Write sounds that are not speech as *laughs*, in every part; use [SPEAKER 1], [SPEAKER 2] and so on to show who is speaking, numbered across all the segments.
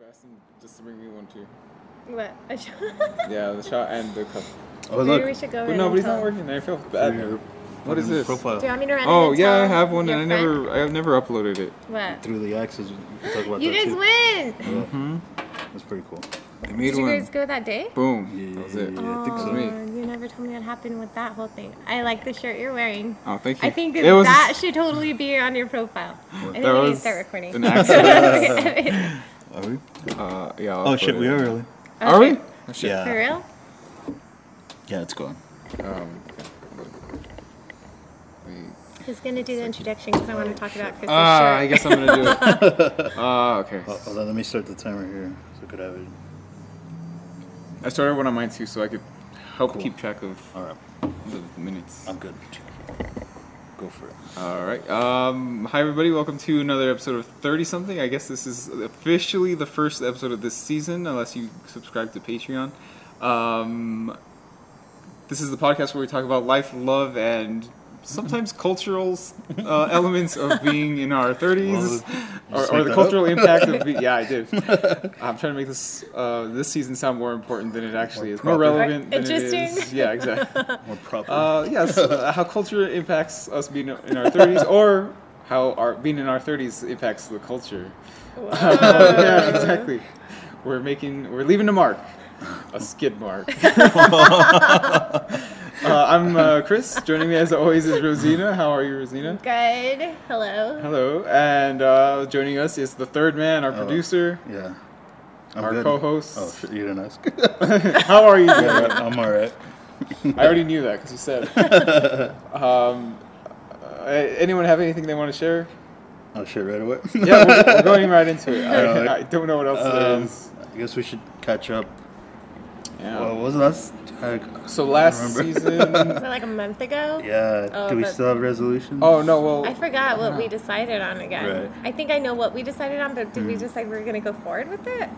[SPEAKER 1] Preston just bring me one too.
[SPEAKER 2] What? *laughs* A shot?
[SPEAKER 1] Yeah, the shot and the cup.
[SPEAKER 3] Oh,
[SPEAKER 2] Maybe
[SPEAKER 3] look.
[SPEAKER 2] we should go
[SPEAKER 1] But
[SPEAKER 2] in
[SPEAKER 1] no,
[SPEAKER 2] and
[SPEAKER 1] but it's
[SPEAKER 2] tell
[SPEAKER 1] not
[SPEAKER 2] them.
[SPEAKER 1] working. I feel bad.
[SPEAKER 3] Your
[SPEAKER 1] now. What is
[SPEAKER 3] fucking
[SPEAKER 1] this?
[SPEAKER 3] Profile.
[SPEAKER 2] Do you want me to run
[SPEAKER 1] Oh
[SPEAKER 2] in and
[SPEAKER 1] yeah, I
[SPEAKER 2] tell
[SPEAKER 1] have one
[SPEAKER 2] your
[SPEAKER 1] and I
[SPEAKER 2] friend?
[SPEAKER 1] never, I've never uploaded it.
[SPEAKER 2] What?
[SPEAKER 3] Through the axes, you can talk about
[SPEAKER 2] You
[SPEAKER 3] that
[SPEAKER 2] guys
[SPEAKER 3] too.
[SPEAKER 2] win!
[SPEAKER 3] Mm-hmm. That's pretty cool.
[SPEAKER 1] I
[SPEAKER 2] Did
[SPEAKER 1] made
[SPEAKER 2] you
[SPEAKER 1] one.
[SPEAKER 2] guys go that day?
[SPEAKER 1] Boom.
[SPEAKER 3] Yeah,
[SPEAKER 1] that was
[SPEAKER 3] yeah,
[SPEAKER 1] it.
[SPEAKER 3] yeah, yeah. I think
[SPEAKER 2] oh,
[SPEAKER 3] so.
[SPEAKER 1] Me.
[SPEAKER 2] you never told me what happened with that whole thing. I like the shirt you're wearing.
[SPEAKER 1] Oh, thank you.
[SPEAKER 2] I think
[SPEAKER 1] It was-
[SPEAKER 2] that should totally be on your profile. I think we need to
[SPEAKER 1] was
[SPEAKER 2] start
[SPEAKER 1] *laughs*
[SPEAKER 2] recording. *laughs*
[SPEAKER 1] An *laughs*
[SPEAKER 3] *laughs*
[SPEAKER 1] accident.
[SPEAKER 3] Are we?
[SPEAKER 1] uh, yeah. I'll
[SPEAKER 3] Oh
[SPEAKER 1] upload
[SPEAKER 3] shit, we
[SPEAKER 1] it.
[SPEAKER 3] are early.
[SPEAKER 1] Are we?
[SPEAKER 2] Okay.
[SPEAKER 1] Oh, shit.
[SPEAKER 3] Yeah.
[SPEAKER 2] For real?
[SPEAKER 3] Yeah, it's going.
[SPEAKER 1] Um, wait.
[SPEAKER 2] Who's gonna do the introduction? Because I want to talk about Chris's
[SPEAKER 1] Ah, I
[SPEAKER 2] shirt.
[SPEAKER 1] guess I'm gonna do it.
[SPEAKER 2] *laughs*
[SPEAKER 1] Ah, okay.
[SPEAKER 3] Oh, hold on, let me start the timer here so we could have it.
[SPEAKER 1] I started one on mine too, so I could help
[SPEAKER 3] Cool.
[SPEAKER 1] keep track of
[SPEAKER 3] All right,
[SPEAKER 1] the minutes.
[SPEAKER 3] I'm good. Go for it.
[SPEAKER 1] All right. Um, hi, everybody. Welcome to another episode of 30 something. I guess this is officially the first episode of this season, unless you subscribe to Patreon. Um, this is the podcast where we talk about life, love, and
[SPEAKER 3] *laughs*
[SPEAKER 1] sometimes cultural uh, elements of being in our 30s. Or,
[SPEAKER 3] just
[SPEAKER 1] or
[SPEAKER 3] make
[SPEAKER 1] the
[SPEAKER 3] that
[SPEAKER 1] cultural impact
[SPEAKER 3] *laughs*
[SPEAKER 1] of being. Yeah, I did. I'm trying to make this uh, this season sound more important than it actually is, more
[SPEAKER 3] proper.
[SPEAKER 1] relevant than it
[SPEAKER 2] Interesting.
[SPEAKER 1] is. Yeah, exactly.
[SPEAKER 3] More proper.
[SPEAKER 1] Uh, yes, uh, how culture impacts us being in our 30s, or how our being in our 30s impacts the culture.
[SPEAKER 2] Oh,
[SPEAKER 1] yeah, exactly. We're making, we're leaving a mark, a skid mark. *laughs* uh, I'm uh, Chris. Joining me as always is Rosina. How are you, Rosina?
[SPEAKER 2] Good. Hello.
[SPEAKER 1] Hello. And uh, joining us is the third man, our producer.
[SPEAKER 3] yeah. Oh, I'm
[SPEAKER 1] our
[SPEAKER 3] good.
[SPEAKER 1] co-host. *laughs*
[SPEAKER 3] Oh, shit, you *laughs* didn't ask.
[SPEAKER 1] How are you? doing?
[SPEAKER 3] *laughs* Yeah, I'm all right.
[SPEAKER 1] I already knew that because you said. it.
[SPEAKER 3] *laughs*
[SPEAKER 1] um, uh, anyone have anything they want to share?
[SPEAKER 3] Oh shit, right *laughs* away.
[SPEAKER 1] *laughs* yeah, we're, we're going right into it.
[SPEAKER 3] Alright.
[SPEAKER 1] I, I don't know what else there
[SPEAKER 3] Um,
[SPEAKER 1] is.
[SPEAKER 3] I guess we should catch up.
[SPEAKER 1] Yeah.
[SPEAKER 3] Well, Uh, what was the last? I,
[SPEAKER 1] so last
[SPEAKER 3] remember.
[SPEAKER 1] season.
[SPEAKER 3] *laughs*
[SPEAKER 2] Was it like a month ago?
[SPEAKER 3] yeah.
[SPEAKER 2] Oh,
[SPEAKER 3] Do we
[SPEAKER 2] but-
[SPEAKER 3] still have resolutions?
[SPEAKER 1] Oh no! Well,
[SPEAKER 2] I forgot what we decided on again.
[SPEAKER 3] Right. Mm.
[SPEAKER 2] I think I know what we decided on, but did we decide we were gonna go forward with it?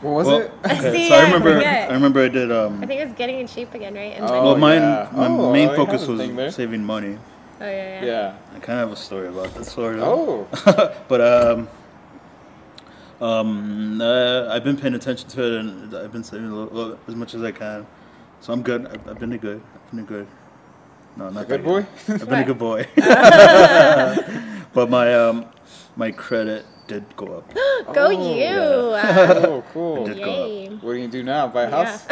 [SPEAKER 1] what was
[SPEAKER 3] Well,
[SPEAKER 1] it?
[SPEAKER 3] okay,
[SPEAKER 2] See,
[SPEAKER 3] so
[SPEAKER 2] I
[SPEAKER 3] I remember.
[SPEAKER 2] forget.
[SPEAKER 3] I remember I did. Um,
[SPEAKER 2] I think it was getting in shape again, right? And
[SPEAKER 1] Oh.
[SPEAKER 2] oh.
[SPEAKER 3] well, mine.
[SPEAKER 1] yeah.
[SPEAKER 3] My
[SPEAKER 1] Oh,
[SPEAKER 3] main
[SPEAKER 1] I
[SPEAKER 3] focus
[SPEAKER 1] have a
[SPEAKER 3] was
[SPEAKER 1] thing there.
[SPEAKER 3] saving money.
[SPEAKER 2] oh yeah, *laughs* yeah.
[SPEAKER 1] Yeah.
[SPEAKER 3] I kind of have a story about that sort of.
[SPEAKER 1] Oh.
[SPEAKER 3] *laughs* but um, um, uh, I've been paying attention to it, and I've been saving a little, little- as much as I can. So I'm good. I've, I've been a good. I've been a good. No, not
[SPEAKER 1] good
[SPEAKER 3] that
[SPEAKER 1] boy?
[SPEAKER 3] I've been a good boy.
[SPEAKER 2] *laughs*
[SPEAKER 3] *laughs* but my um, my credit did go up.
[SPEAKER 2] Go
[SPEAKER 1] Oh,
[SPEAKER 2] you!
[SPEAKER 3] *laughs*
[SPEAKER 2] uh,
[SPEAKER 1] Oh,
[SPEAKER 3] I
[SPEAKER 1] cool.
[SPEAKER 3] did.
[SPEAKER 2] Yay!
[SPEAKER 1] What do you do now? Buy a
[SPEAKER 2] Yeah.
[SPEAKER 1] house?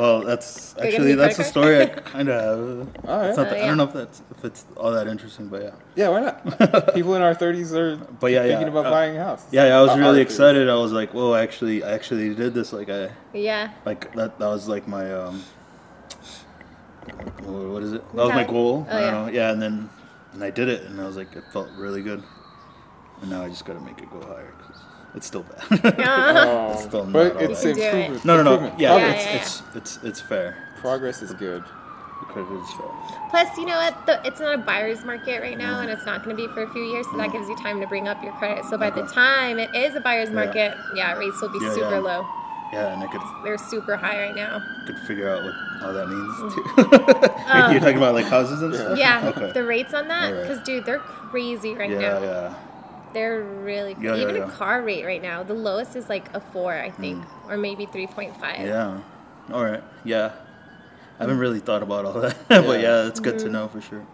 [SPEAKER 3] Well,
[SPEAKER 2] *laughs*
[SPEAKER 3] that's
[SPEAKER 2] get
[SPEAKER 3] actually
[SPEAKER 2] a new
[SPEAKER 3] that's a
[SPEAKER 2] credit
[SPEAKER 3] story
[SPEAKER 2] *laughs*
[SPEAKER 3] I kind of. have.
[SPEAKER 1] All right.
[SPEAKER 3] It's not that-
[SPEAKER 2] Oh,
[SPEAKER 3] I
[SPEAKER 2] yeah.
[SPEAKER 3] don't know if that's if it's all that interesting, but yeah.
[SPEAKER 1] Yeah. Why
[SPEAKER 3] *laughs*
[SPEAKER 1] not? People in our thirties are
[SPEAKER 3] But yeah,
[SPEAKER 1] thinking
[SPEAKER 3] yeah,
[SPEAKER 1] about
[SPEAKER 3] uh,
[SPEAKER 1] buying a house.
[SPEAKER 3] Yeah, yeah, I was
[SPEAKER 1] Uh,
[SPEAKER 3] really
[SPEAKER 1] our
[SPEAKER 3] excited. I was like, "Whoa, I actually, I actually did this!" Like, I, *laughs*
[SPEAKER 2] Yeah. *laughs*
[SPEAKER 3] like that, that was like my, um, wh- what is it? That was my
[SPEAKER 2] Mentality.
[SPEAKER 3] goal.
[SPEAKER 2] Oh,
[SPEAKER 3] I
[SPEAKER 2] yeah.
[SPEAKER 3] don't know. Yeah, and then, and I did it, and I was like, it felt really good. And now I just got to make it go higher 'cause it's still bad.
[SPEAKER 2] Uh-huh.
[SPEAKER 1] Oh,
[SPEAKER 3] It's still not
[SPEAKER 1] but
[SPEAKER 3] all
[SPEAKER 1] it's
[SPEAKER 3] that.
[SPEAKER 2] You do it.
[SPEAKER 1] improvement.
[SPEAKER 3] *laughs* no, no, no.
[SPEAKER 1] improvement.
[SPEAKER 3] Yeah,
[SPEAKER 2] Yeah,
[SPEAKER 3] it's,
[SPEAKER 2] yeah,
[SPEAKER 3] it's it's it's fair.
[SPEAKER 1] Progress is good.
[SPEAKER 3] The credit is fair.
[SPEAKER 2] Plus, you know what? The, it's not a buyer's market right
[SPEAKER 3] Mm-hmm.
[SPEAKER 2] now, and it's not going to be for a few years, so that gives you time to bring up your credit. So by the
[SPEAKER 3] Mm. Okay.
[SPEAKER 2] time it is a buyer's market, yeah, rates will be
[SPEAKER 3] Yeah,
[SPEAKER 2] super
[SPEAKER 3] yeah.
[SPEAKER 2] low.
[SPEAKER 3] Yeah, and I could
[SPEAKER 2] They're super high right now.
[SPEAKER 3] could figure out what all that means too. *laughs* You're talking about like houses and stuff.
[SPEAKER 2] Mm. Uh. Yeah,
[SPEAKER 3] Okay.
[SPEAKER 2] the rates on that,
[SPEAKER 3] Alright.
[SPEAKER 2] because dude, they're crazy right
[SPEAKER 3] yeah,
[SPEAKER 2] now.
[SPEAKER 3] yeah.
[SPEAKER 2] They're really
[SPEAKER 3] Yeah, yeah,
[SPEAKER 2] even
[SPEAKER 3] yeah. Mm.
[SPEAKER 2] a car rate right now. The lowest is like a four, I think, or maybe three point five.
[SPEAKER 3] Yeah. All right. Yeah. I haven't really thought about all that, *laughs* but
[SPEAKER 1] Yeah.
[SPEAKER 3] yeah, that's good to know for sure.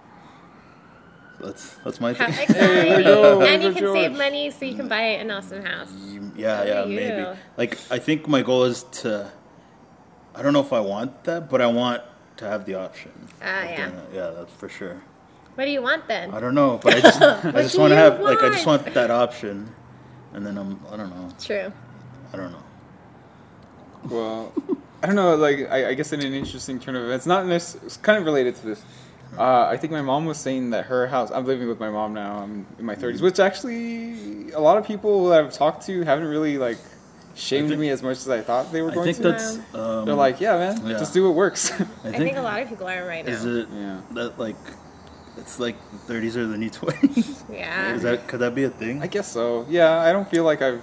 [SPEAKER 3] That's that's my
[SPEAKER 2] Mm-hmm. How
[SPEAKER 3] *laughs* thing.
[SPEAKER 2] exciting!
[SPEAKER 1] we go,
[SPEAKER 2] and you
[SPEAKER 1] look
[SPEAKER 2] can
[SPEAKER 1] at
[SPEAKER 2] save
[SPEAKER 1] George.
[SPEAKER 2] money so you can buy an awesome house. Uh,
[SPEAKER 3] Mm. yeah, yeah,
[SPEAKER 2] at you.
[SPEAKER 3] maybe. Like I think my goal is to. I don't know if I want that, but I want to have the option.
[SPEAKER 2] Ah,
[SPEAKER 3] of
[SPEAKER 2] yeah.
[SPEAKER 3] doing that. Yeah, that's for sure.
[SPEAKER 2] What do you want then?
[SPEAKER 3] I don't know, but
[SPEAKER 2] *laughs*
[SPEAKER 3] I just I just
[SPEAKER 2] do
[SPEAKER 3] want to
[SPEAKER 2] you
[SPEAKER 3] have like I just
[SPEAKER 2] want?
[SPEAKER 3] want that option, and then I'm I don't know
[SPEAKER 2] True.
[SPEAKER 3] I don't know.
[SPEAKER 1] Well, I don't know. Like, I, I guess in an interesting turn of events, not necessarily, it's kind of related to this. Uh, I think my mom was saying that her house. I'm living with my mom now. I'm in my
[SPEAKER 3] Mm-hmm.
[SPEAKER 1] 30s, which actually a lot of people that I've talked to haven't really like shamed
[SPEAKER 3] think-
[SPEAKER 1] me as much as I thought they were
[SPEAKER 3] I
[SPEAKER 1] going
[SPEAKER 3] think
[SPEAKER 1] to.
[SPEAKER 3] that's um,
[SPEAKER 1] They're like, yeah, man,
[SPEAKER 3] yeah.
[SPEAKER 1] just do what works. *laughs*
[SPEAKER 2] I think a lot of people are right now.
[SPEAKER 3] Is it
[SPEAKER 1] Yeah.
[SPEAKER 3] that like it's like the 30s or the new *laughs* 20s?
[SPEAKER 2] yeah.
[SPEAKER 3] Is that could that be a thing?
[SPEAKER 1] I guess so. Yeah, I don't feel like I've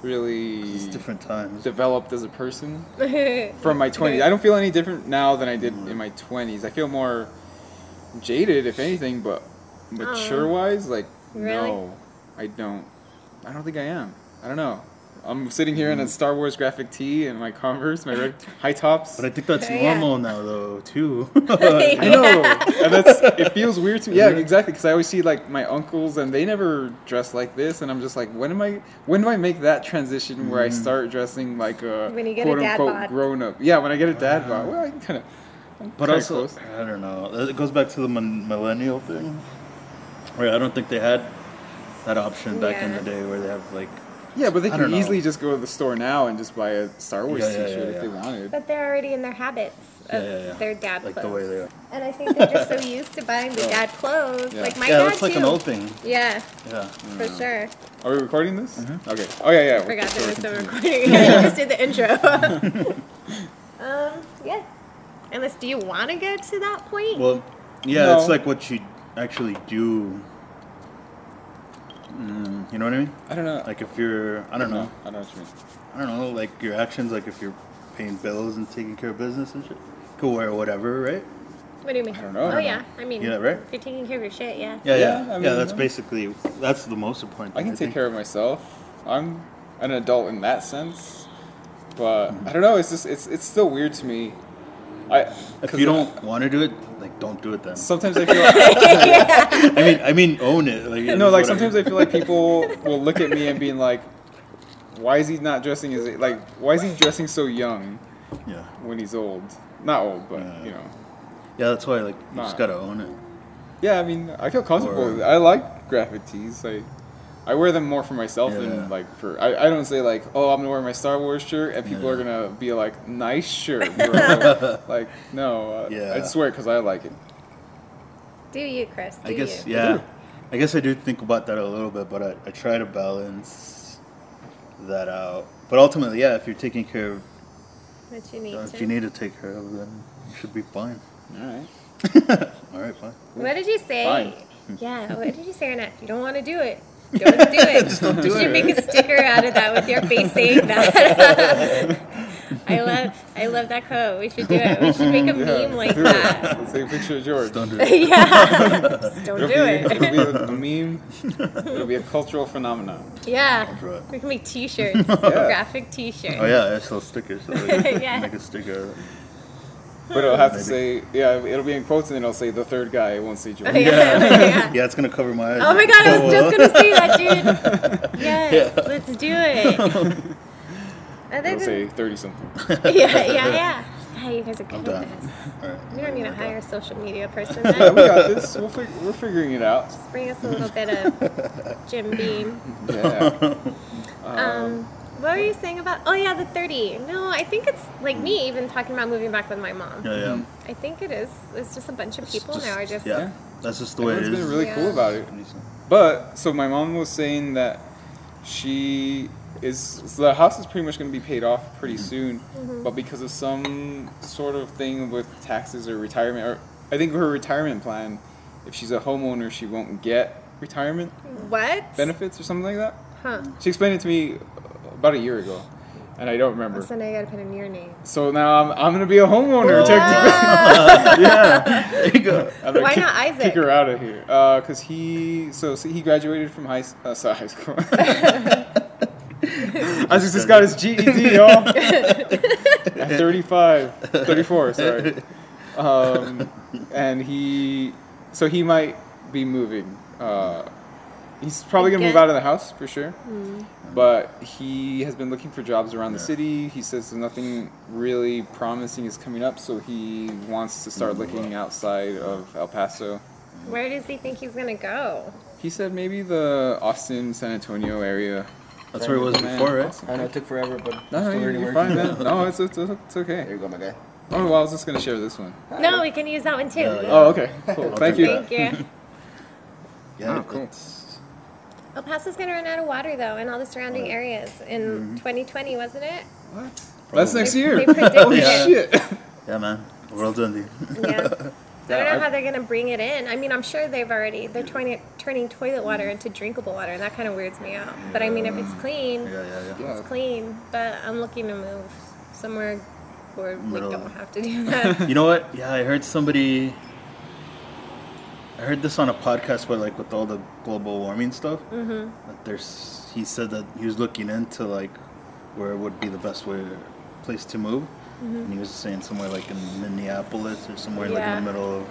[SPEAKER 1] really
[SPEAKER 3] it's different times.
[SPEAKER 1] developed as a person
[SPEAKER 2] *laughs*
[SPEAKER 1] from my 20s. I don't feel any different now than I did in my 20s. I feel more jaded, if anything, but mature wise, like
[SPEAKER 2] Uh, Really?
[SPEAKER 1] no, I don't. I don't think I am. I don't know. Um, I'm sitting here in a Star Wars graphic tee and my Converse, my
[SPEAKER 2] *laughs*
[SPEAKER 1] red high tops.
[SPEAKER 3] But I think that's
[SPEAKER 2] Oh, yeah.
[SPEAKER 3] normal now,
[SPEAKER 2] *laughs*
[SPEAKER 3] though, too. *laughs*
[SPEAKER 1] I know, and that's it feels weird to me. Yeah, exactly, because I always see like my uncles, and they never dress like this, and I'm just like, when am I? When do I make that transition where I start dressing like a
[SPEAKER 2] When you get a
[SPEAKER 1] quote
[SPEAKER 2] dad
[SPEAKER 1] unquote
[SPEAKER 2] bod.
[SPEAKER 1] grown up? Yeah, when I get a dad bod. Well, I kind of.
[SPEAKER 3] But
[SPEAKER 1] Kinda
[SPEAKER 3] also,
[SPEAKER 1] close.
[SPEAKER 3] I don't know. It goes back to the min- millennial thing, where I don't think they had that option back in
[SPEAKER 2] Yeah.
[SPEAKER 3] the day, where they have like,
[SPEAKER 1] Yeah, but they
[SPEAKER 3] I
[SPEAKER 1] can
[SPEAKER 3] don't know.
[SPEAKER 1] easily just go to the store now and just buy a Star Wars
[SPEAKER 3] Yeah, yeah,
[SPEAKER 1] T-shirt
[SPEAKER 3] yeah,
[SPEAKER 1] if they
[SPEAKER 3] yeah.
[SPEAKER 1] wanted.
[SPEAKER 2] But they're already in their habits
[SPEAKER 3] yeah,
[SPEAKER 2] of
[SPEAKER 3] yeah, yeah.
[SPEAKER 2] their dad
[SPEAKER 3] like
[SPEAKER 2] clothes.
[SPEAKER 3] the way they are.
[SPEAKER 2] And I think they're just
[SPEAKER 3] *laughs*
[SPEAKER 2] so used to buying the dad clothes.
[SPEAKER 1] Yeah.
[SPEAKER 2] Like my
[SPEAKER 3] yeah,
[SPEAKER 2] dad
[SPEAKER 3] that's like
[SPEAKER 2] too.
[SPEAKER 3] an old Mm. thing.
[SPEAKER 2] Yeah,
[SPEAKER 3] Yeah.
[SPEAKER 2] for sure.
[SPEAKER 1] Are we recording this?
[SPEAKER 3] Mm-hmm.
[SPEAKER 1] Okay. Oh yeah, yeah.
[SPEAKER 2] I forgot there was
[SPEAKER 1] *laughs*
[SPEAKER 2] some recording. *laughs* I just did the intro. um, yeah. Unless, do you want to go to that point?
[SPEAKER 3] Well, yeah,
[SPEAKER 1] No.
[SPEAKER 3] it's like what you actually do. Mm, you know what I mean?
[SPEAKER 1] I don't know.
[SPEAKER 3] Like if you're, I don't know,
[SPEAKER 1] I don't know what you mean.
[SPEAKER 3] I don't know, like your actions, like if you're paying bills and taking care of business and shit, could wear whatever, right?
[SPEAKER 2] what do you mean?
[SPEAKER 1] I don't know.
[SPEAKER 2] Oh yeah, I mean,
[SPEAKER 3] Yeah, right?
[SPEAKER 2] if you're taking care of your shit, yeah.
[SPEAKER 3] Yeah, yeah,
[SPEAKER 1] Yeah,
[SPEAKER 3] yeah.
[SPEAKER 1] I mean,
[SPEAKER 3] that's
[SPEAKER 1] yeah.
[SPEAKER 3] basically that's the most important.
[SPEAKER 1] I
[SPEAKER 3] thing,
[SPEAKER 1] can take
[SPEAKER 3] think.
[SPEAKER 1] care of myself. I'm an adult in that sense, but I don't know. It's just it's it's still weird to me. I
[SPEAKER 3] Mm-hmm. If
[SPEAKER 1] 'cause
[SPEAKER 3] you
[SPEAKER 1] I-
[SPEAKER 3] don't want to do it, like don't do it then.
[SPEAKER 1] sometimes I feel like,
[SPEAKER 3] *laughs* I mean, I mean, own it. Like
[SPEAKER 1] no, like sometimes I feel like people will look at me and being like, "Why is he not dressing? Is like why is he dressing so young
[SPEAKER 3] *laughs* yeah,
[SPEAKER 1] when he's old? Not old, but
[SPEAKER 3] Yeah.
[SPEAKER 1] you know."
[SPEAKER 3] yeah. That's why like you
[SPEAKER 1] Nah.
[SPEAKER 3] just gotta own it.
[SPEAKER 1] Yeah, I mean, I feel comfortable.
[SPEAKER 3] Or-
[SPEAKER 1] with it. I like graphic tees. I, I wear them more for myself
[SPEAKER 3] Yeah.
[SPEAKER 1] than like for. I, I don't say like, oh, I'm gonna wear my Star Wars shirt, and people
[SPEAKER 3] Yeah.
[SPEAKER 1] are gonna be like, nice
[SPEAKER 3] *laughs*
[SPEAKER 1] shirt, bro. like, no, uh,
[SPEAKER 3] Yeah.
[SPEAKER 1] I just wear it because I like it.
[SPEAKER 2] Do you, Chris? Do
[SPEAKER 3] I guess
[SPEAKER 2] you?
[SPEAKER 3] yeah.
[SPEAKER 1] do.
[SPEAKER 3] I guess I do think about that a little bit, but I, I try to balance that out. But ultimately, yeah, if you're taking care of uh,
[SPEAKER 2] What you need
[SPEAKER 3] if
[SPEAKER 2] to.
[SPEAKER 3] you need to take care of, then you should be fine. *laughs*
[SPEAKER 1] All right.
[SPEAKER 3] All right, fine.
[SPEAKER 2] What did you say?
[SPEAKER 1] Fine. Hmm. *laughs*
[SPEAKER 2] Yeah, what did you say, Annette? You don't want to do it. Don't do it. Just
[SPEAKER 1] don't do
[SPEAKER 2] you should
[SPEAKER 1] it,
[SPEAKER 2] make a sticker out of that with your face saying that. *laughs*
[SPEAKER 1] *laughs*
[SPEAKER 2] I love, I love that quote. We should do it. We should make a
[SPEAKER 1] *laughs*
[SPEAKER 2] meme like
[SPEAKER 1] do it.
[SPEAKER 2] that. *laughs*
[SPEAKER 1] Let's take a picture of George.
[SPEAKER 3] Just don't do
[SPEAKER 1] *laughs*
[SPEAKER 3] it.
[SPEAKER 2] yeah. Just don't do
[SPEAKER 1] it'll, be,
[SPEAKER 2] it. *laughs*
[SPEAKER 1] it'll be a, meme. It'll be a cultural phenomenon.
[SPEAKER 2] Yeah.
[SPEAKER 3] Don't do it.
[SPEAKER 2] We can make
[SPEAKER 3] *laughs*
[SPEAKER 2] T-shirts, graphic T-shirts.
[SPEAKER 3] Oh yeah, I sell stickers. So like,
[SPEAKER 2] *laughs* Yeah.
[SPEAKER 3] Make a sticker. out of it.
[SPEAKER 1] But it'll have to say,
[SPEAKER 3] Maybe.
[SPEAKER 1] yeah, it'll be in quotes, and then it'll say the third guy won't see George.
[SPEAKER 2] *laughs* Oh, yeah. *laughs* yeah.
[SPEAKER 3] Yeah, it's gonna cover my eyes.
[SPEAKER 2] Oh my god, I was
[SPEAKER 3] *laughs*
[SPEAKER 2] just gonna say that, dude. Yes, let's do it.
[SPEAKER 3] *laughs*
[SPEAKER 2] Other
[SPEAKER 1] It'll say
[SPEAKER 2] than,
[SPEAKER 1] thirty something.
[SPEAKER 2] *laughs* yeah, yeah,
[SPEAKER 3] *laughs*
[SPEAKER 2] yeah. Yeah, you guys are
[SPEAKER 3] I'm
[SPEAKER 2] good
[SPEAKER 3] done.
[SPEAKER 2] at this.
[SPEAKER 3] All right.
[SPEAKER 2] We don't need to hire a social
[SPEAKER 3] *laughs*
[SPEAKER 2] media person.
[SPEAKER 1] yeah,
[SPEAKER 2] Then.
[SPEAKER 1] we got this. We'll fig- we're figuring it out.
[SPEAKER 2] Just bring us a little bit
[SPEAKER 3] *laughs*
[SPEAKER 2] of Jim Beam.
[SPEAKER 1] Yeah.
[SPEAKER 2] *laughs* Um, what were you saying about? Oh yeah, the thirty. No, I think it's like me even talking about moving back with my mom. *laughs*
[SPEAKER 3] Yeah, yeah.
[SPEAKER 2] I think it is. It's just a bunch of
[SPEAKER 3] It's
[SPEAKER 2] people now are just.
[SPEAKER 3] yeah.
[SPEAKER 1] Yeah.
[SPEAKER 3] That's just the way
[SPEAKER 1] Everyone's
[SPEAKER 3] it is.
[SPEAKER 1] been really
[SPEAKER 2] Yeah.
[SPEAKER 1] cool about it. But so my mom was saying that she is so the house is pretty much going to be paid off pretty soon,
[SPEAKER 2] Mm-hmm.
[SPEAKER 1] but because of some sort of thing with taxes or retirement, or I think her retirement plan, if she's a homeowner, she won't get retirement
[SPEAKER 2] What?
[SPEAKER 1] benefits or something like that.
[SPEAKER 2] huh?
[SPEAKER 1] She explained it to me about a year ago, and I don't remember.
[SPEAKER 2] So now you gotta put in your name.
[SPEAKER 1] So now I'm, I'm going to be a homeowner technically.
[SPEAKER 2] *laughs*
[SPEAKER 3] *laughs* yeah. There you go.
[SPEAKER 1] I'm gonna
[SPEAKER 2] Why
[SPEAKER 1] kick,
[SPEAKER 2] not Isaac?
[SPEAKER 1] Kick her out of here. Uh, cause he so, so he graduated from high s- uh, so *laughs* high school.
[SPEAKER 2] *laughs*
[SPEAKER 1] Isaac just got his GED, E y'all. At 35, 34, sorry. Um, and he so he might be moving. Uh, he's probably gonna move
[SPEAKER 2] Again?
[SPEAKER 1] out of the house for sure. But he has been looking for jobs around the
[SPEAKER 3] Yeah.
[SPEAKER 1] city. He says nothing really promising is coming up, so he wants to start looking outside of El Paso.
[SPEAKER 2] Where does he think he's gonna go?
[SPEAKER 1] He said maybe the Austin, San Antonio area.
[SPEAKER 3] That's where it was
[SPEAKER 1] Man,
[SPEAKER 3] before, right?
[SPEAKER 1] Austin.
[SPEAKER 4] I know it took forever, but
[SPEAKER 1] No, no,
[SPEAKER 4] still
[SPEAKER 1] you're,
[SPEAKER 4] already
[SPEAKER 1] you're fine,
[SPEAKER 4] working.
[SPEAKER 1] man. No, it's, it's, it's
[SPEAKER 4] There
[SPEAKER 1] okay.
[SPEAKER 4] you go, my guy.
[SPEAKER 1] Oh, well, I was just gonna share this one.
[SPEAKER 2] No, we can use that one too.
[SPEAKER 3] Yeah, yeah.
[SPEAKER 1] Oh, *laughs* okay. Cool.
[SPEAKER 3] I'll
[SPEAKER 1] Thank
[SPEAKER 3] take
[SPEAKER 1] you.
[SPEAKER 2] Thank you.
[SPEAKER 3] Yeah.
[SPEAKER 1] Oh, cool.
[SPEAKER 3] it's-
[SPEAKER 2] El Paso's gonna run out of water though, in all the surrounding areas in 2020, wasn't it?
[SPEAKER 1] What? That's next year. *laughs*
[SPEAKER 2] They predicted
[SPEAKER 1] Holy
[SPEAKER 2] it.
[SPEAKER 1] shit.
[SPEAKER 3] Yeah, man. World's ending. *laughs*
[SPEAKER 2] Yeah. I don't
[SPEAKER 1] Yeah,
[SPEAKER 2] know
[SPEAKER 1] I-
[SPEAKER 2] how they're gonna bring it in. I mean, I'm sure they've already they're turning turning toilet water into drinkable water, and that kind of weirds me out. But I mean, if it's clean,
[SPEAKER 3] Yeah, yeah, yeah.
[SPEAKER 1] Yeah.
[SPEAKER 2] it's clean. But I'm looking to move somewhere where we
[SPEAKER 3] Middle.
[SPEAKER 2] don't have to do
[SPEAKER 3] *laughs*
[SPEAKER 2] that.
[SPEAKER 3] You know what? Yeah, I heard somebody. I heard this on a podcast, but like with all the global warming stuff, mm-hmm. that there's he said that he was looking into like where would be the best way place to move.
[SPEAKER 2] Mm-hmm.
[SPEAKER 3] And he was saying somewhere like in Minneapolis or somewhere like
[SPEAKER 2] Yeah.
[SPEAKER 3] in the middle of,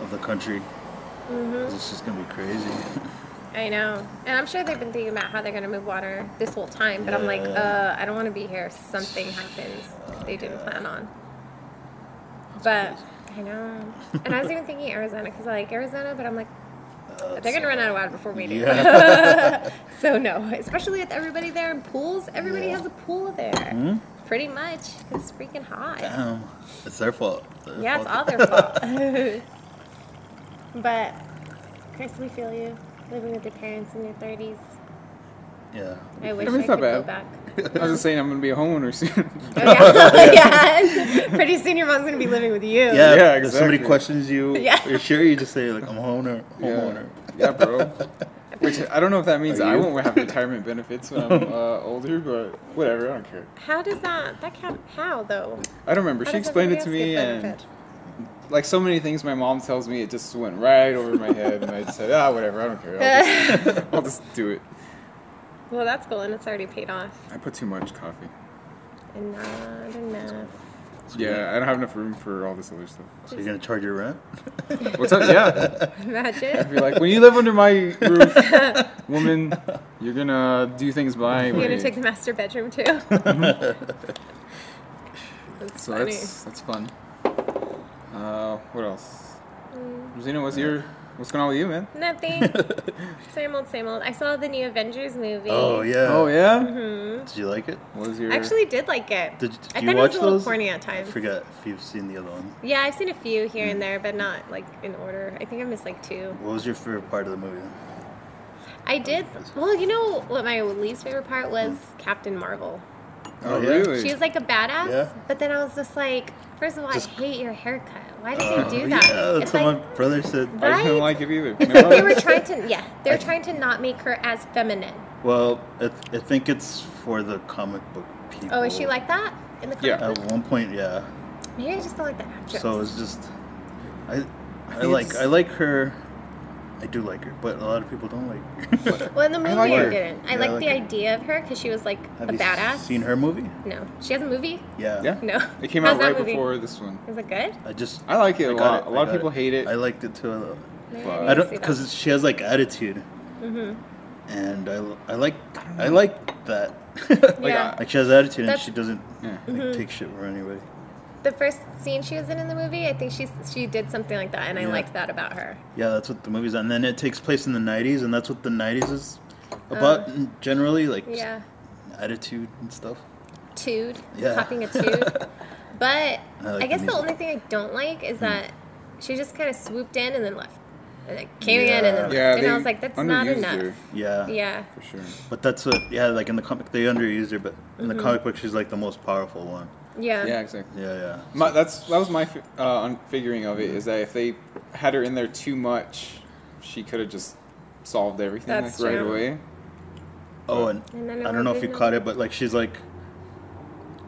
[SPEAKER 3] of the country.
[SPEAKER 2] Mm-hmm.
[SPEAKER 3] 'Cause It's just gonna be crazy. *laughs*
[SPEAKER 2] I know. And I'm sure they've been thinking about how they're going to move water this whole time, but I'm like,
[SPEAKER 3] Yeah.
[SPEAKER 2] uh, I don't want to be here if something happens they didn't plan on. But I know. And I was even thinking Arizona because I like Arizona, but I'm like, they're going to run out of water before we do. *laughs* so no, especially with everybody there and pools. Everybody
[SPEAKER 3] Yeah. Hmm?
[SPEAKER 2] has a pool there. Pretty much. It's freaking hot.
[SPEAKER 3] Damn, it's their fault. Their
[SPEAKER 2] Yeah, it's all
[SPEAKER 3] fault.
[SPEAKER 2] their fault. *laughs* but Chris, we feel you. Living with your parents in your 30s.
[SPEAKER 3] Yeah.
[SPEAKER 2] I wish
[SPEAKER 1] I mean,
[SPEAKER 2] I
[SPEAKER 1] it's not
[SPEAKER 2] could go
[SPEAKER 1] bad. *laughs* *laughs*
[SPEAKER 2] back.
[SPEAKER 1] I was just saying I'm gonna be a homeowner *laughs* soon.
[SPEAKER 2] Oh, *laughs* yeah. yes. Pretty soon your mom's going to be living with you.
[SPEAKER 3] Yeah,
[SPEAKER 1] Yeah,
[SPEAKER 3] if somebody
[SPEAKER 1] exactly.
[SPEAKER 3] questions you,
[SPEAKER 2] Yeah.
[SPEAKER 3] you're sure you just say like I'm a homeowner.
[SPEAKER 1] *laughs* yeah.
[SPEAKER 3] homeowner.
[SPEAKER 1] yeah, bro. Which I don't know if that means
[SPEAKER 3] Are
[SPEAKER 1] I
[SPEAKER 3] you?
[SPEAKER 1] won't have retirement benefits when *laughs* I'm uh, older, but whatever. I don't care.
[SPEAKER 2] How does that, that count, how though?
[SPEAKER 1] I don't remember.
[SPEAKER 2] How
[SPEAKER 1] she
[SPEAKER 2] does
[SPEAKER 1] explained it to
[SPEAKER 2] everybody
[SPEAKER 1] me,
[SPEAKER 2] else get
[SPEAKER 1] and
[SPEAKER 2] benefit?
[SPEAKER 1] like so many things, my mom tells me it just went right over my head, and I just said, ah, whatever. I don't *laughs* care. I'll just, I'll just do it.
[SPEAKER 2] *laughs* Well, that's cool and it's already paid off.
[SPEAKER 1] I put too much coffee.
[SPEAKER 2] And not enough. *laughs*
[SPEAKER 1] Yeah, I don't have enough room for all this other stuff.
[SPEAKER 3] So you're gonna charge your rent?
[SPEAKER 1] What's up? Yeah.
[SPEAKER 2] Imagine.
[SPEAKER 1] Be like, when you live under my roof,
[SPEAKER 2] *laughs*
[SPEAKER 1] woman, you're gonna do things my
[SPEAKER 2] You're
[SPEAKER 1] way.
[SPEAKER 2] going to take the master bedroom too. that's
[SPEAKER 1] Mm-hmm. so
[SPEAKER 2] funny.
[SPEAKER 1] that's that's fun. Uh, what else?
[SPEAKER 2] Mm.
[SPEAKER 1] Rosina, what's your what's going on with you, man?
[SPEAKER 2] Nothing. same old, same old. I saw the new Avengers movie.
[SPEAKER 3] *laughs* Oh yeah.
[SPEAKER 1] Oh yeah.
[SPEAKER 3] Did you like it?
[SPEAKER 1] What was your
[SPEAKER 2] I Mm-hmm. actually did like it.
[SPEAKER 3] Did, did
[SPEAKER 2] I
[SPEAKER 3] you
[SPEAKER 2] thought
[SPEAKER 3] watch
[SPEAKER 2] it was a little
[SPEAKER 3] those?
[SPEAKER 2] corny at
[SPEAKER 3] I
[SPEAKER 2] times.
[SPEAKER 3] forgot if you've seen the other one.
[SPEAKER 2] Yeah, I've seen a few here and there, but not like in order. I think I missed like two.
[SPEAKER 3] What was your favorite part of the movie?
[SPEAKER 2] I did. Well, you know what my least favorite part was? Captain Marvel.
[SPEAKER 1] Oh,
[SPEAKER 3] Oh, yeah.
[SPEAKER 1] really?
[SPEAKER 2] She was like a badass,
[SPEAKER 3] Yeah.
[SPEAKER 2] but then I was just like, first of all,
[SPEAKER 3] Just- Oh,
[SPEAKER 2] I hate your haircut. Why did you do that?
[SPEAKER 3] Uh, Yeah, that's
[SPEAKER 2] it's
[SPEAKER 3] what
[SPEAKER 2] like
[SPEAKER 3] my brother said.
[SPEAKER 1] I just didn't
[SPEAKER 2] right?
[SPEAKER 1] like it
[SPEAKER 2] *laughs*
[SPEAKER 1] either.
[SPEAKER 2] it's like they were trying to. Yeah, they're trying to not make her as feminine.
[SPEAKER 3] Well, it, I think it's for the comic book people.
[SPEAKER 2] Oh, is she like that in the comic
[SPEAKER 1] Yeah.
[SPEAKER 2] book?
[SPEAKER 3] At one point, yeah.
[SPEAKER 2] Maybe I just don't like the actress.
[SPEAKER 3] So it's just, I, I
[SPEAKER 1] think
[SPEAKER 3] like,
[SPEAKER 1] it's-
[SPEAKER 3] I like her. I do like her, but a lot of people don't like.
[SPEAKER 1] *laughs*
[SPEAKER 3] her.
[SPEAKER 2] well, in the movie,
[SPEAKER 1] I
[SPEAKER 2] I,
[SPEAKER 1] like her.
[SPEAKER 2] didn't. I
[SPEAKER 3] Yeah, I
[SPEAKER 2] liked
[SPEAKER 3] like
[SPEAKER 2] the
[SPEAKER 3] her.
[SPEAKER 2] idea of her because she was like
[SPEAKER 3] Have
[SPEAKER 2] a
[SPEAKER 3] you
[SPEAKER 2] badass.
[SPEAKER 3] seen her movie?
[SPEAKER 2] No, she has a movie.
[SPEAKER 3] Yeah.
[SPEAKER 1] yeah.
[SPEAKER 2] No.
[SPEAKER 1] It came
[SPEAKER 2] How's
[SPEAKER 1] out
[SPEAKER 2] that
[SPEAKER 1] right
[SPEAKER 2] movie?
[SPEAKER 1] before this one.
[SPEAKER 2] Is it good?
[SPEAKER 3] I just.
[SPEAKER 1] I like it a lot.
[SPEAKER 3] got
[SPEAKER 1] A
[SPEAKER 3] I
[SPEAKER 1] lot of
[SPEAKER 3] got
[SPEAKER 1] people hate it.
[SPEAKER 3] I liked it too.
[SPEAKER 2] Maybe
[SPEAKER 1] But-
[SPEAKER 2] need to Oh,
[SPEAKER 3] I don't
[SPEAKER 2] see that. Mm-hmm.
[SPEAKER 3] because she has like attitude. And I, I like, I like that. *laughs*
[SPEAKER 1] Like,
[SPEAKER 2] yeah.
[SPEAKER 1] I-
[SPEAKER 3] like she has attitude and
[SPEAKER 2] That's- Mm-hmm.
[SPEAKER 3] she doesn't
[SPEAKER 1] Yeah.
[SPEAKER 3] like, take shit from anybody.
[SPEAKER 2] the first scene she was in in the movie, I think she she did something like that, and I
[SPEAKER 3] Yeah.
[SPEAKER 2] liked that about her.
[SPEAKER 3] Yeah, that's what the movie's on. And then it takes place in the 90s, and that's what the 90s is about in- generally, like just
[SPEAKER 2] Uh. Yeah,
[SPEAKER 3] attitude and stuff.
[SPEAKER 2] tude,
[SPEAKER 3] Yeah. *laughs*
[SPEAKER 2] popping a tude. but
[SPEAKER 3] I like
[SPEAKER 2] I guess the,
[SPEAKER 3] the music. Hmm.
[SPEAKER 2] only thing I don't like is that she just kind of swooped in and then left, and like came in and then left,
[SPEAKER 3] Yeah.
[SPEAKER 1] Yeah,
[SPEAKER 2] and
[SPEAKER 1] they
[SPEAKER 2] I was like, that's not
[SPEAKER 1] underused
[SPEAKER 2] enough.
[SPEAKER 1] her,
[SPEAKER 3] Yeah.
[SPEAKER 2] Yeah,
[SPEAKER 1] for sure.
[SPEAKER 3] But that's what, yeah, like in the comic, they underused her, but in
[SPEAKER 2] Mm-hmm.
[SPEAKER 3] the comic book, she's like the most powerful one.
[SPEAKER 2] yeah,
[SPEAKER 1] Yeah, exactly.
[SPEAKER 3] Yeah, yeah.
[SPEAKER 2] Mm-hmm.
[SPEAKER 1] My, that's that was my fi- uh, un- figuring of it is that if they had her in there too much, she could have just solved everything
[SPEAKER 2] That's
[SPEAKER 1] like, right
[SPEAKER 2] true.
[SPEAKER 1] away.
[SPEAKER 3] Oh, and,
[SPEAKER 2] And then
[SPEAKER 3] I don't know if you
[SPEAKER 2] everyone-
[SPEAKER 3] caught it, but like she's like,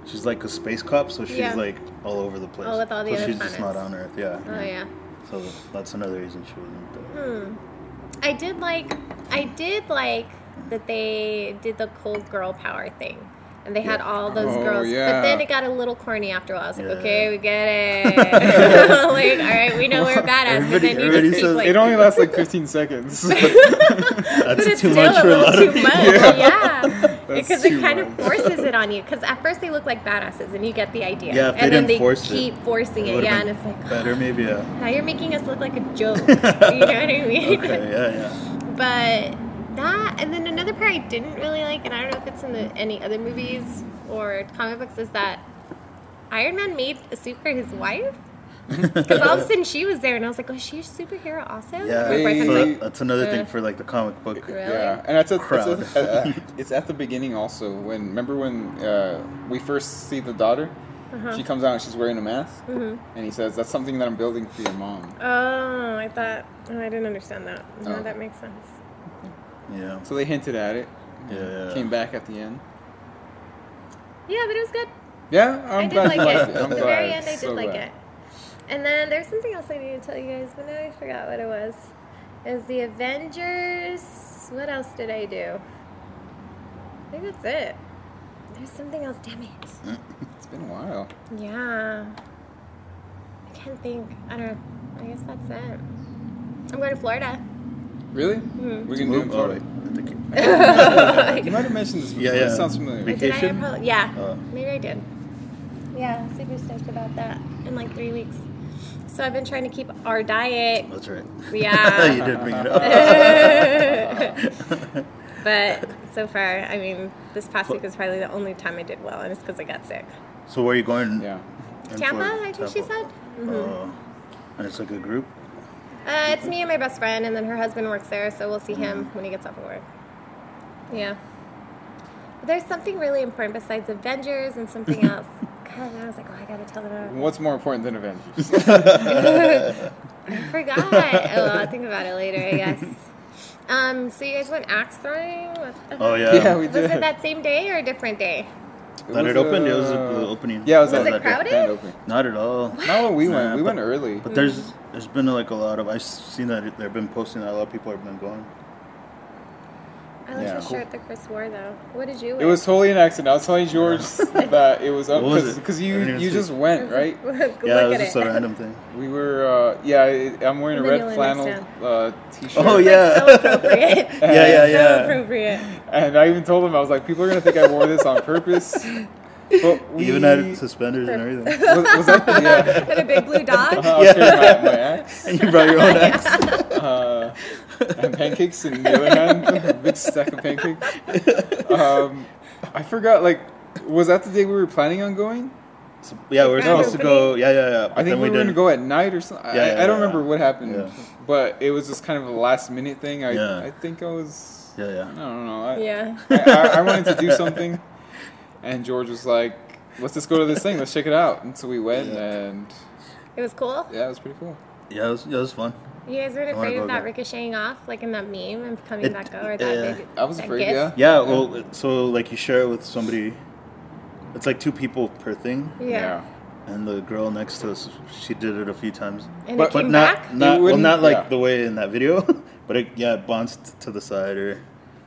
[SPEAKER 3] she's like a space cop, so she's
[SPEAKER 2] Yeah.
[SPEAKER 3] like all over the place.
[SPEAKER 2] Oh, with all the
[SPEAKER 3] so
[SPEAKER 2] other
[SPEAKER 3] she's just not
[SPEAKER 2] planets.
[SPEAKER 3] on Earth, yeah.
[SPEAKER 2] Oh yeah. Hmm.
[SPEAKER 3] So that's another reason she wasn't there.
[SPEAKER 2] I did like I did like that they did the cold girl power thing. And they had
[SPEAKER 3] Yeah.
[SPEAKER 2] all those
[SPEAKER 1] Oh,
[SPEAKER 2] girls.
[SPEAKER 1] yeah.
[SPEAKER 2] But then it got a little corny after a while. I was like,
[SPEAKER 3] Yeah.
[SPEAKER 2] okay, we get
[SPEAKER 3] *laughs*
[SPEAKER 2] it. like, all right, we know we're badass, but then
[SPEAKER 3] Everybody-
[SPEAKER 2] you
[SPEAKER 3] everybody
[SPEAKER 2] just
[SPEAKER 3] says-
[SPEAKER 2] keep like
[SPEAKER 1] it
[SPEAKER 3] *laughs*
[SPEAKER 1] only lasts like 15 seconds.
[SPEAKER 2] *laughs*
[SPEAKER 1] *laughs*
[SPEAKER 3] That's
[SPEAKER 2] but it's
[SPEAKER 3] too
[SPEAKER 2] still
[SPEAKER 3] much
[SPEAKER 2] a
[SPEAKER 3] for a lot
[SPEAKER 2] little
[SPEAKER 3] of
[SPEAKER 2] too much.
[SPEAKER 3] *laughs*
[SPEAKER 2] Yeah.
[SPEAKER 1] That's
[SPEAKER 2] Because
[SPEAKER 1] too
[SPEAKER 2] it kind of
[SPEAKER 1] much.
[SPEAKER 2] forces it on you. Because at first they look like badasses and you get the idea.
[SPEAKER 3] Yeah, if they
[SPEAKER 2] and then
[SPEAKER 3] didn't
[SPEAKER 2] they
[SPEAKER 3] force it,
[SPEAKER 2] keep forcing it.
[SPEAKER 3] would've
[SPEAKER 2] Yeah, and
[SPEAKER 3] been
[SPEAKER 2] it's like
[SPEAKER 3] better, maybe. Yeah.
[SPEAKER 2] now you're making us look like a joke.
[SPEAKER 3] *laughs*
[SPEAKER 2] you know what I mean?
[SPEAKER 3] Okay,
[SPEAKER 2] *laughs*
[SPEAKER 3] yeah, yeah.
[SPEAKER 2] But that, and then another part I didn't really like, and I don't know if it's in the, any other movies or comic books, is that Iron Man made a suit for his wife. Because all of a sudden she was there, and I was like, "Oh, is she a superhero also?" And
[SPEAKER 3] *laughs* Yeah,
[SPEAKER 2] my boyfriend's
[SPEAKER 3] so
[SPEAKER 1] They-
[SPEAKER 2] like,
[SPEAKER 3] that's another
[SPEAKER 2] uh,
[SPEAKER 3] thing for like the comic book.
[SPEAKER 2] "Really?"
[SPEAKER 1] Yeah, and that's at,
[SPEAKER 3] Crowd.
[SPEAKER 1] It's, at, uh, it's at the beginning also. When remember when uh, we first see the daughter,
[SPEAKER 2] uh-huh.
[SPEAKER 1] she comes out and she's wearing a mask,
[SPEAKER 2] Mm-hmm.
[SPEAKER 1] and he says, "That's something that I'm building for your mom."
[SPEAKER 2] Oh, I thought oh, I didn't understand that. No,
[SPEAKER 1] Oh.
[SPEAKER 2] that makes sense.
[SPEAKER 3] Yeah,
[SPEAKER 1] So they hinted at it.
[SPEAKER 3] yeah, yeah.
[SPEAKER 1] Came back at the end.
[SPEAKER 2] Yeah, but it was good.
[SPEAKER 1] Yeah, I'm
[SPEAKER 2] i did
[SPEAKER 1] glad
[SPEAKER 2] like
[SPEAKER 1] you liked
[SPEAKER 2] it.
[SPEAKER 1] it. *laughs* I'm
[SPEAKER 2] At the
[SPEAKER 1] glad.
[SPEAKER 2] very end, I did
[SPEAKER 1] So
[SPEAKER 2] like
[SPEAKER 1] glad.
[SPEAKER 2] it. And then there's something else I need to tell you guys, but now I forgot what it was. It was the Avengers. What else did I do? I think that's it. There's something else. Damn it.
[SPEAKER 1] It's been a while.
[SPEAKER 2] Yeah. I can't think. I don't. I guess that's it. I'm going to Florida. *laughs*
[SPEAKER 1] Really?
[SPEAKER 2] Mm-hmm.
[SPEAKER 1] We're gonna do it in
[SPEAKER 3] Move? Oh,
[SPEAKER 1] Florida.
[SPEAKER 3] wait. I think
[SPEAKER 2] *laughs*
[SPEAKER 3] you-
[SPEAKER 1] You might have mentioned this. Before.
[SPEAKER 3] Yeah,
[SPEAKER 1] It
[SPEAKER 3] yeah.
[SPEAKER 1] sounds familiar.
[SPEAKER 3] Like-
[SPEAKER 2] Did I
[SPEAKER 3] Vacation?
[SPEAKER 2] probably, yeah,
[SPEAKER 3] Oh.
[SPEAKER 2] maybe I did. Yeah, super stoked about that in like three weeks. So I've been trying to keep our diet,
[SPEAKER 3] That's right.
[SPEAKER 2] Yeah.
[SPEAKER 3] *laughs* you did bring it
[SPEAKER 2] *laughs*
[SPEAKER 3] up.
[SPEAKER 2] but so far, I mean, this past week is probably the only time I did well, and it's because I got sick.
[SPEAKER 3] so where are you going?
[SPEAKER 1] yeah.
[SPEAKER 3] in
[SPEAKER 2] Tampa,
[SPEAKER 3] Florida?
[SPEAKER 2] I think she
[SPEAKER 3] Tampa.
[SPEAKER 2] said. Mm-hmm.
[SPEAKER 3] Oh. and it's like a group.
[SPEAKER 2] Uh, it's me and my best friend, and then her husband works there, so we'll see him when he gets off of work. Yeah. There's something really important besides Avengers and *laughs* something else. God, I was like, oh, I gotta tell them. about it.
[SPEAKER 1] What's more important than Avengers? *laughs*
[SPEAKER 2] I forgot. oh, well, I'll think about it later, I *laughs* guess. Um, so you guys went axe throwing? What the-
[SPEAKER 3] Oh yeah.
[SPEAKER 1] yeah, we
[SPEAKER 2] Was
[SPEAKER 1] did.
[SPEAKER 2] it that same day or a different day?
[SPEAKER 3] That it
[SPEAKER 1] was,
[SPEAKER 3] opened. It was
[SPEAKER 1] uh,
[SPEAKER 3] the opening.
[SPEAKER 1] Yeah, it was,
[SPEAKER 2] Was
[SPEAKER 1] that-
[SPEAKER 2] it
[SPEAKER 1] that
[SPEAKER 2] crowded?
[SPEAKER 1] grand opening.
[SPEAKER 3] Not at all.
[SPEAKER 1] Not when we
[SPEAKER 3] Nah,
[SPEAKER 1] went. we
[SPEAKER 3] but-
[SPEAKER 1] went early.
[SPEAKER 3] But
[SPEAKER 2] Mm.
[SPEAKER 3] there's there's been like a lot of I've seen that they've been posting that a lot of people have been going.
[SPEAKER 2] I like
[SPEAKER 1] Yeah.
[SPEAKER 2] the shirt that Chris wore though. What did you wear?
[SPEAKER 1] It was totally an accident. I was telling George that it was up
[SPEAKER 3] *laughs* What was it?
[SPEAKER 1] because
[SPEAKER 3] I
[SPEAKER 1] you
[SPEAKER 3] didn't even
[SPEAKER 1] you
[SPEAKER 3] see
[SPEAKER 1] just
[SPEAKER 3] it. *laughs*
[SPEAKER 1] went right.
[SPEAKER 2] *laughs* Look
[SPEAKER 3] yeah, it was
[SPEAKER 2] at
[SPEAKER 3] just
[SPEAKER 2] it.
[SPEAKER 3] a random thing.
[SPEAKER 1] We were uh, yeah. I- I'm wearing a
[SPEAKER 2] And then
[SPEAKER 1] red
[SPEAKER 2] you went
[SPEAKER 1] flannel
[SPEAKER 2] next
[SPEAKER 1] uh, t-shirt.
[SPEAKER 3] Oh
[SPEAKER 2] It's, like,
[SPEAKER 3] *laughs* yeah.
[SPEAKER 2] so appropriate.
[SPEAKER 3] *laughs* Yeah, yeah,
[SPEAKER 2] It's
[SPEAKER 3] yeah.
[SPEAKER 2] So appropriate.
[SPEAKER 3] *laughs*
[SPEAKER 1] And I even told him I was like, people are gonna think I wore this on
[SPEAKER 3] *laughs*
[SPEAKER 1] purpose. But we
[SPEAKER 3] Even had suspenders and
[SPEAKER 1] *laughs*
[SPEAKER 3] everything. *laughs*
[SPEAKER 1] was, was that the, yeah,
[SPEAKER 2] *laughs* and a big blue dog.
[SPEAKER 1] I was
[SPEAKER 3] Yeah.
[SPEAKER 1] carrying my, my axe
[SPEAKER 3] and you brought
[SPEAKER 2] *laughs*
[SPEAKER 3] your own axe.
[SPEAKER 1] uh, and pancakes in the other hand, *laughs* a big stack of pancakes. Um, I forgot. Like, was that the day we were planning on going?
[SPEAKER 3] So- yeah, we were
[SPEAKER 2] No.
[SPEAKER 3] supposed to go. Yeah, yeah, yeah. But
[SPEAKER 1] I think
[SPEAKER 3] then
[SPEAKER 1] we, were gonna
[SPEAKER 3] didn't.
[SPEAKER 1] go at night or something.
[SPEAKER 3] Yeah,
[SPEAKER 1] I,
[SPEAKER 3] yeah,
[SPEAKER 1] I don't
[SPEAKER 3] yeah.
[SPEAKER 1] remember what happened,
[SPEAKER 3] Yeah.
[SPEAKER 1] but it was just kind of a last minute thing. I,
[SPEAKER 3] Yeah.
[SPEAKER 1] I think I was.
[SPEAKER 3] Yeah, yeah.
[SPEAKER 1] I don't know. I,
[SPEAKER 2] Yeah.
[SPEAKER 1] I, I, I wanted to do something, and George was like, "Let's just go to this thing. Let's check it out." And so we went,
[SPEAKER 3] Yeah.
[SPEAKER 1] and
[SPEAKER 2] It was cool.
[SPEAKER 1] yeah, it was pretty cool.
[SPEAKER 3] Yeah, it was, yeah, it was fun.
[SPEAKER 2] You guys weren't
[SPEAKER 3] I wanna
[SPEAKER 2] afraid
[SPEAKER 3] go
[SPEAKER 2] of that
[SPEAKER 3] again.
[SPEAKER 2] ricocheting off, like in that meme and coming
[SPEAKER 3] It-
[SPEAKER 2] back over
[SPEAKER 3] yeah.
[SPEAKER 2] that big.
[SPEAKER 1] I was
[SPEAKER 2] that
[SPEAKER 1] afraid,
[SPEAKER 2] gift.
[SPEAKER 1] yeah.
[SPEAKER 3] Yeah, well, so like you share it with somebody. It's like two people per thing,
[SPEAKER 2] Yeah.
[SPEAKER 3] and the girl next to us, she did it a few times.
[SPEAKER 2] And
[SPEAKER 1] But-
[SPEAKER 2] it
[SPEAKER 3] But
[SPEAKER 2] came
[SPEAKER 3] not,
[SPEAKER 2] back.
[SPEAKER 3] not well,
[SPEAKER 1] wouldn't-
[SPEAKER 3] not like
[SPEAKER 1] yeah.
[SPEAKER 3] the way in that video. *laughs* but it, yeah, it bounced to the side or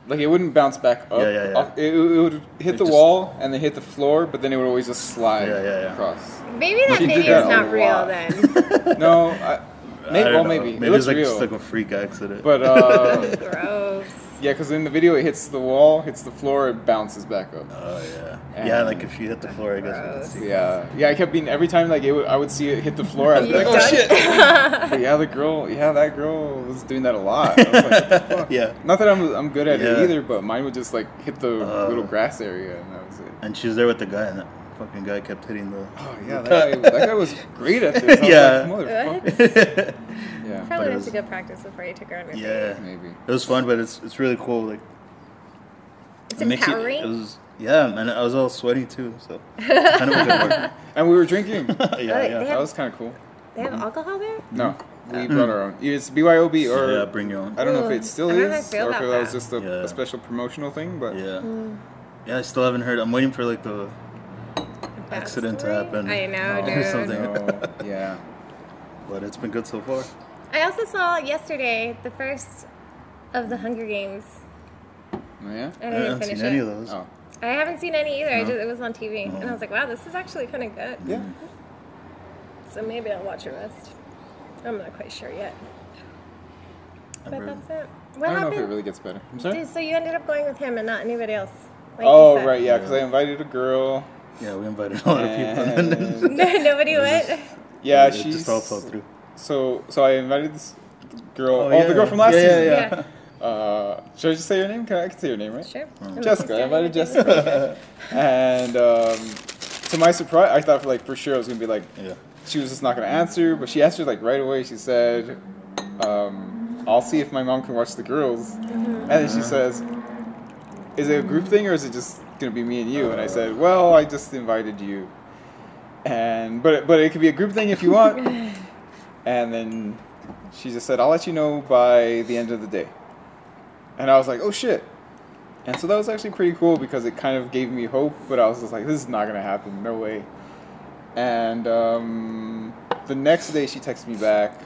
[SPEAKER 1] Like it wouldn't bounce back up.
[SPEAKER 3] Yeah, yeah, yeah.
[SPEAKER 1] Off- It, it would hit
[SPEAKER 3] It
[SPEAKER 1] the
[SPEAKER 3] just-
[SPEAKER 1] wall and then hit the floor, but then it would always just slide
[SPEAKER 3] Yeah, yeah, yeah. *laughs*
[SPEAKER 1] across.
[SPEAKER 2] Maybe that
[SPEAKER 1] She did
[SPEAKER 2] video
[SPEAKER 1] that
[SPEAKER 2] is
[SPEAKER 1] a
[SPEAKER 2] not real
[SPEAKER 1] lot.
[SPEAKER 2] then.
[SPEAKER 1] No, I,
[SPEAKER 3] I
[SPEAKER 1] maybe,
[SPEAKER 3] don't
[SPEAKER 1] well,
[SPEAKER 3] know.
[SPEAKER 1] maybe.
[SPEAKER 3] maybe
[SPEAKER 1] it looks
[SPEAKER 3] like
[SPEAKER 1] real.
[SPEAKER 3] just like a freak accident. *laughs*
[SPEAKER 1] but uh,
[SPEAKER 2] Gross.
[SPEAKER 1] yeah, because in the video it hits the wall, hits the floor, it bounces back up.
[SPEAKER 3] oh yeah,
[SPEAKER 1] And-
[SPEAKER 3] yeah. Like if you hit the floor, I guess you could
[SPEAKER 2] Gross.
[SPEAKER 3] see.
[SPEAKER 1] Yeah, yeah. I kept being every time like it would, I would see it hit the floor. I was
[SPEAKER 2] You
[SPEAKER 1] like, oh
[SPEAKER 2] done?
[SPEAKER 3] *laughs*
[SPEAKER 1] shit. but yeah, the girl, yeah, that girl was doing that a lot. I was like, "What the
[SPEAKER 3] *laughs*
[SPEAKER 1] fuck?"
[SPEAKER 3] Yeah.
[SPEAKER 1] Not that I'm I'm good at it
[SPEAKER 3] Yeah.
[SPEAKER 1] either, but mine would just like hit the
[SPEAKER 3] Uh.
[SPEAKER 1] little grass area, and that was it.
[SPEAKER 3] And she was there with the guy, and that fucking guy kept hitting the.
[SPEAKER 1] Oh yeah,
[SPEAKER 3] *laughs*
[SPEAKER 1] that guy, that guy was great at this. I was
[SPEAKER 3] Yeah.
[SPEAKER 1] like, motherfucker.
[SPEAKER 2] What? *laughs*
[SPEAKER 1] Yeah,
[SPEAKER 2] Probably
[SPEAKER 3] it
[SPEAKER 2] went
[SPEAKER 3] was-
[SPEAKER 2] to good practice before you took her on your date.
[SPEAKER 3] *laughs* yeah,
[SPEAKER 1] maybe.
[SPEAKER 3] it was fun, but it's it's really cool. Like
[SPEAKER 2] It's
[SPEAKER 3] it makes you-
[SPEAKER 2] empowering.
[SPEAKER 3] it was yeah, man. I was all sweaty too, so *laughs* kind of a good work.
[SPEAKER 1] And we were drinking.
[SPEAKER 2] *laughs*
[SPEAKER 3] *laughs* yeah,
[SPEAKER 2] Alright,
[SPEAKER 3] yeah.
[SPEAKER 2] they
[SPEAKER 1] that was kind of cool.
[SPEAKER 2] They have alcohol there?
[SPEAKER 1] No, we brought our own. It's BYOB or
[SPEAKER 3] Mm-hmm. yeah, bring your own.
[SPEAKER 1] I don't know if
[SPEAKER 2] Ooh,
[SPEAKER 1] it still
[SPEAKER 2] I don't know how I
[SPEAKER 1] is
[SPEAKER 2] feel
[SPEAKER 1] or if
[SPEAKER 2] about
[SPEAKER 1] that was
[SPEAKER 2] that.
[SPEAKER 1] just a,
[SPEAKER 3] Yeah.
[SPEAKER 1] a special promotional thing, but
[SPEAKER 3] Yeah,
[SPEAKER 2] Mm.
[SPEAKER 3] yeah. I still haven't heard. I'm waiting for like the
[SPEAKER 2] That
[SPEAKER 3] Accident to
[SPEAKER 2] story?
[SPEAKER 3] happen.
[SPEAKER 2] I
[SPEAKER 3] *laughs*
[SPEAKER 2] know,
[SPEAKER 1] No.
[SPEAKER 2] dude.
[SPEAKER 3] Something.
[SPEAKER 1] Oh, yeah.
[SPEAKER 3] But it's been good so far.
[SPEAKER 2] I also saw yesterday the first of the Hunger Games.
[SPEAKER 1] Oh,
[SPEAKER 3] *laughs*
[SPEAKER 1] yeah.
[SPEAKER 2] I
[SPEAKER 3] I
[SPEAKER 2] didn't
[SPEAKER 3] haven't
[SPEAKER 2] finish
[SPEAKER 3] seen
[SPEAKER 2] it.
[SPEAKER 3] any of those.
[SPEAKER 1] Oh.
[SPEAKER 2] I haven't seen any either. I
[SPEAKER 3] No?
[SPEAKER 2] just, it was on TV, and I was like, "Wow, this is actually kind of good."
[SPEAKER 1] Yeah.
[SPEAKER 2] So maybe I'll watch the rest. I'm not quite sure yet,
[SPEAKER 3] I'm
[SPEAKER 2] but
[SPEAKER 3] really-
[SPEAKER 2] that's it. What
[SPEAKER 1] I don't know if it
[SPEAKER 2] happened?
[SPEAKER 1] really gets better. I'm sorry.
[SPEAKER 2] Dude, so you ended up going with him and not anybody else. Like you
[SPEAKER 1] oh
[SPEAKER 2] said.
[SPEAKER 1] right, yeah, because I invited a girl.
[SPEAKER 3] Yeah, we invited a lot of people. And then
[SPEAKER 1] and-
[SPEAKER 2] No, *laughs* nobody went.
[SPEAKER 1] yeah,
[SPEAKER 3] *laughs* it
[SPEAKER 1] she's
[SPEAKER 3] just all fell through.
[SPEAKER 1] so so. I invited this girl. Oh, the girl from last
[SPEAKER 3] yeah,
[SPEAKER 1] season.
[SPEAKER 3] Yeah,
[SPEAKER 2] Yeah.
[SPEAKER 3] yeah.
[SPEAKER 1] Uh, should I just say her name? Can I, I can say her name, right?
[SPEAKER 2] Sure.
[SPEAKER 1] Oh. *laughs* Jessica. I invited Jessica. *laughs* and um, to my surprise, I thought for like for sure I was gonna be like
[SPEAKER 3] yeah.
[SPEAKER 1] she was just not gonna answer, but she answered like right away. She said, um, "I'll see if my mom can watch the girls," and then she says, "Is it a group thing or is it just gonna be me and you?" And I said, "Well, I just invited you, and but but it could be a group thing if you want." and then she just said, "I'll let you know by the end of the day," and I was like, "Oh shit." And so that was actually pretty cool because it kind of gave me hope, but I was just like, this is not gonna happen, no way. And um, the next day, she texted me back.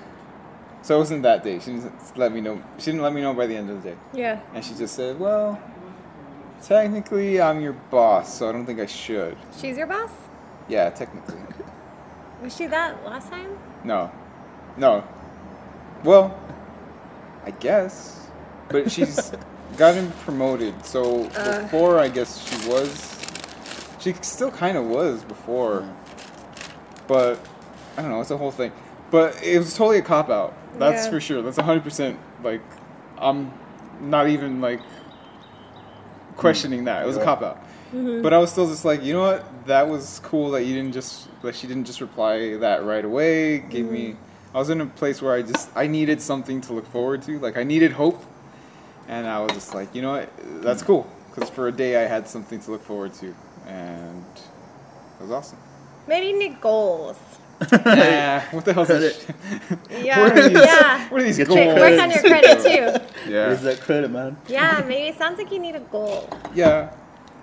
[SPEAKER 1] So it wasn't that day. She didn't let me know. She didn't let me know by the end of the day.
[SPEAKER 2] Yeah.
[SPEAKER 1] And she just said, "Well, Technically, I'm your boss, so I don't think I should.
[SPEAKER 2] She's your boss?
[SPEAKER 1] Yeah, technically.
[SPEAKER 2] Was she that last time?
[SPEAKER 1] No. No. Well, I guess. But
[SPEAKER 2] *laughs*
[SPEAKER 1] she's gotten promoted, so
[SPEAKER 2] Uh.
[SPEAKER 1] before I guess she was. She still kind of was before. But I don't know, it's a whole thing. But it was totally a cop out. That's
[SPEAKER 2] Yeah.
[SPEAKER 1] for sure. That's 100%. Like, I'm not even like questioning that. It was a
[SPEAKER 3] Yeah.
[SPEAKER 1] cop out.
[SPEAKER 2] Mm-hmm.
[SPEAKER 1] But I was still just like, you know what? That was cool that you didn't just that she didn't just reply that right away. It Gave me
[SPEAKER 2] Mm-hmm.
[SPEAKER 1] I was in a place where I just I needed something to look forward to. Like I needed hope, and I was just like, you know what? That's cool because for a day I had something to look forward to, and it was awesome.
[SPEAKER 2] Maybe you need goals.
[SPEAKER 1] Nah, what the hell is
[SPEAKER 3] *laughs* Credit.
[SPEAKER 1] this?
[SPEAKER 2] Yeah.
[SPEAKER 1] *laughs* What are these, *laughs*
[SPEAKER 2] yeah.
[SPEAKER 1] What are these
[SPEAKER 3] Get
[SPEAKER 1] goals?
[SPEAKER 3] your
[SPEAKER 2] Wait, work on your credit too.
[SPEAKER 3] Where's
[SPEAKER 1] Yeah,
[SPEAKER 3] that credit, man?
[SPEAKER 2] Yeah, maybe it sounds like you need a goal.
[SPEAKER 1] yeah.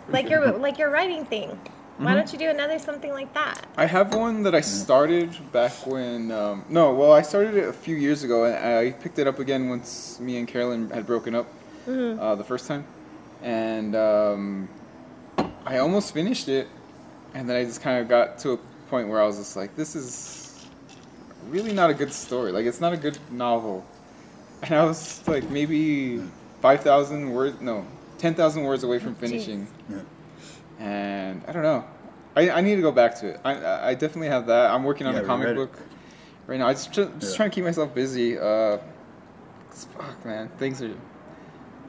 [SPEAKER 2] Like your like your writing thing. Why don't you do another something like that?
[SPEAKER 1] I have one that I started back when. Um, no, well, I started it a few years ago, and I picked it up again once me and Carolyn had broken up uh, the first time, and um, I almost finished it, and then I just kind of got to a point where I was just like, "This is really not a good story. Like, it's not a good novel." And I was like, maybe five thousand words, no, ten thousand words away from finishing
[SPEAKER 3] Yeah.
[SPEAKER 1] and I don't know. I, I need to go back to it. I- I, I definitely have that. I'm working on
[SPEAKER 3] Yeah,
[SPEAKER 1] a comic
[SPEAKER 3] reread it.
[SPEAKER 1] book right now. I just, tr- just
[SPEAKER 3] Yeah.
[SPEAKER 1] trying to keep myself busy. Uh, 'cause fuck, man, things are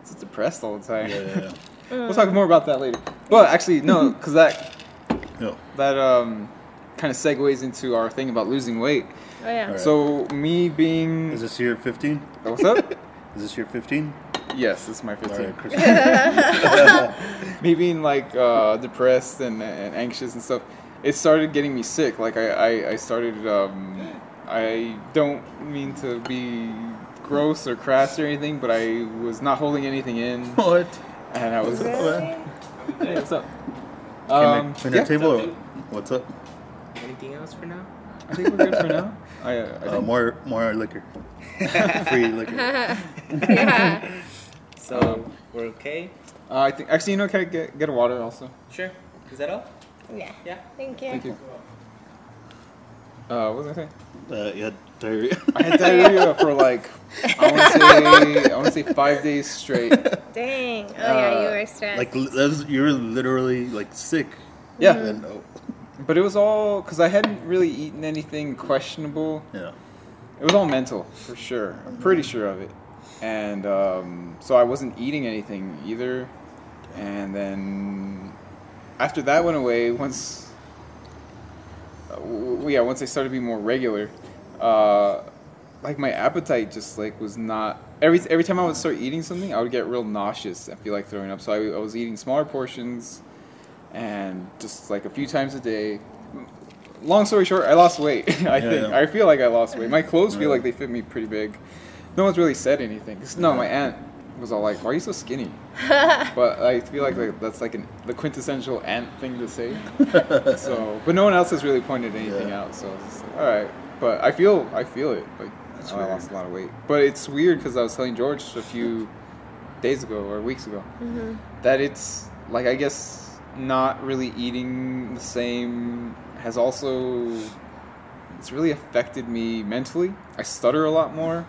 [SPEAKER 1] just depressed all the time.
[SPEAKER 3] Yeah, yeah,
[SPEAKER 1] *laughs* we'll talk more about that later. Well, actually,
[SPEAKER 3] *laughs*
[SPEAKER 1] no, because that
[SPEAKER 3] yeah. Yo,
[SPEAKER 1] that um, kind of segues into our thing about losing weight.
[SPEAKER 2] Oh yeah.
[SPEAKER 3] Alright.
[SPEAKER 1] So me being
[SPEAKER 3] is this year 15?
[SPEAKER 1] what's
[SPEAKER 3] *laughs*
[SPEAKER 1] up?
[SPEAKER 3] Is this year 15?
[SPEAKER 1] yes, this is my
[SPEAKER 3] All
[SPEAKER 1] 15.
[SPEAKER 3] right,
[SPEAKER 2] *laughs*
[SPEAKER 3] Chris.
[SPEAKER 1] me being like uh, depressed and, and anxious and stuff, it started getting me sick. Like I, I, I started. Um, I don't mean to be gross or crass or anything, but I was not holding anything in,
[SPEAKER 3] what?
[SPEAKER 1] and I was. hey,
[SPEAKER 2] Really?
[SPEAKER 1] what's up?
[SPEAKER 3] Can
[SPEAKER 1] Um,
[SPEAKER 3] I clean
[SPEAKER 1] yeah,
[SPEAKER 3] our table? Or
[SPEAKER 4] Something.
[SPEAKER 3] what's up?
[SPEAKER 4] Anything else for now?
[SPEAKER 1] I think we're good for now. *laughs* I, I
[SPEAKER 3] Uh,
[SPEAKER 1] think-
[SPEAKER 3] more, more
[SPEAKER 1] *laughs*
[SPEAKER 3] liquor. Free
[SPEAKER 2] *laughs*
[SPEAKER 3] liquor.
[SPEAKER 2] yeah.
[SPEAKER 4] So
[SPEAKER 1] Um,
[SPEAKER 4] we're okay.
[SPEAKER 1] uh, I think actually, you know, can I get get a water also?
[SPEAKER 4] Sure. Is that all?
[SPEAKER 2] Yeah.
[SPEAKER 4] Yeah.
[SPEAKER 2] Thank you.
[SPEAKER 1] Thank you. Uh, what was I saying?
[SPEAKER 3] Uh, yeah, diarrhea.
[SPEAKER 1] *laughs* I had diarrhea for like I want to say I want to say five days straight.
[SPEAKER 2] Dang. Oh yeah,
[SPEAKER 1] Uh,
[SPEAKER 2] you were stressed.
[SPEAKER 3] like li- that was, you were literally like sick.
[SPEAKER 1] Yeah.
[SPEAKER 3] And then, oh,
[SPEAKER 1] But it was all because I hadn't really eaten anything questionable.
[SPEAKER 3] yeah.
[SPEAKER 1] It was all mental, for sure. I'm pretty sure of it. And um, so I wasn't eating anything either. And then after that went away, once uh, w- w- yeah, once I started being more regular, uh, like my appetite just like was not every every time I would start eating something, I would get real nauseous and feel like throwing up. So I, I was eating smaller portions, and just like a few times a day. Long story short, I lost weight. *laughs* I
[SPEAKER 3] Yeah,
[SPEAKER 1] think
[SPEAKER 3] yeah.
[SPEAKER 1] I feel like I lost weight. My clothes feel
[SPEAKER 3] Yeah.
[SPEAKER 1] like they fit me pretty big. No one's really said anything. 'Cause- No, my aunt was all like, "Why are you so skinny?" *laughs* but I feel like, like that's like an, the quintessential aunt thing to
[SPEAKER 3] *laughs*
[SPEAKER 1] say. so, but no one else has really pointed anything
[SPEAKER 3] Yeah.
[SPEAKER 1] out. So, it's just like, all right. But I feel I feel it. Like
[SPEAKER 3] That's
[SPEAKER 1] oh, I
[SPEAKER 3] weird.
[SPEAKER 1] lost a lot of weight. But it's weird because I was telling George a few days ago or weeks ago that it's like I guess not really eating the same has also it's really affected me mentally. I stutter a lot more.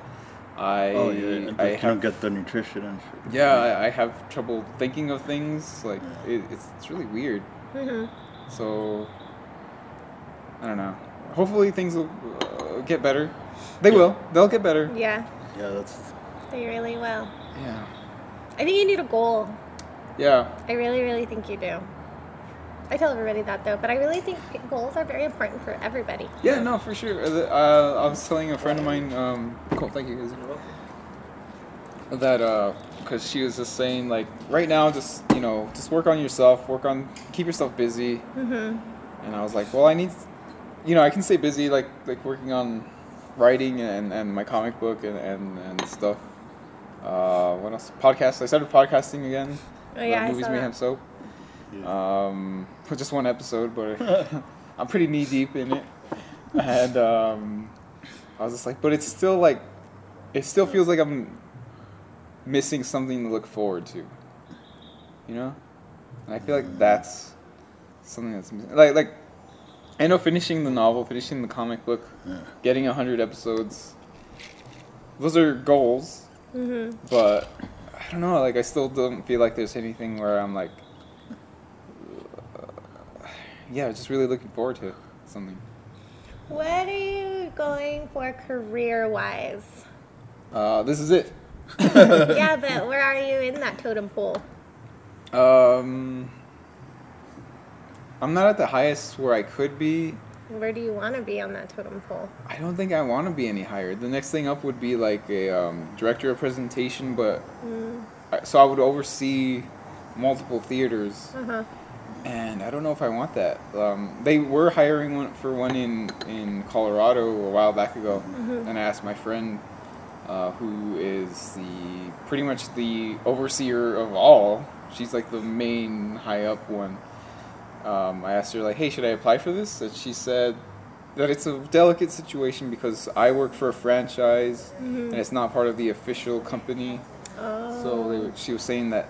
[SPEAKER 1] I
[SPEAKER 3] Oh, yeah.
[SPEAKER 1] I
[SPEAKER 3] I you don't
[SPEAKER 1] have
[SPEAKER 3] get the nutrition and shit.
[SPEAKER 1] yeah I, I have trouble thinking of things. Like it, it's it's really weird. So I don't know. Hopefully things will uh, get better. They will. They'll get better.
[SPEAKER 2] yeah,
[SPEAKER 3] Yeah,
[SPEAKER 1] *laughs*
[SPEAKER 3] that's. *laughs*
[SPEAKER 2] they really will.
[SPEAKER 1] Yeah.
[SPEAKER 2] I think you need a goal.
[SPEAKER 1] Yeah.
[SPEAKER 2] I really, really think you do. I tell everybody that though, but I really think goals are very important for everybody.
[SPEAKER 1] Yeah. No, for sure. Uh, the- uh, I was telling a friend of mine. Um, cool. Thank you.
[SPEAKER 4] You're welcome.
[SPEAKER 1] that uh because she was just saying like right now just you know just work on yourself work on keep yourself busy
[SPEAKER 2] Mm-hmm.
[SPEAKER 1] and i was like well i need you know i can stay busy like like working on writing and and my comic book and and, and stuff uh what else podcast i started podcasting again
[SPEAKER 2] Oh, yeah,
[SPEAKER 1] The
[SPEAKER 2] I
[SPEAKER 1] movies
[SPEAKER 2] saw
[SPEAKER 1] may
[SPEAKER 2] that.
[SPEAKER 1] have soap
[SPEAKER 3] Yeah.
[SPEAKER 1] um *laughs* for just one episode but i'm pretty knee deep in it and um i was just like but it's still like it still feels like i'm missing something to look forward to you know And I feel like that's something that's mis- like like I know finishing the novel, finishing the comic book,
[SPEAKER 3] Yeah.
[SPEAKER 1] getting hundred episodes. Those are goals,
[SPEAKER 2] Mm-hmm.
[SPEAKER 1] but I don't know. Like I still don't feel like there's anything where I'm like, *sighs* yeah, just really looking forward to something.
[SPEAKER 2] What are you going for
[SPEAKER 1] *laughs*
[SPEAKER 2] career wise?
[SPEAKER 1] Uh, this is it.
[SPEAKER 2] yeah, but where are you in that totem pole?
[SPEAKER 1] Um, I'm not at the highest where I could be.
[SPEAKER 2] Where do you want to be on that totem pole?
[SPEAKER 1] I don't think I want to be any higher. The next thing up would be like a um, director of presentation, but
[SPEAKER 2] Mm.
[SPEAKER 1] I- so I would oversee multiple theaters,
[SPEAKER 2] Uh huh.
[SPEAKER 1] and I don't know if I want that. Um, they were hiring one for one in in Colorado a while back ago, and I asked my friend, uh, who is the pretty much the overseer of all. She's like the main high up one. Um, I asked her like, "Hey, should I apply for this?" And she said that it's a delicate situation because I work for a franchise and it's not part of the official company.
[SPEAKER 2] Oh.
[SPEAKER 1] So they, were- she was saying that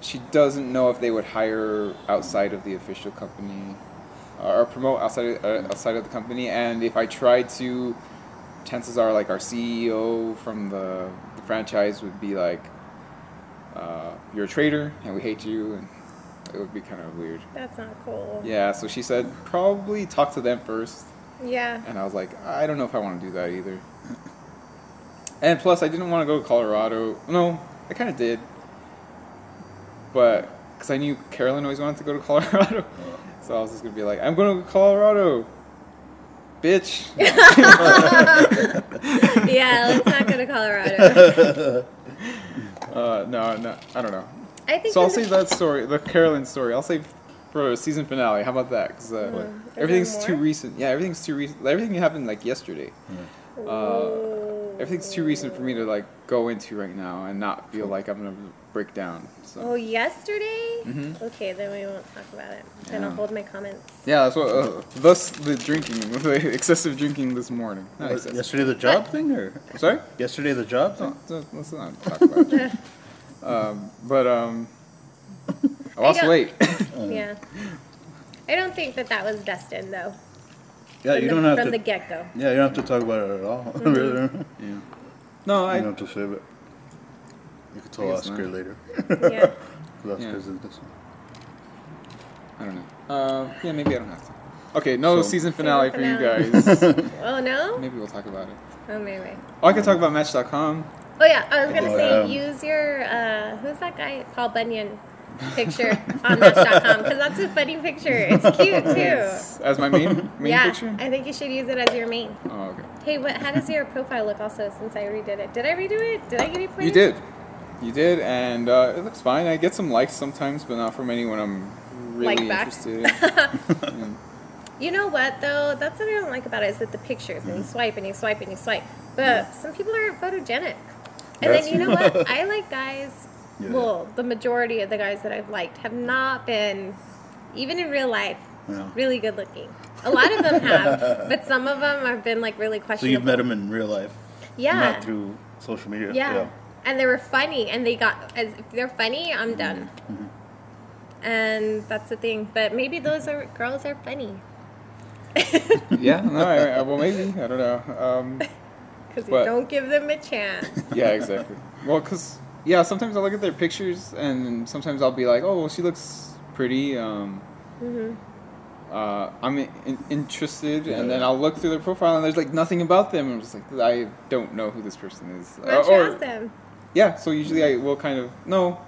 [SPEAKER 1] she doesn't know if they would hire outside of the official company uh, or promote outside of, uh, outside of the company. And if I tried to, chances are like our CEO from the, the franchise would be like, uh, "You're a traitor, and we hate you," and it would be kind of weird.
[SPEAKER 2] That's not cool.
[SPEAKER 1] Yeah. So she said probably talk to them first.
[SPEAKER 2] Yeah.
[SPEAKER 1] *laughs* And I was like, I don't know if I want to do that either. And plus, I didn't want to go to Colorado. No, I kind of did. But, because I knew Carolyn always wanted to *laughs* go to Colorado. So I was just going to be like, I'm going to Colorado. Bitch.
[SPEAKER 2] yeah, let's
[SPEAKER 1] *laughs*
[SPEAKER 2] not go to Colorado.
[SPEAKER 1] uh, no, no, I don't know.
[SPEAKER 2] I think
[SPEAKER 1] So I'll
[SPEAKER 2] for the-
[SPEAKER 1] save that story, the Carolyn story. I'll save for a season finale. How about that? Because uh,
[SPEAKER 2] there
[SPEAKER 1] everything's
[SPEAKER 2] more?
[SPEAKER 1] too recent. Yeah, everything's too recent. Everything happened like yesterday.
[SPEAKER 2] Ooh.
[SPEAKER 1] Uh, everything's too recent for me to like go into right now and not feel like I'm gonna break down.
[SPEAKER 2] Oh,
[SPEAKER 1] So
[SPEAKER 2] yesterday?
[SPEAKER 1] Mhm.
[SPEAKER 2] Okay, then we won't talk about it. Then I'll
[SPEAKER 1] Yeah.
[SPEAKER 2] hold my comments.
[SPEAKER 1] *laughs* yeah, that's what. Uh, thus the drinking, *laughs* the excessive drinking this morning. Not
[SPEAKER 3] Was
[SPEAKER 1] excessive.
[SPEAKER 3] yesterday the job thing or
[SPEAKER 1] Sorry.
[SPEAKER 3] yesterday the job thing?
[SPEAKER 1] *laughs* No, no, let's not talk about
[SPEAKER 2] *laughs*
[SPEAKER 1] it. um, but um, I lost
[SPEAKER 2] don't-
[SPEAKER 1] weight.
[SPEAKER 3] *laughs* Oh,
[SPEAKER 2] Yeah. I don't think that that was destined, though.
[SPEAKER 3] Yeah,
[SPEAKER 2] from
[SPEAKER 3] you
[SPEAKER 2] the,
[SPEAKER 3] don't have
[SPEAKER 2] From
[SPEAKER 3] to.
[SPEAKER 2] the
[SPEAKER 1] *laughs*
[SPEAKER 2] get go.
[SPEAKER 3] yeah, you don't have to talk about it at all.
[SPEAKER 1] Mm-hmm.
[SPEAKER 3] *laughs* Really.
[SPEAKER 1] yeah. No,
[SPEAKER 3] You
[SPEAKER 1] I.
[SPEAKER 3] don't have to save it. You can tell
[SPEAKER 1] I guess
[SPEAKER 3] Oscar
[SPEAKER 1] not.
[SPEAKER 3] later. *laughs*
[SPEAKER 2] Yeah.
[SPEAKER 3] Because
[SPEAKER 1] Yeah.
[SPEAKER 3] Oscar's in this one.
[SPEAKER 1] I don't know. Uh, yeah, maybe I don't have to. Okay, no
[SPEAKER 3] So-
[SPEAKER 1] season finale for you
[SPEAKER 2] finale. *laughs*
[SPEAKER 1] guys.
[SPEAKER 3] *laughs*
[SPEAKER 2] oh, no?
[SPEAKER 1] maybe we'll talk about it.
[SPEAKER 2] Oh, maybe.
[SPEAKER 1] Oh, I could talk about Match.com.
[SPEAKER 2] Oh, yeah. I was going to
[SPEAKER 3] Oh,
[SPEAKER 2] say
[SPEAKER 3] um,
[SPEAKER 2] use your, uh, who's that guy? Paul Bunyan picture
[SPEAKER 1] *laughs*
[SPEAKER 2] on Match.com because that's a funny picture. It's cute, too.
[SPEAKER 1] As my
[SPEAKER 2] *laughs*
[SPEAKER 1] main main
[SPEAKER 2] Uh, yeah.
[SPEAKER 1] picture.
[SPEAKER 2] I think you should use it as your main.
[SPEAKER 1] Oh, okay.
[SPEAKER 2] Hey, what? How does your profile look? Also, since I redid it, did I redo it? Did I give you points?
[SPEAKER 1] You did. You did, and uh, it looks fine. I get some likes sometimes, but not from anyone I'm really
[SPEAKER 2] Like back?
[SPEAKER 1] interested in. Yeah.
[SPEAKER 2] *laughs* You know what though? That's what I don't like about it is that the pictures and
[SPEAKER 3] Mm-hmm.
[SPEAKER 2] you swipe and you swipe and you swipe. But some people aren't photogenic. And
[SPEAKER 3] That's-
[SPEAKER 2] then you know
[SPEAKER 3] *laughs*
[SPEAKER 2] what? I like guys.
[SPEAKER 3] Yeah.
[SPEAKER 2] Well, the majority of the guys that I've liked have not been, even in real life,
[SPEAKER 3] Yeah.
[SPEAKER 2] really good looking. A lot of them
[SPEAKER 3] *laughs*
[SPEAKER 2] have, but some of them have been like really
[SPEAKER 3] So
[SPEAKER 2] questionable.
[SPEAKER 3] you've met him in real life,
[SPEAKER 2] Yeah.
[SPEAKER 3] not through social media.
[SPEAKER 2] Yeah. And they were funny, and they got as if they're funny, I'm done. And that's the thing. But maybe those are girls are funny.
[SPEAKER 1] yeah, no, I, I- well, maybe I don't know. Um,
[SPEAKER 2] Because you
[SPEAKER 1] But-
[SPEAKER 2] don't give them a chance.
[SPEAKER 1] *laughs* yeah, exactly. Well, cause yeah, sometimes I look at their pictures, and sometimes I'll be like, oh, well, she looks pretty. Um,
[SPEAKER 2] Mm-hmm.
[SPEAKER 1] uh, I'm in- interested, and then I'll look through their profile, and there's like nothing about them. I'm just like, I don't know who this person is.
[SPEAKER 2] Why don't you
[SPEAKER 1] Or-
[SPEAKER 2] ask them?
[SPEAKER 1] Yeah, so usually I will kind of no.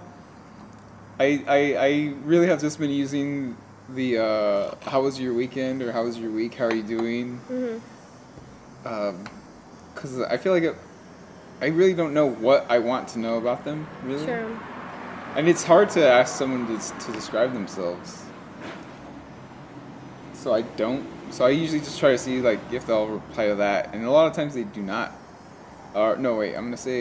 [SPEAKER 1] I I, I really have just been using the uh, how was your weekend or how was your week? How are you doing? Because I feel like it, I really don't know what I want to know about them really,
[SPEAKER 2] Sure.
[SPEAKER 1] and it's hard to ask someone to s- to describe themselves. So I don't. So I usually just try to see like if they'll reply to that, and a lot of times they do not. Or no, wait, I'm gonna say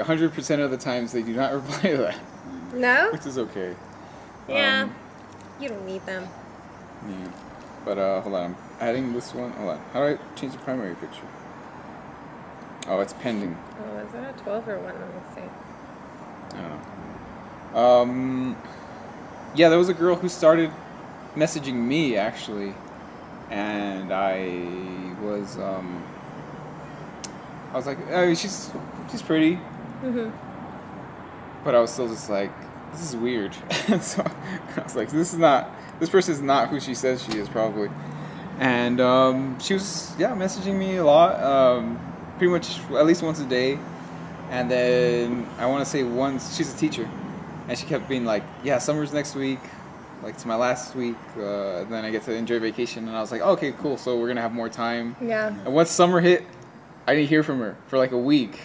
[SPEAKER 1] 100% of the times they do not *laughs* reply to that,
[SPEAKER 2] No?
[SPEAKER 1] which is okay.
[SPEAKER 2] Yeah.
[SPEAKER 1] Um,
[SPEAKER 2] you don't need them.
[SPEAKER 1] yeah. But uh, hold on, I'm adding this one. Hold on, how do I change the primary picture? Oh, it's pending.
[SPEAKER 2] Oh, is that a 12 or one? Let me see.
[SPEAKER 1] I don't know. Um, yeah, there was a girl who started messaging me actually, and I was um, I was like, oh, she's she's pretty, but I was still just like, this is weird. *laughs* so I was like, this is not this person is not who she says she is probably, and um, she was yeah messaging me a lot, um, pretty much at least once a day, and then I want to say once she's a teacher, and she kept being like, yeah, summer's next week. Like it's my last week, uh, then I get to enjoy vacation, and I was like, okay, cool. So we're gonna have more time.
[SPEAKER 2] Yeah.
[SPEAKER 1] And once summer hit, I didn't hear from her for like a week,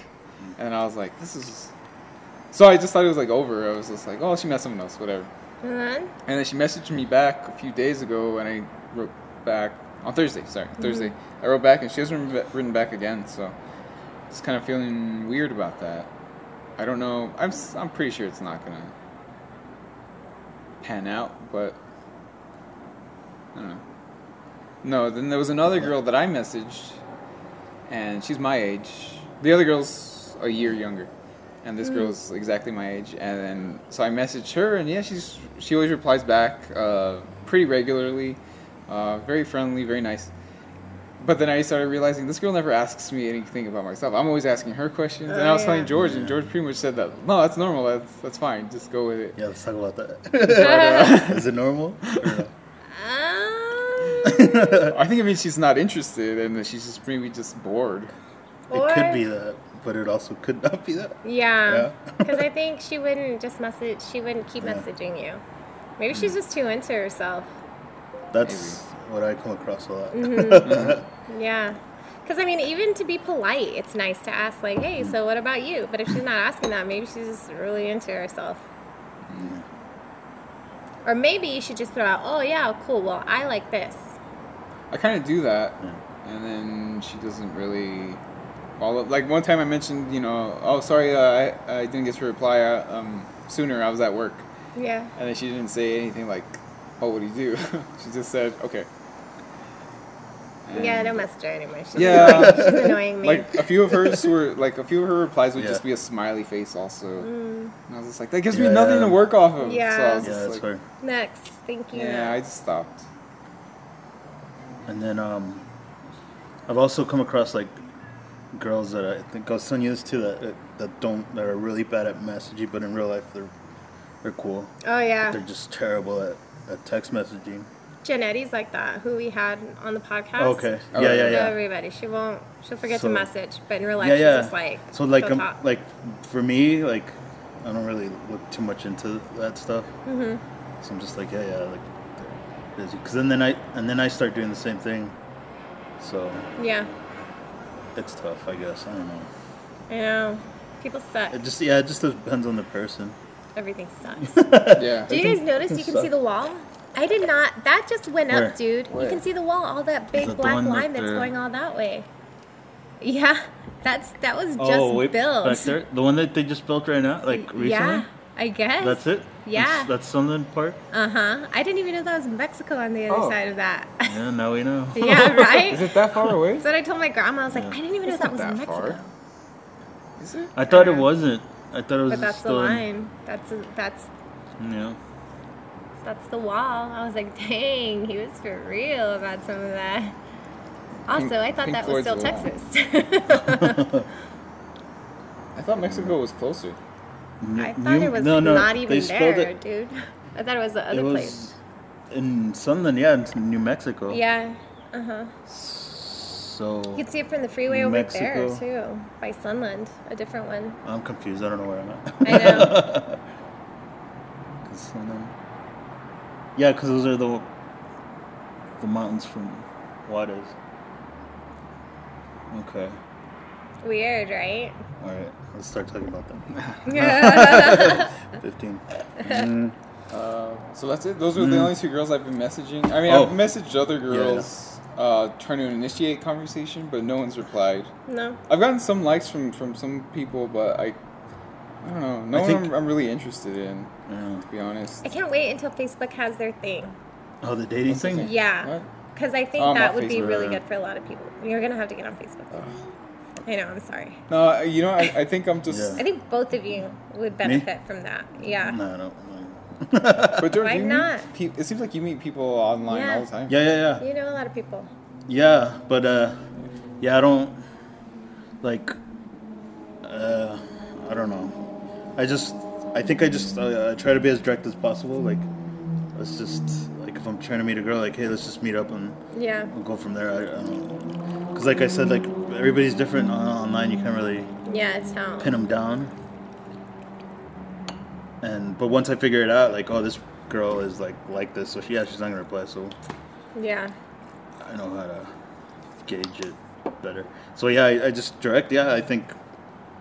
[SPEAKER 1] and I was like, "This is." So I just thought it was like over. I was just like, "Oh, she met someone else, whatever."
[SPEAKER 2] And then?
[SPEAKER 1] And then she messaged me back a few days ago, and I wrote back on Thursday. Sorry, Thursday. I wrote back, and she hasn't written ba- written back again. So it's kind of feeling weird about that. I don't know. I'm s- I'm pretty sure it's not gonna pan out, but I don't know. No, then there was another girl that I messaged, and she's my age. The other girl's a year younger, and
[SPEAKER 2] Hmm.
[SPEAKER 1] this girl's exactly my age. And then so I messaged her, and yeah, she's she always replies back uh, pretty regularly, uh, very friendly, very nice. But then I started realizing this girl never asks me anything about myself. I'm always asking her questions, and
[SPEAKER 2] Oh,
[SPEAKER 1] I was telling
[SPEAKER 2] yeah.
[SPEAKER 1] George, and George pretty much said that no, that's normal, that's that's fine, just go with it.
[SPEAKER 3] Yeah, let's talk about
[SPEAKER 2] *laughs*
[SPEAKER 3] that. *laughs* uh, Is it normal? Or no?
[SPEAKER 2] Um,
[SPEAKER 3] it
[SPEAKER 1] I think it means she's not interested, and that she's just maybe just bored.
[SPEAKER 3] could be that, but it also could not be that.
[SPEAKER 2] Yeah.
[SPEAKER 3] Yeah.
[SPEAKER 2] Because I
[SPEAKER 3] *laughs*
[SPEAKER 2] think she wouldn't just message, she wouldn't keep
[SPEAKER 3] Yeah.
[SPEAKER 2] messaging you. Maybe she's just too into herself.
[SPEAKER 3] That's what I come across a lot.
[SPEAKER 2] Mm-hmm.
[SPEAKER 3] *laughs*
[SPEAKER 2] Yeah. Because, I mean, even to be polite, it's nice to ask, like, hey, so what about you? But if she's not asking that, maybe she's just really into herself. Or maybe you should just throw out, oh, yeah, cool. Well, I like this.
[SPEAKER 1] I kind of do that,
[SPEAKER 3] Yeah.
[SPEAKER 1] and then she doesn't really follow. Like one time, I mentioned, you know, oh sorry, uh, I I didn't get to reply uh, um, sooner. I was at work,
[SPEAKER 2] Yeah.
[SPEAKER 1] and then she didn't say anything like, oh what do you do? *laughs* she just said okay.
[SPEAKER 2] Yeah,
[SPEAKER 1] And-
[SPEAKER 2] don't message her anymore. She's,
[SPEAKER 1] Yeah.
[SPEAKER 3] *laughs*
[SPEAKER 2] she's annoying me.
[SPEAKER 1] Like a few of
[SPEAKER 2] *laughs*
[SPEAKER 1] hers were like a few of her replies would
[SPEAKER 3] Yeah.
[SPEAKER 1] just be a smiley face also, and I was just like that gives me
[SPEAKER 3] Yeah.
[SPEAKER 1] nothing to work off of. so I
[SPEAKER 2] Mm. Yeah.
[SPEAKER 1] was
[SPEAKER 3] Yeah,
[SPEAKER 1] just
[SPEAKER 3] that's
[SPEAKER 1] like,
[SPEAKER 3] fair.
[SPEAKER 2] Next. Thank you.
[SPEAKER 1] Yeah, I just stopped.
[SPEAKER 3] And then um, I've also come across like girls that I think I was telling you this too that that don't that are really bad at messaging, but in real life they're they're cool.
[SPEAKER 2] oh, yeah.
[SPEAKER 3] They're just terrible at, at text messaging.
[SPEAKER 2] Janetti's like that, who we had on the podcast.
[SPEAKER 3] Okay.
[SPEAKER 1] Oh,
[SPEAKER 3] yeah, yeah,
[SPEAKER 2] Know
[SPEAKER 3] yeah.
[SPEAKER 2] everybody. She won't. She'll forget
[SPEAKER 3] So-
[SPEAKER 2] to message, but in real life,
[SPEAKER 3] yeah,
[SPEAKER 2] she's
[SPEAKER 3] yeah.
[SPEAKER 2] just like.
[SPEAKER 3] so like
[SPEAKER 2] she'll
[SPEAKER 3] um,
[SPEAKER 2] talk.
[SPEAKER 3] like for me like I don't really look too much into that stuff. Mm-hmm. So I'm just like yeah yeah like they're busy because then then I and then I start doing the same thing. So
[SPEAKER 2] Yeah,
[SPEAKER 3] it's tough, I guess. I don't know.
[SPEAKER 2] I know. People suck.
[SPEAKER 3] It just yeah, it just depends on the person.
[SPEAKER 2] Everything sucks.
[SPEAKER 1] Yeah.
[SPEAKER 2] Do you guys notice you can see the wall? I did not. That just went
[SPEAKER 3] Where?
[SPEAKER 2] up, dude.
[SPEAKER 1] Where?
[SPEAKER 2] You can see the wall. All that big
[SPEAKER 3] Is it the
[SPEAKER 2] black
[SPEAKER 3] one
[SPEAKER 2] line
[SPEAKER 3] with
[SPEAKER 2] that's
[SPEAKER 3] the-
[SPEAKER 2] going all that way. Yeah, that's that was just
[SPEAKER 3] oh, wait,
[SPEAKER 2] built.
[SPEAKER 3] back there, the one that they just built right now, like recently.
[SPEAKER 2] Yeah, I guess.
[SPEAKER 3] That's it.
[SPEAKER 2] Yeah.
[SPEAKER 3] That's- that's Sunland Park.
[SPEAKER 2] Uh huh. I didn't even know that was Mexico on the other
[SPEAKER 1] Oh.
[SPEAKER 2] side of that.
[SPEAKER 3] Yeah, now we know.
[SPEAKER 2] *laughs*
[SPEAKER 3] *laughs*
[SPEAKER 2] yeah, right.
[SPEAKER 1] Is it that far away?
[SPEAKER 2] That's what I told my grandma. I was like,
[SPEAKER 3] Yeah.
[SPEAKER 2] I didn't even know
[SPEAKER 1] It's
[SPEAKER 2] that
[SPEAKER 1] not
[SPEAKER 2] was
[SPEAKER 1] that
[SPEAKER 2] Mexico.
[SPEAKER 1] far. Is it?
[SPEAKER 3] I thought it
[SPEAKER 2] Yeah.
[SPEAKER 3] wasn't. I thought it was
[SPEAKER 2] But that's
[SPEAKER 3] just
[SPEAKER 2] the
[SPEAKER 3] still in-
[SPEAKER 2] line. That's that's
[SPEAKER 3] Yeah.
[SPEAKER 2] that's the wall. I was like, dang, he was for real about some of that. Also, I thought
[SPEAKER 1] Pink
[SPEAKER 2] that was still
[SPEAKER 1] Floyd's the
[SPEAKER 2] Texas.
[SPEAKER 1] *laughs*
[SPEAKER 3] *laughs*
[SPEAKER 1] I thought Mexico was closer.
[SPEAKER 2] *laughs*
[SPEAKER 3] N-
[SPEAKER 2] I thought
[SPEAKER 3] you-
[SPEAKER 2] it was
[SPEAKER 3] no, no,
[SPEAKER 2] not
[SPEAKER 3] they
[SPEAKER 2] even
[SPEAKER 3] spelled
[SPEAKER 2] there,
[SPEAKER 3] It,
[SPEAKER 2] dude. I thought it was the other
[SPEAKER 3] it was
[SPEAKER 2] place.
[SPEAKER 3] in Sunland, yeah, it's in New Mexico.
[SPEAKER 2] Yeah. Uh huh.
[SPEAKER 3] So
[SPEAKER 2] You could see it from the freeway over
[SPEAKER 3] Mexico.
[SPEAKER 2] there too, by Sunland, a different one.
[SPEAKER 3] I'm confused. I don't know where I'm at.
[SPEAKER 2] I know.
[SPEAKER 3] *laughs* 'Cause Sunland. Yeah, because those are the the mountains from Juarez. Okay.
[SPEAKER 2] Weird,
[SPEAKER 3] *laughs*
[SPEAKER 2] right?
[SPEAKER 3] All right, let's start talking about that.
[SPEAKER 2] *laughs* Yeah.
[SPEAKER 3] 15.
[SPEAKER 1] Uh, so that's it. Those were the only two girls I've been messaging. I mean,
[SPEAKER 3] Hmm. Oh.
[SPEAKER 1] I've messaged other girls uh, trying to initiate conversation, but no one's replied.
[SPEAKER 2] no.
[SPEAKER 1] I've gotten some likes from from some people, but I, I don't know. No
[SPEAKER 3] I
[SPEAKER 1] one
[SPEAKER 3] think-
[SPEAKER 1] I'm, I'm really interested in,
[SPEAKER 3] Yeah.
[SPEAKER 1] to be honest.
[SPEAKER 2] I can't wait until Facebook has their thing.
[SPEAKER 3] Oh, the dating
[SPEAKER 1] What's the
[SPEAKER 3] thing?
[SPEAKER 1] thing?
[SPEAKER 2] Yeah.
[SPEAKER 1] What?
[SPEAKER 2] Because I think
[SPEAKER 1] Oh, I'm
[SPEAKER 2] that
[SPEAKER 1] on
[SPEAKER 2] would be
[SPEAKER 1] Facebook.
[SPEAKER 2] really good for a lot of people. You're going to have to get on Facebook. I know. I'm sorry.
[SPEAKER 1] No, you know, I, I think I'm just.
[SPEAKER 2] I think both of you would benefit from that. Yeah.
[SPEAKER 3] No, I don't.
[SPEAKER 1] But George,
[SPEAKER 2] Why
[SPEAKER 1] you
[SPEAKER 2] not?
[SPEAKER 1] Meet, pe- it seems like you meet people online
[SPEAKER 2] Yeah.
[SPEAKER 1] all the time.
[SPEAKER 3] Yeah, yeah, yeah,
[SPEAKER 2] You know a lot of people.
[SPEAKER 3] yeah. But uh, yeah, I don't like. Uh, I don't know. I just, I think I just, uh, I try to be as direct as possible. Like, let's just, like, if I'm trying to meet a girl, like, hey, let's just meet up and
[SPEAKER 2] Yeah.
[SPEAKER 3] we'll go from there. I, I don't know. Because, like I said, like everybody's different on, online. You can't really
[SPEAKER 2] Yeah. It's how.
[SPEAKER 3] pin them down. And but once I figure it out, like, oh, this girl is like like this, so she, yeah, she's not gonna reply. So *laughs*
[SPEAKER 2] Yeah.
[SPEAKER 3] I know how to gauge it better. So yeah, I, I just direct. Yeah, I think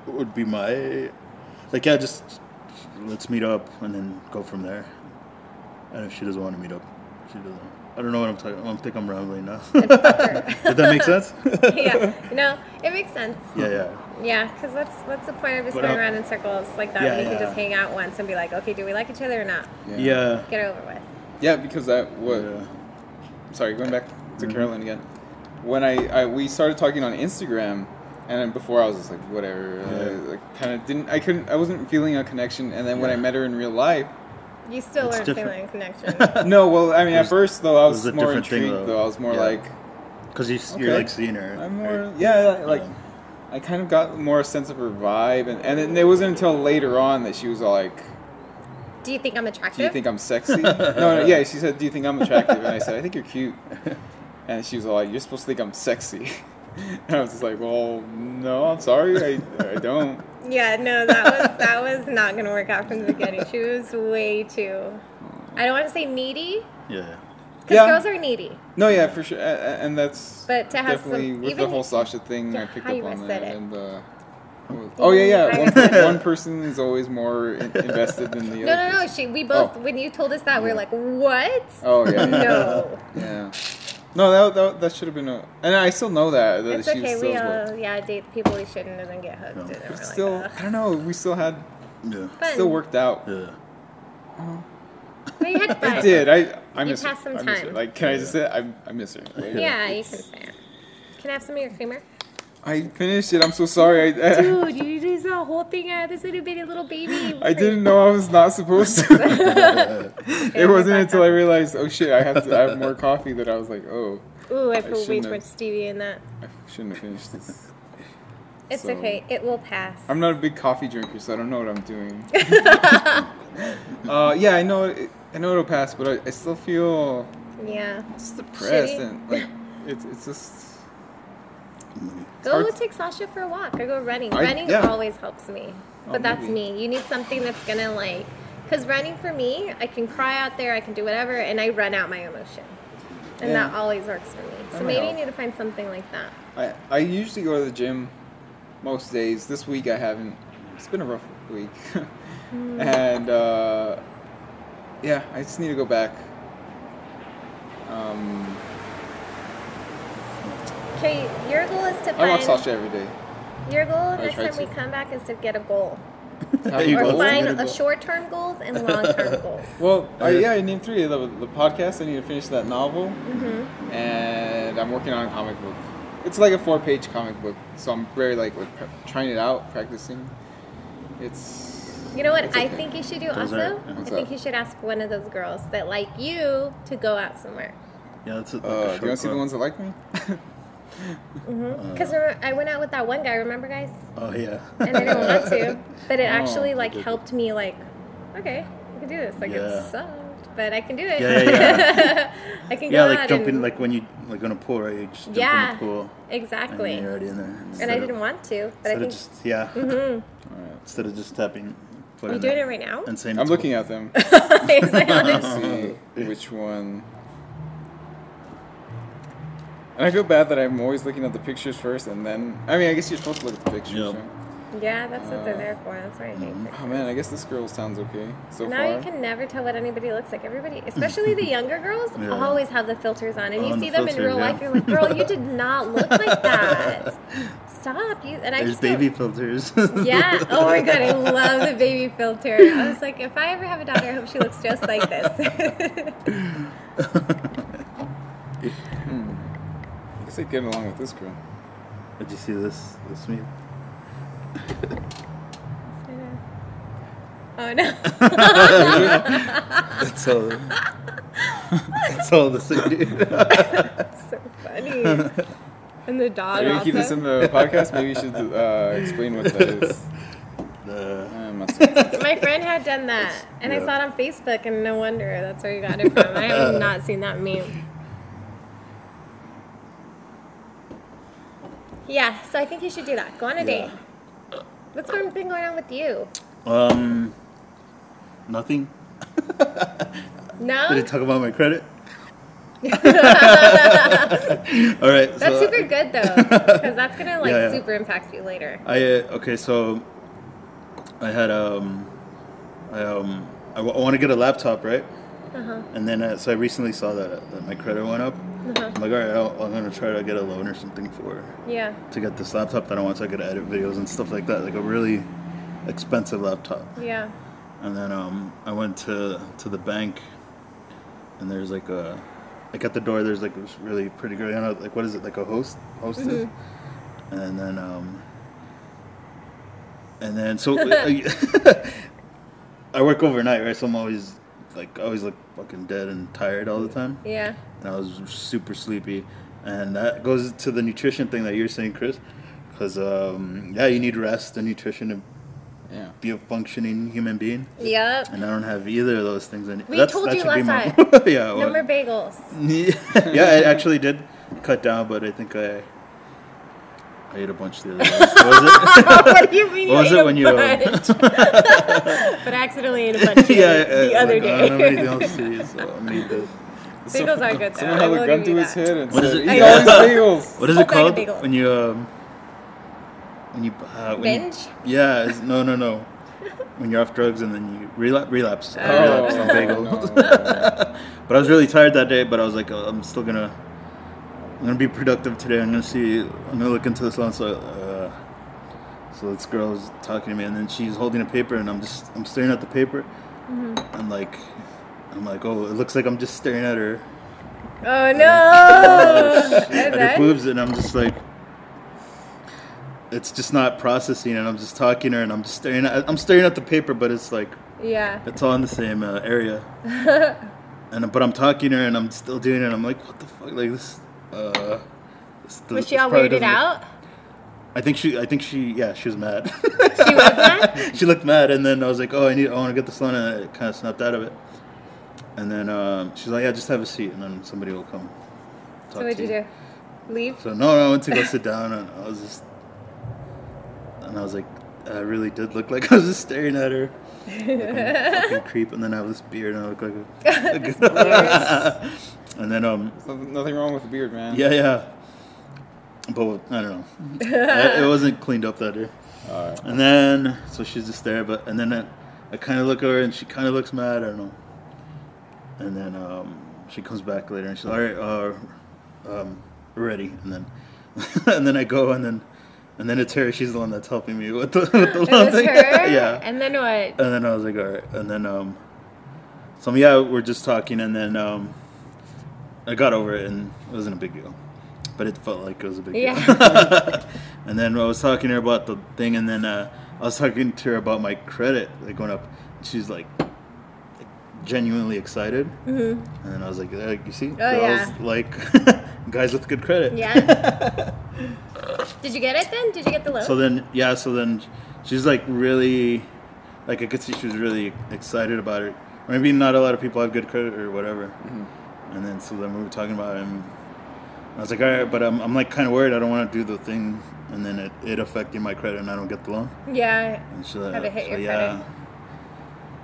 [SPEAKER 3] would be my like yeah, just let's meet up and then go from there. And if she doesn't want to meet up, she doesn't. I don't know what I'm talking. I think I'm rambling now. *laughs* Did that make sense? *laughs*
[SPEAKER 2] *laughs* yeah. No, it makes sense.
[SPEAKER 3] yeah, yeah.
[SPEAKER 2] Yeah, because what's what's the point of just
[SPEAKER 3] But,
[SPEAKER 2] going
[SPEAKER 3] uh,
[SPEAKER 2] around in circles like that?
[SPEAKER 3] yeah,
[SPEAKER 2] when you
[SPEAKER 3] yeah.
[SPEAKER 2] can just hang out once and be like, okay, do we like each other or not?
[SPEAKER 3] Yeah.
[SPEAKER 2] Get it over with.
[SPEAKER 1] Yeah, because that what
[SPEAKER 3] Yeah.
[SPEAKER 1] sorry, going back to
[SPEAKER 3] Mm-hmm.
[SPEAKER 1] Carolyn again. When I, I we started talking on Instagram, and then before I was just like whatever,
[SPEAKER 3] Yeah.
[SPEAKER 1] uh, like kind of didn't I couldn't I wasn't feeling a connection, and then when I
[SPEAKER 3] Yeah.
[SPEAKER 1] met her in real life,
[SPEAKER 3] *laughs*
[SPEAKER 2] You still
[SPEAKER 3] It's
[SPEAKER 2] aren't
[SPEAKER 3] different.
[SPEAKER 2] feeling a
[SPEAKER 3] *laughs*
[SPEAKER 2] connection.
[SPEAKER 1] no, well I mean at
[SPEAKER 3] There's-
[SPEAKER 1] first though I was,
[SPEAKER 3] there's a
[SPEAKER 1] more
[SPEAKER 3] different thing,
[SPEAKER 1] intrigued
[SPEAKER 3] though.
[SPEAKER 1] though. I was more
[SPEAKER 3] Yeah.
[SPEAKER 1] like
[SPEAKER 3] Because you,
[SPEAKER 1] Okay.
[SPEAKER 3] you're like seeing her.
[SPEAKER 1] I'm
[SPEAKER 3] right? Um,
[SPEAKER 1] more yeah like.
[SPEAKER 3] Yeah.
[SPEAKER 1] I kind of got more a sense of her vibe, and, and it wasn't until later on that she was all like,
[SPEAKER 2] do you think I'm attractive?
[SPEAKER 1] do you think I'm
[SPEAKER 2] *laughs*
[SPEAKER 1] sexy? no, no, yeah. She said, do you think I'm attractive? And I said, I think you're cute. And she was all like, you're supposed to think I'm sexy. *laughs* And I was just like, well, no, I'm sorry, I, I don't.
[SPEAKER 2] yeah, no, that was that was not gonna work out from the beginning. She was way too. I don't want to say needy
[SPEAKER 3] Yeah.
[SPEAKER 2] because
[SPEAKER 1] Yeah.
[SPEAKER 2] girls are needy.
[SPEAKER 1] No, yeah, for sure. A- a- And that's
[SPEAKER 2] But to have some-
[SPEAKER 1] definitely with the
[SPEAKER 2] even-
[SPEAKER 1] whole Sasha thing, I picked
[SPEAKER 2] how you
[SPEAKER 1] up on that.
[SPEAKER 2] said it.
[SPEAKER 1] And uh, what was- oh yeah, yeah.
[SPEAKER 2] How you *laughs*
[SPEAKER 1] One,
[SPEAKER 2] said
[SPEAKER 1] one person is always more in- invested than the
[SPEAKER 2] No,
[SPEAKER 1] other.
[SPEAKER 2] no, no.
[SPEAKER 1] person.
[SPEAKER 2] She, we both.
[SPEAKER 1] Oh.
[SPEAKER 2] When you told us that, we were like, what?
[SPEAKER 1] Oh yeah, yeah, *laughs*
[SPEAKER 2] No.
[SPEAKER 1] yeah. No, that, that, that should have been a. And I still know that that
[SPEAKER 2] It's
[SPEAKER 1] she
[SPEAKER 2] okay.
[SPEAKER 1] was still.
[SPEAKER 2] We all yeah date the people we shouldn't and then get hooked.
[SPEAKER 3] No.
[SPEAKER 2] And then we're like,
[SPEAKER 1] still,
[SPEAKER 2] ugh.
[SPEAKER 1] I don't know. We still had
[SPEAKER 3] Yeah.
[SPEAKER 2] Fun.
[SPEAKER 1] still worked out.
[SPEAKER 3] Yeah.
[SPEAKER 2] But you had fun.
[SPEAKER 1] I did. I I
[SPEAKER 2] You
[SPEAKER 1] miss her.
[SPEAKER 2] passed some
[SPEAKER 1] I miss her.
[SPEAKER 2] time.
[SPEAKER 1] Like, can I just say I I miss her? Like,
[SPEAKER 2] Yeah, you can say it. Can I have some of your
[SPEAKER 1] *laughs*
[SPEAKER 2] creamer?
[SPEAKER 1] I finished it. I'm so sorry. I *laughs*
[SPEAKER 2] Dude, you just a whole thing out of this little bitty little baby.
[SPEAKER 1] I didn't know I was not supposed to. it wasn't until I realized, oh shit, I have to. I have more coffee that I was like, oh,
[SPEAKER 2] Ooh, I
[SPEAKER 1] shouldn't
[SPEAKER 2] put way
[SPEAKER 1] have.
[SPEAKER 2] too much stevia in that.
[SPEAKER 1] I shouldn't have finished this.
[SPEAKER 2] It's
[SPEAKER 1] So-
[SPEAKER 2] okay. It will pass.
[SPEAKER 1] I'm not a big coffee drinker, so I don't know what I'm
[SPEAKER 2] *laughs*
[SPEAKER 1] doing. uh, yeah, I know. It, I know it'll pass, but I, I still feel
[SPEAKER 2] yeah.
[SPEAKER 1] just depressed
[SPEAKER 2] Shitty.
[SPEAKER 1] and like it's it's just.
[SPEAKER 2] Go
[SPEAKER 1] hard-
[SPEAKER 2] take Sasha for a walk or go running.
[SPEAKER 1] I-
[SPEAKER 2] running
[SPEAKER 1] yeah.
[SPEAKER 2] always helps me.
[SPEAKER 1] Oh,
[SPEAKER 2] But that's
[SPEAKER 1] maybe.
[SPEAKER 2] me. You need something that's gonna like, because running for me, I can cry out there, I can do whatever, and I run out my emotion, and
[SPEAKER 1] Yeah.
[SPEAKER 2] that always works for me. So
[SPEAKER 1] might
[SPEAKER 2] maybe
[SPEAKER 1] help.
[SPEAKER 2] you need to find something like that.
[SPEAKER 1] I, I usually go to the gym most days. This week I haven't. It's been a rough week. *laughs*
[SPEAKER 2] Hmm.
[SPEAKER 1] And uh, yeah, I just need to go back. Um,
[SPEAKER 2] Okay, your goal is to
[SPEAKER 1] I watch
[SPEAKER 2] find.
[SPEAKER 1] Sasha every day.
[SPEAKER 2] *laughs* Your goal next
[SPEAKER 1] try
[SPEAKER 2] time we
[SPEAKER 1] to.
[SPEAKER 2] come back is to get a goal,
[SPEAKER 1] Have
[SPEAKER 3] you
[SPEAKER 1] a
[SPEAKER 2] or
[SPEAKER 3] Goal?
[SPEAKER 2] find
[SPEAKER 1] Get a
[SPEAKER 2] a
[SPEAKER 1] goal.
[SPEAKER 2] short-term goals and
[SPEAKER 1] *laughs*
[SPEAKER 2] long-term goals.
[SPEAKER 1] Well, I, yeah, I need three. The, the podcast, I need to finish that novel.
[SPEAKER 2] Mm-hmm.
[SPEAKER 1] And I'm working on a comic book. It's like a four page comic book. So I'm very like, like pre- trying it out, practicing. It's.
[SPEAKER 2] You know what
[SPEAKER 1] It's
[SPEAKER 2] I
[SPEAKER 1] okay.
[SPEAKER 2] think you should do
[SPEAKER 3] Those
[SPEAKER 2] also?
[SPEAKER 3] are- yeah.
[SPEAKER 2] I
[SPEAKER 1] What's
[SPEAKER 2] think
[SPEAKER 1] up?
[SPEAKER 2] you should ask one of those girls that like you to go out somewhere.
[SPEAKER 3] Yeah, that's a, like
[SPEAKER 1] Uh,
[SPEAKER 3] a
[SPEAKER 1] do you want to
[SPEAKER 3] short
[SPEAKER 1] see the
[SPEAKER 3] clip.
[SPEAKER 1] ones that like me?
[SPEAKER 3] Mm-hmm.
[SPEAKER 2] Because I went out with that one guy, remember, guys?
[SPEAKER 3] Oh yeah.
[SPEAKER 2] And I didn't want to, but it actually
[SPEAKER 1] Oh,
[SPEAKER 2] like
[SPEAKER 3] did-
[SPEAKER 2] helped me. Like, okay, I can do this. Like
[SPEAKER 3] Yeah.
[SPEAKER 2] it sucked, but I can do it.
[SPEAKER 3] *laughs* Yeah, yeah,
[SPEAKER 2] *laughs* I can go out
[SPEAKER 3] yeah, like jumping,
[SPEAKER 2] and,
[SPEAKER 3] like when you like on a pool, right? You just jump
[SPEAKER 2] yeah,
[SPEAKER 3] in the pool.
[SPEAKER 2] exactly.
[SPEAKER 3] And you're
[SPEAKER 2] And,
[SPEAKER 3] already in there. Instead
[SPEAKER 2] I
[SPEAKER 3] of-
[SPEAKER 2] didn't want to, but I
[SPEAKER 3] Instead
[SPEAKER 2] think
[SPEAKER 3] of just yeah.
[SPEAKER 1] All
[SPEAKER 3] *laughs*
[SPEAKER 1] right.
[SPEAKER 3] Instead of just tapping. foot
[SPEAKER 2] you're
[SPEAKER 3] in
[SPEAKER 2] doing it
[SPEAKER 3] there
[SPEAKER 2] right *laughs* now.
[SPEAKER 3] And saying
[SPEAKER 1] I'm
[SPEAKER 3] it's
[SPEAKER 1] looking at them.
[SPEAKER 2] It's
[SPEAKER 3] *laughs*
[SPEAKER 2] like-
[SPEAKER 1] see which one. And I feel bad that I'm always looking at the pictures first, and then I mean, I guess you're supposed to look at the pictures.
[SPEAKER 3] Yep.
[SPEAKER 1] right?
[SPEAKER 2] yeah, that's what
[SPEAKER 3] Uh,
[SPEAKER 2] they're there for. That's right.
[SPEAKER 3] mm-hmm.
[SPEAKER 1] Oh man, I guess this girl sounds okay so
[SPEAKER 2] Now
[SPEAKER 1] far.
[SPEAKER 2] you can never tell what anybody looks like.
[SPEAKER 3] *laughs*
[SPEAKER 2] Everybody, especially the younger girls,
[SPEAKER 3] Yeah.
[SPEAKER 2] always have the filters on, and you
[SPEAKER 3] On
[SPEAKER 2] see
[SPEAKER 3] the
[SPEAKER 2] them in
[SPEAKER 3] filter,
[SPEAKER 2] real
[SPEAKER 3] yeah.
[SPEAKER 2] life. You're like, girl, you did not look
[SPEAKER 3] *laughs*
[SPEAKER 2] like that. Stop you. And I
[SPEAKER 3] *laughs* There's
[SPEAKER 2] just don't-
[SPEAKER 3] baby filters.
[SPEAKER 2] *laughs*
[SPEAKER 3] *laughs*
[SPEAKER 2] Yeah. Oh my god, I love the baby filter. I was like, if I ever have a daughter, I hope she looks just like
[SPEAKER 3] *laughs*
[SPEAKER 2] this. *laughs*
[SPEAKER 1] I guess I get along with this girl.
[SPEAKER 3] Did you see this this week?
[SPEAKER 2] *laughs* Oh no.
[SPEAKER 3] That's all. that's all this dude.
[SPEAKER 2] *laughs* *laughs*
[SPEAKER 3] *laughs*
[SPEAKER 2] so funny. And the dog
[SPEAKER 1] Maybe
[SPEAKER 2] also.
[SPEAKER 1] keep this in the podcast. Maybe you should uh, explain what that
[SPEAKER 2] *laughs*
[SPEAKER 1] is.
[SPEAKER 3] Uh,
[SPEAKER 1] I'm not saying.
[SPEAKER 2] My friend had
[SPEAKER 3] *laughs*
[SPEAKER 2] done that, and I
[SPEAKER 3] Yeah.
[SPEAKER 2] saw it on Facebook, and no wonder that's where you got it from. I
[SPEAKER 3] *laughs*
[SPEAKER 2] have not seen that meme. Yeah, so I think you should do that. Go on a date.
[SPEAKER 3] Yeah.
[SPEAKER 2] What's going- been going on with you?
[SPEAKER 3] um, nothing.
[SPEAKER 2] No,
[SPEAKER 3] Did it talk about
[SPEAKER 2] *laughs*
[SPEAKER 3] my credit? All right.
[SPEAKER 2] that's
[SPEAKER 3] so
[SPEAKER 2] super good though,
[SPEAKER 3] *laughs*
[SPEAKER 2] because that's gonna like
[SPEAKER 3] Yeah, yeah.
[SPEAKER 2] super impact you later.
[SPEAKER 3] I uh, okay, so I had um, I um, I, w- I want to get a laptop, right?
[SPEAKER 2] Uh-huh.
[SPEAKER 3] And then uh, so I recently saw that, that my credit went up.
[SPEAKER 2] Uh-huh.
[SPEAKER 3] I'm like, all right, I'll, I'm gonna try to get a loan or something for
[SPEAKER 2] Yeah.
[SPEAKER 3] to get this laptop that I want so I could edit videos and stuff like that, like a really expensive laptop.
[SPEAKER 2] Yeah.
[SPEAKER 3] And then um, I went to to the bank, and there's like a like at the door there's like this really pretty girl. You know, like what is it like a host hostess? And then um, and then so I, *laughs* I work overnight, right? So I'm always like I always look fucking dead and tired all the time,
[SPEAKER 2] Yeah.
[SPEAKER 3] and I was super sleepy. And that goes to the nutrition thing that you're saying, Chris, because um, yeah, you need rest and nutrition to
[SPEAKER 1] Yeah.
[SPEAKER 3] be a functioning human being.
[SPEAKER 2] Yep.
[SPEAKER 3] And I don't have either of those things. And
[SPEAKER 2] We told you
[SPEAKER 3] should be
[SPEAKER 2] last
[SPEAKER 3] my- *laughs* yeah, well,
[SPEAKER 2] Number
[SPEAKER 3] *laughs*
[SPEAKER 2] bagels. *laughs*
[SPEAKER 3] yeah, I actually did cut down, but I think I I ate a bunch the
[SPEAKER 2] *laughs*
[SPEAKER 3] other day. What was
[SPEAKER 2] what do you mean?
[SPEAKER 3] What was
[SPEAKER 2] you
[SPEAKER 3] it
[SPEAKER 2] ate a
[SPEAKER 3] when you, uh,
[SPEAKER 2] bunch?
[SPEAKER 3] *laughs*
[SPEAKER 2] but I accidentally ate a bunch
[SPEAKER 3] it? *laughs* yeah,
[SPEAKER 2] the
[SPEAKER 3] I,
[SPEAKER 2] other
[SPEAKER 3] like, I
[SPEAKER 2] day.
[SPEAKER 3] don't have anything else
[SPEAKER 2] *laughs*
[SPEAKER 3] to eat, so I'm gonna eat this.
[SPEAKER 2] Bagels are good, though.
[SPEAKER 1] Someone
[SPEAKER 2] I
[SPEAKER 1] held
[SPEAKER 2] will
[SPEAKER 1] a gun
[SPEAKER 2] give
[SPEAKER 1] to
[SPEAKER 2] you
[SPEAKER 1] his
[SPEAKER 2] that.
[SPEAKER 1] head and
[SPEAKER 3] What is
[SPEAKER 1] said,
[SPEAKER 3] it?
[SPEAKER 1] "Eat all these bagels."
[SPEAKER 3] What is
[SPEAKER 2] Whole bag of
[SPEAKER 3] it called
[SPEAKER 2] bagels.
[SPEAKER 3] when you um when you uh, when you-
[SPEAKER 2] *laughs* Binge?
[SPEAKER 3] yeah, it's, no, no, no. When you're off drugs and then you relapse, relapse, I relapse on bagel.
[SPEAKER 1] bagels.
[SPEAKER 3] *laughs* But I was really tired that day. But I was like, oh, I'm still gonna, I'm gonna be productive today. I'm gonna see, I'm gonna look into this loan. So, uh, so this girl's talking to me, and then she's holding a paper, and I'm just, I'm staring at the paper. I'm like, I'm like, oh, it looks like I'm just staring at her,
[SPEAKER 2] Oh no!
[SPEAKER 3] at
[SPEAKER 2] And
[SPEAKER 3] her
[SPEAKER 2] then-
[SPEAKER 3] boobs, and I'm just like. It's just not processing, and I'm just talking to her, and I'm just staring. At, I'm staring at the paper, but it's like
[SPEAKER 2] *laughs* yeah.
[SPEAKER 3] It's all in the same uh,
[SPEAKER 2] *laughs*
[SPEAKER 3] area. and but I'm talking to her and I'm still doing it. I'm like, what the fuck? Like this. Uh, this,
[SPEAKER 2] Was
[SPEAKER 3] this
[SPEAKER 2] she all
[SPEAKER 3] probably
[SPEAKER 2] weirded
[SPEAKER 3] doesn't-
[SPEAKER 2] out?
[SPEAKER 3] I think she. I think she. Yeah, she was mad. *laughs*
[SPEAKER 2] She was that?
[SPEAKER 3] she looked mad, and then I was like, oh, I need. I want to get this loan, and I kind of snapped out of it. And then um, she's like, yeah, just have a seat, and then somebody will come.
[SPEAKER 2] So
[SPEAKER 3] Talk
[SPEAKER 2] what'd
[SPEAKER 3] to
[SPEAKER 2] you do? Leave?
[SPEAKER 3] *laughs* So no, no, I went to go sit down, and I was just, and I was like, I really did look like I was just staring at her, like a fucking creep. And then I have this beard, and I look like a, *laughs* and then um,
[SPEAKER 1] Nothing nothing wrong with the beard, man.
[SPEAKER 3] yeah, yeah, but
[SPEAKER 2] *laughs*
[SPEAKER 3] I don't know, I, it wasn't cleaned up that day.
[SPEAKER 1] All right.
[SPEAKER 3] And then so she's just there, but and then I, I kind of look at her, and she kind of looks mad. I don't know. And then um, she comes back later, and she's all right, uh, um, we're ready. And then *laughs* and then I go, and then and then it's her. She's the one that's helping me with the with the
[SPEAKER 2] It was
[SPEAKER 3] thing.
[SPEAKER 2] her?
[SPEAKER 3] *laughs* yeah.
[SPEAKER 2] And then what?
[SPEAKER 3] And then I was like, all right. And then, um, so yeah, we're just talking, and then um, I got over it, and it wasn't a big deal, but it felt like it was a big deal. *laughs* and then I was talking to her about the thing, and then uh, I was talking to her about my credit like going up. She's like genuinely excited, mm-hmm. and then I was like, "Uh, you see, girls
[SPEAKER 2] yeah.
[SPEAKER 3] like *laughs* guys with good credit. *laughs*
[SPEAKER 2] Yeah. Did you get it then? Did you get the loan?
[SPEAKER 3] So then, yeah, so then she's like really, like I could see she was really excited about it. Maybe not a lot of people have good credit or whatever. And then, so then we were talking about it, and I was like, all right, but I'm, I'm like kind of worried. I don't want to do the thing, and then it, it affecting my credit, and I don't get the loan.
[SPEAKER 2] yeah.
[SPEAKER 3] And she's like,
[SPEAKER 2] Have it hit
[SPEAKER 3] so
[SPEAKER 2] your
[SPEAKER 3] yeah,
[SPEAKER 2] credit.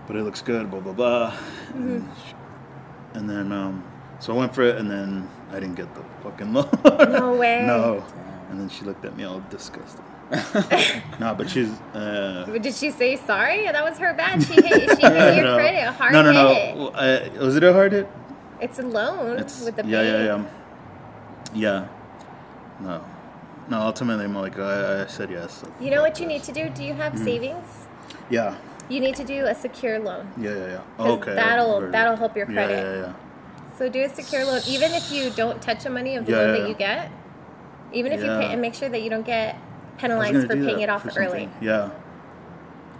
[SPEAKER 3] but it looks good, blah, blah, blah. And, she-
[SPEAKER 2] Mm-hmm.
[SPEAKER 3] and then, um, so I went for it, and then I didn't get the fucking loan.
[SPEAKER 2] No
[SPEAKER 3] *laughs*
[SPEAKER 2] way.
[SPEAKER 3] No. And then she looked at me all
[SPEAKER 2] *laughs*
[SPEAKER 3] disgusted. no, but she's. Uh,
[SPEAKER 2] But Did she say sorry? That was her bad. She hit,
[SPEAKER 3] *laughs*
[SPEAKER 2] she hit your
[SPEAKER 3] no.
[SPEAKER 2] credit. Hard
[SPEAKER 3] no, no, no.
[SPEAKER 2] hit.
[SPEAKER 3] Well, I- was it a hard hit?
[SPEAKER 2] It's a loan
[SPEAKER 3] It's,
[SPEAKER 2] with the
[SPEAKER 3] yeah, yeah,
[SPEAKER 2] bank.
[SPEAKER 3] yeah. Yeah. No. No, ultimately, I'm like, I, I said yes. so-
[SPEAKER 2] You know what you need to do? Do you have
[SPEAKER 3] Mm.
[SPEAKER 2] savings?
[SPEAKER 3] Yeah.
[SPEAKER 2] You need to do a secure loan.
[SPEAKER 3] Yeah, yeah, yeah.
[SPEAKER 2] 'Cause
[SPEAKER 3] Okay.
[SPEAKER 2] that'll-
[SPEAKER 3] Very-
[SPEAKER 2] that'll help your
[SPEAKER 3] yeah,
[SPEAKER 2] credit.
[SPEAKER 3] Yeah, yeah, yeah.
[SPEAKER 2] So do a secure loan, even if you don't touch the money of the
[SPEAKER 3] Yeah,
[SPEAKER 2] loan
[SPEAKER 3] yeah,
[SPEAKER 2] that
[SPEAKER 3] yeah.
[SPEAKER 2] you get. Even if you
[SPEAKER 3] Yeah.
[SPEAKER 2] pay, and make sure that you don't get
[SPEAKER 3] I was
[SPEAKER 2] penalized
[SPEAKER 3] gonna
[SPEAKER 2] for
[SPEAKER 3] do
[SPEAKER 2] paying
[SPEAKER 3] that
[SPEAKER 2] it off
[SPEAKER 3] for
[SPEAKER 2] early.
[SPEAKER 3] something. Yeah,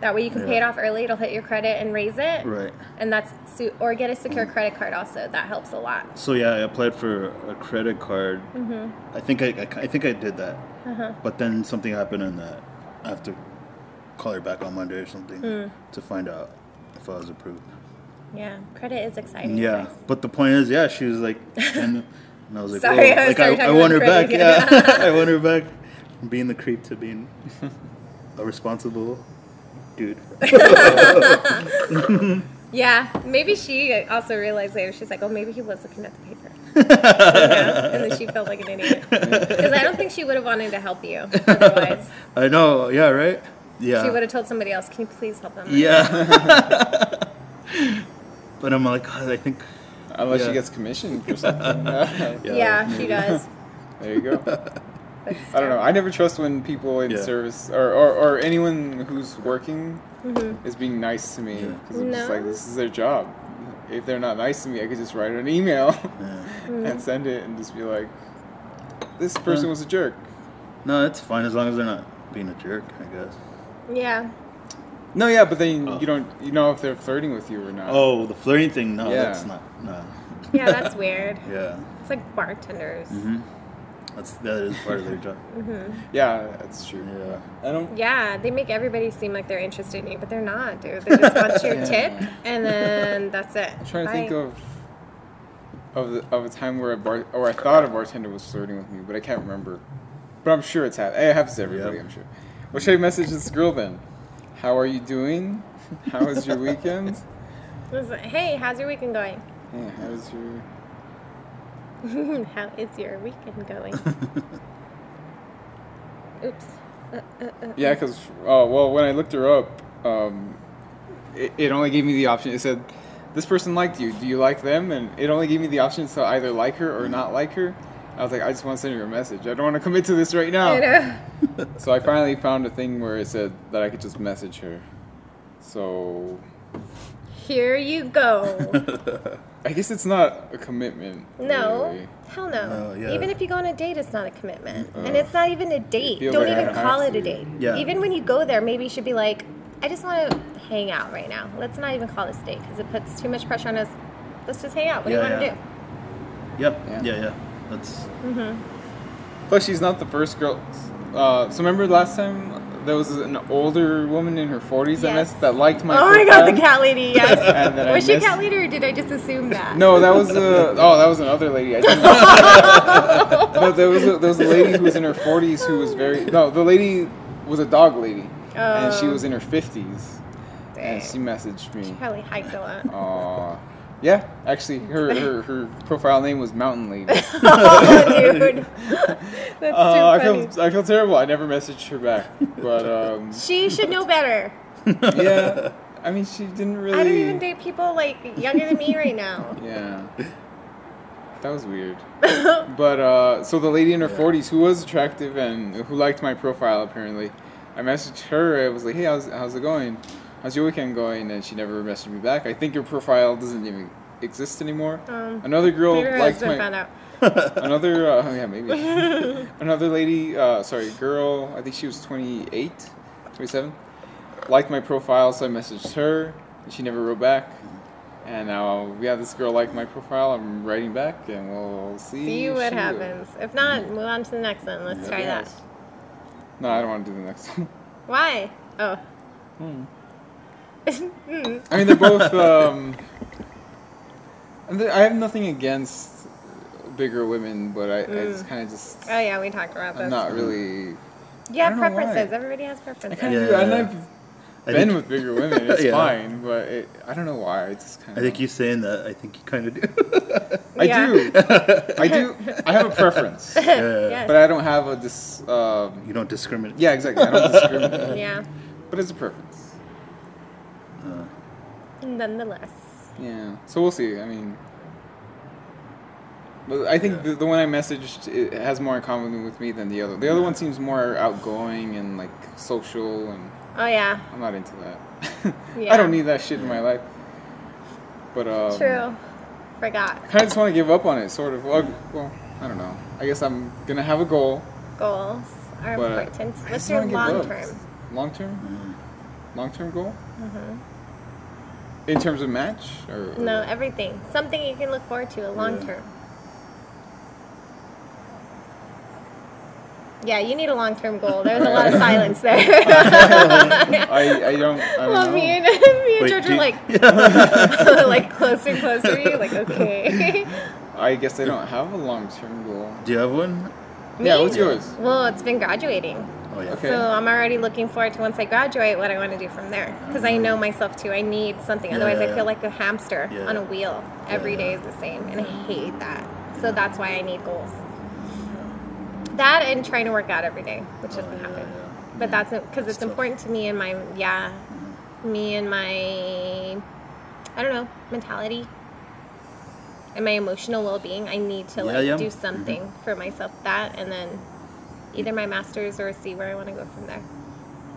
[SPEAKER 2] That way you can pay
[SPEAKER 3] Yeah.
[SPEAKER 2] it off early. It'll hit your credit and raise it.
[SPEAKER 3] right.
[SPEAKER 2] And that's su- or get a secure credit card also. That helps a lot.
[SPEAKER 3] So yeah, I applied for a credit card.
[SPEAKER 2] Mm-hmm.
[SPEAKER 3] I think I, I, I think I did that,
[SPEAKER 2] Uh-huh.
[SPEAKER 3] but then something happened, and uh, I have to call her back on Monday or something
[SPEAKER 2] Mm.
[SPEAKER 3] to find out if I was approved.
[SPEAKER 2] Yeah, credit is exciting.
[SPEAKER 3] Yeah,
[SPEAKER 2] guys.
[SPEAKER 3] but the point is, yeah, she was
[SPEAKER 2] *laughs*
[SPEAKER 3] like, and, and I was like,
[SPEAKER 2] Sorry,
[SPEAKER 3] whoa,
[SPEAKER 2] I was
[SPEAKER 3] like I,
[SPEAKER 2] sorry,
[SPEAKER 3] I
[SPEAKER 2] talking
[SPEAKER 3] want her
[SPEAKER 2] about
[SPEAKER 3] back.
[SPEAKER 2] credit
[SPEAKER 3] Yeah,
[SPEAKER 2] again.
[SPEAKER 3] *laughs* I want her back from being the creep
[SPEAKER 2] *laughs*
[SPEAKER 3] to being a responsible dude. *laughs*
[SPEAKER 2] Yeah, maybe she also realized later. She's like, oh, maybe he was looking at the paper.
[SPEAKER 3] *laughs*
[SPEAKER 2] You know? And then she felt like an idiot because I don't think she would have wanted to help you. Otherwise,
[SPEAKER 3] *laughs* I know. Yeah, right. Yeah.
[SPEAKER 2] she would have told somebody else, "Can you please help them?"
[SPEAKER 3] Yeah.
[SPEAKER 1] *laughs*
[SPEAKER 3] but I'm like, God, I think. *laughs*
[SPEAKER 1] Unless
[SPEAKER 3] Yeah.
[SPEAKER 1] she gets commissioned for
[SPEAKER 3] *laughs*
[SPEAKER 1] something. *laughs* Uh,
[SPEAKER 2] Yeah, she
[SPEAKER 1] *laughs*
[SPEAKER 3] maybe.
[SPEAKER 2] does.
[SPEAKER 1] there you go.
[SPEAKER 2] But
[SPEAKER 1] I don't know. I never trust when people in
[SPEAKER 3] Yeah.
[SPEAKER 1] service or, or, or anyone who's working is being nice to me
[SPEAKER 3] Yeah.
[SPEAKER 1] because I'm just
[SPEAKER 2] No.
[SPEAKER 1] like this is their job. If they're not nice to me, I could just write an email *laughs*
[SPEAKER 3] Yeah.
[SPEAKER 1] and send it and just be like, "This person
[SPEAKER 3] Yeah.
[SPEAKER 1] was a jerk."
[SPEAKER 3] No, it's fine as long as they're not being a jerk. I guess.
[SPEAKER 2] yeah,
[SPEAKER 1] No, yeah, but then
[SPEAKER 3] Oh.
[SPEAKER 1] you don't you know if they're flirting with you or not.
[SPEAKER 3] Oh, the flirting thing. No,
[SPEAKER 1] Yeah.
[SPEAKER 3] that's not. No.
[SPEAKER 2] yeah, that's weird.
[SPEAKER 3] Yeah.
[SPEAKER 2] It's like bartenders.
[SPEAKER 1] Mm-hmm.
[SPEAKER 3] That's that is part of their job.
[SPEAKER 1] Yeah, that's true.
[SPEAKER 3] Yeah.
[SPEAKER 1] I
[SPEAKER 3] *laughs*
[SPEAKER 1] don't.
[SPEAKER 2] Yeah, they make everybody seem like they're interested in you, but they're not, dude. They just want your
[SPEAKER 1] *laughs* Yeah.
[SPEAKER 2] tip, and then that's it.
[SPEAKER 1] I'm trying to
[SPEAKER 2] Bye.
[SPEAKER 1] think of of the, of a time where a bar or I thought a bartender was flirting with me, but I can't remember. But I'm sure it's happened. It happens to everybody.
[SPEAKER 3] Yeah.
[SPEAKER 1] I'm sure. Well, should I message this girl then? How are you doing? *laughs* How was your weekend?
[SPEAKER 2] It's like, hey, how's your weekend going? *laughs*
[SPEAKER 1] Hey, how was your?
[SPEAKER 2] How is your weekend
[SPEAKER 1] *laughs*
[SPEAKER 2] going? Oops. Uh, uh, uh.
[SPEAKER 1] Yeah, because uh, well, when I looked her up, um, it, it only gave me the option. It said, "This person liked you. Do you like them?" And it only gave me the option to either like her or not like her. I was like, I just want to send her a message. I don't want to commit to this right
[SPEAKER 2] I
[SPEAKER 1] now.
[SPEAKER 2] know.
[SPEAKER 1] So I finally found a thing where it said that I could just message her. So
[SPEAKER 2] *laughs* Here you go.
[SPEAKER 1] I guess it's not a commitment.
[SPEAKER 2] No.
[SPEAKER 1] really.
[SPEAKER 2] Hell no.
[SPEAKER 3] No, yeah.
[SPEAKER 2] Even if you go on a date, it's not a commitment. and it's not even a date.
[SPEAKER 1] feel
[SPEAKER 2] Don't
[SPEAKER 1] like I
[SPEAKER 2] even
[SPEAKER 1] have
[SPEAKER 2] call it
[SPEAKER 1] to.
[SPEAKER 2] a date.
[SPEAKER 3] Yeah.
[SPEAKER 2] Even when you go there, maybe you should be like, I just want to hang out right now. Let's not even call this a date because it puts too much pressure on us. Let's just hang out. What
[SPEAKER 3] Yeah,
[SPEAKER 2] do you want to
[SPEAKER 3] yeah.
[SPEAKER 2] do?
[SPEAKER 3] Yep.
[SPEAKER 1] Yeah.
[SPEAKER 3] Yeah. Yeah. That's.
[SPEAKER 1] Plus, she's not the first girl. Uh, so remember last time there was an older woman in her forties I
[SPEAKER 2] Yes.
[SPEAKER 1] missed that liked my.
[SPEAKER 2] oh my god, the
[SPEAKER 1] profile?
[SPEAKER 2] cat lady,
[SPEAKER 1] *laughs*
[SPEAKER 2] yes.
[SPEAKER 1] And then I
[SPEAKER 2] Was she a
[SPEAKER 1] missed-
[SPEAKER 2] cat lady or did I
[SPEAKER 1] *laughs*
[SPEAKER 2] just assume that?
[SPEAKER 1] No, that was uh oh, that was another lady. I
[SPEAKER 2] *laughs*
[SPEAKER 1] didn't know. no, there was a, there was a lady who was in her forties who was very no. The lady was a dog lady, and she
[SPEAKER 2] Oh.
[SPEAKER 1] was in her fifties,
[SPEAKER 2] Dang.
[SPEAKER 1] and she messaged me.
[SPEAKER 2] Probably hiked a lot.
[SPEAKER 1] *laughs*
[SPEAKER 2] *laughs*
[SPEAKER 1] Aw. Uh, yeah, actually, her, her her profile name was Mountain
[SPEAKER 2] *laughs*
[SPEAKER 1] Lady. *laughs*
[SPEAKER 2] Oh, dude. *laughs* That's
[SPEAKER 1] Uh, I
[SPEAKER 2] too funny.
[SPEAKER 1] feel I feel terrible. I never messaged her back, but um,
[SPEAKER 2] She should know better.
[SPEAKER 1] *laughs*
[SPEAKER 3] *laughs*
[SPEAKER 1] yeah. I mean, she didn't really.
[SPEAKER 2] I don't even date people like younger than me
[SPEAKER 1] *laughs*
[SPEAKER 2] right now.
[SPEAKER 1] Yeah. That was
[SPEAKER 2] *laughs*
[SPEAKER 1] weird. but uh, so the lady in her forties who was attractive and who liked my profile apparently, I messaged her. I was like, "Hey, how's how's it going? How's your weekend going?" And she never messaged me back. I think your profile doesn't even exist anymore.
[SPEAKER 2] Um,
[SPEAKER 1] another girl
[SPEAKER 2] Maybe her
[SPEAKER 1] liked
[SPEAKER 2] husband
[SPEAKER 1] my
[SPEAKER 2] found out.
[SPEAKER 1] another uh, yeah maybe
[SPEAKER 2] *laughs*
[SPEAKER 1] another lady uh, sorry girl i think she was 28 27 liked my profile so i messaged her and she never wrote back and now yeah this girl liked my profile i'm writing back and we'll see
[SPEAKER 2] See
[SPEAKER 1] if
[SPEAKER 2] what
[SPEAKER 1] she-
[SPEAKER 2] happens. If not, move on to the next one. Let's try that.
[SPEAKER 1] no i don't want to do the next one
[SPEAKER 2] Why? Oh.
[SPEAKER 1] i mean they're
[SPEAKER 2] *laughs*
[SPEAKER 1] both um and they- i have nothing against bigger women but i, I just kind of just
[SPEAKER 2] Oh yeah, we talked about
[SPEAKER 1] i'm
[SPEAKER 2] this.
[SPEAKER 1] not really
[SPEAKER 2] you have
[SPEAKER 1] I don't know why.
[SPEAKER 2] preferences. Everybody has
[SPEAKER 1] I
[SPEAKER 2] preferences.
[SPEAKER 1] kind of
[SPEAKER 3] Yeah.
[SPEAKER 1] and i've
[SPEAKER 3] I
[SPEAKER 1] been
[SPEAKER 3] think,
[SPEAKER 1] with bigger women, it's
[SPEAKER 3] *laughs* Yeah.
[SPEAKER 1] fine, but it, I don't know why. I just kind
[SPEAKER 3] I
[SPEAKER 1] of.
[SPEAKER 3] think you saying that. I think you kind of do. *laughs*
[SPEAKER 1] *laughs* I
[SPEAKER 2] Yeah.
[SPEAKER 1] do. I do. I have a preference,
[SPEAKER 2] Yes.
[SPEAKER 1] but I don't have a dis. Um,
[SPEAKER 3] You don't discriminate.
[SPEAKER 1] yeah, exactly. I don't
[SPEAKER 3] *laughs*
[SPEAKER 1] discriminate,
[SPEAKER 2] yeah.
[SPEAKER 1] but it's a preference.
[SPEAKER 2] Nonetheless.
[SPEAKER 1] Yeah. So we'll see. I mean, but I think
[SPEAKER 3] Yeah.
[SPEAKER 1] the, the one I messaged it has more in common with me than the other. The other one seems more outgoing and like social, and
[SPEAKER 2] Oh yeah.
[SPEAKER 1] I'm not into that. *laughs* I
[SPEAKER 2] Yeah.
[SPEAKER 1] don't need that shit in my life. But um,
[SPEAKER 2] True. Forgot.
[SPEAKER 1] kind of just want to give up on it, sort of. Well, well, I don't know. I guess I'm gonna have a goal,
[SPEAKER 2] goals are
[SPEAKER 1] But-
[SPEAKER 2] important.
[SPEAKER 1] I
[SPEAKER 2] What's
[SPEAKER 1] just
[SPEAKER 2] your
[SPEAKER 1] wanna get
[SPEAKER 2] long
[SPEAKER 1] votes.
[SPEAKER 2] term?
[SPEAKER 1] Long
[SPEAKER 3] Mm.
[SPEAKER 1] term? Long term goal?
[SPEAKER 2] Mm-hmm.
[SPEAKER 1] In terms of match? Or,
[SPEAKER 2] No,
[SPEAKER 1] or-
[SPEAKER 2] everything. Something you can look forward to, a long
[SPEAKER 3] Yeah.
[SPEAKER 2] term. Yeah, you need a long term goal. There's a lot of silence
[SPEAKER 1] *laughs*
[SPEAKER 2] there.
[SPEAKER 1] I, I don't. I don't
[SPEAKER 2] well,
[SPEAKER 1] know.
[SPEAKER 2] me and, *laughs* me and
[SPEAKER 3] Wait,
[SPEAKER 2] George are
[SPEAKER 3] do
[SPEAKER 1] *laughs*
[SPEAKER 3] you-
[SPEAKER 2] like, *laughs*
[SPEAKER 3] *laughs*
[SPEAKER 2] like closer, closer. You're like, okay.
[SPEAKER 1] I guess I don't have a long term goal.
[SPEAKER 3] *laughs* Do you have one?
[SPEAKER 1] Yeah,
[SPEAKER 2] Me? *laughs*
[SPEAKER 1] what's yours?
[SPEAKER 2] Well, it's been graduating.
[SPEAKER 3] Oh yeah.
[SPEAKER 1] Okay.
[SPEAKER 2] So I'm already looking forward to once I graduate what I want to do from there because I know myself too. I need something. Otherwise, I
[SPEAKER 3] Yeah.
[SPEAKER 2] feel like a hamster
[SPEAKER 3] Yeah.
[SPEAKER 2] on a wheel. Every day is the same, and I hate that. So that's why I need goals. That and trying to work out every day, which doesn't
[SPEAKER 3] yeah,
[SPEAKER 2] happen.
[SPEAKER 3] yeah.
[SPEAKER 2] But that's because it's
[SPEAKER 3] tough.
[SPEAKER 2] important to me and my yeah, me and my I don't know mentality and my emotional well being. I need to
[SPEAKER 3] Yeah,
[SPEAKER 2] like
[SPEAKER 3] yeah. Mm-hmm.
[SPEAKER 2] do something for myself that, and then either my masters or see where I want to go from there.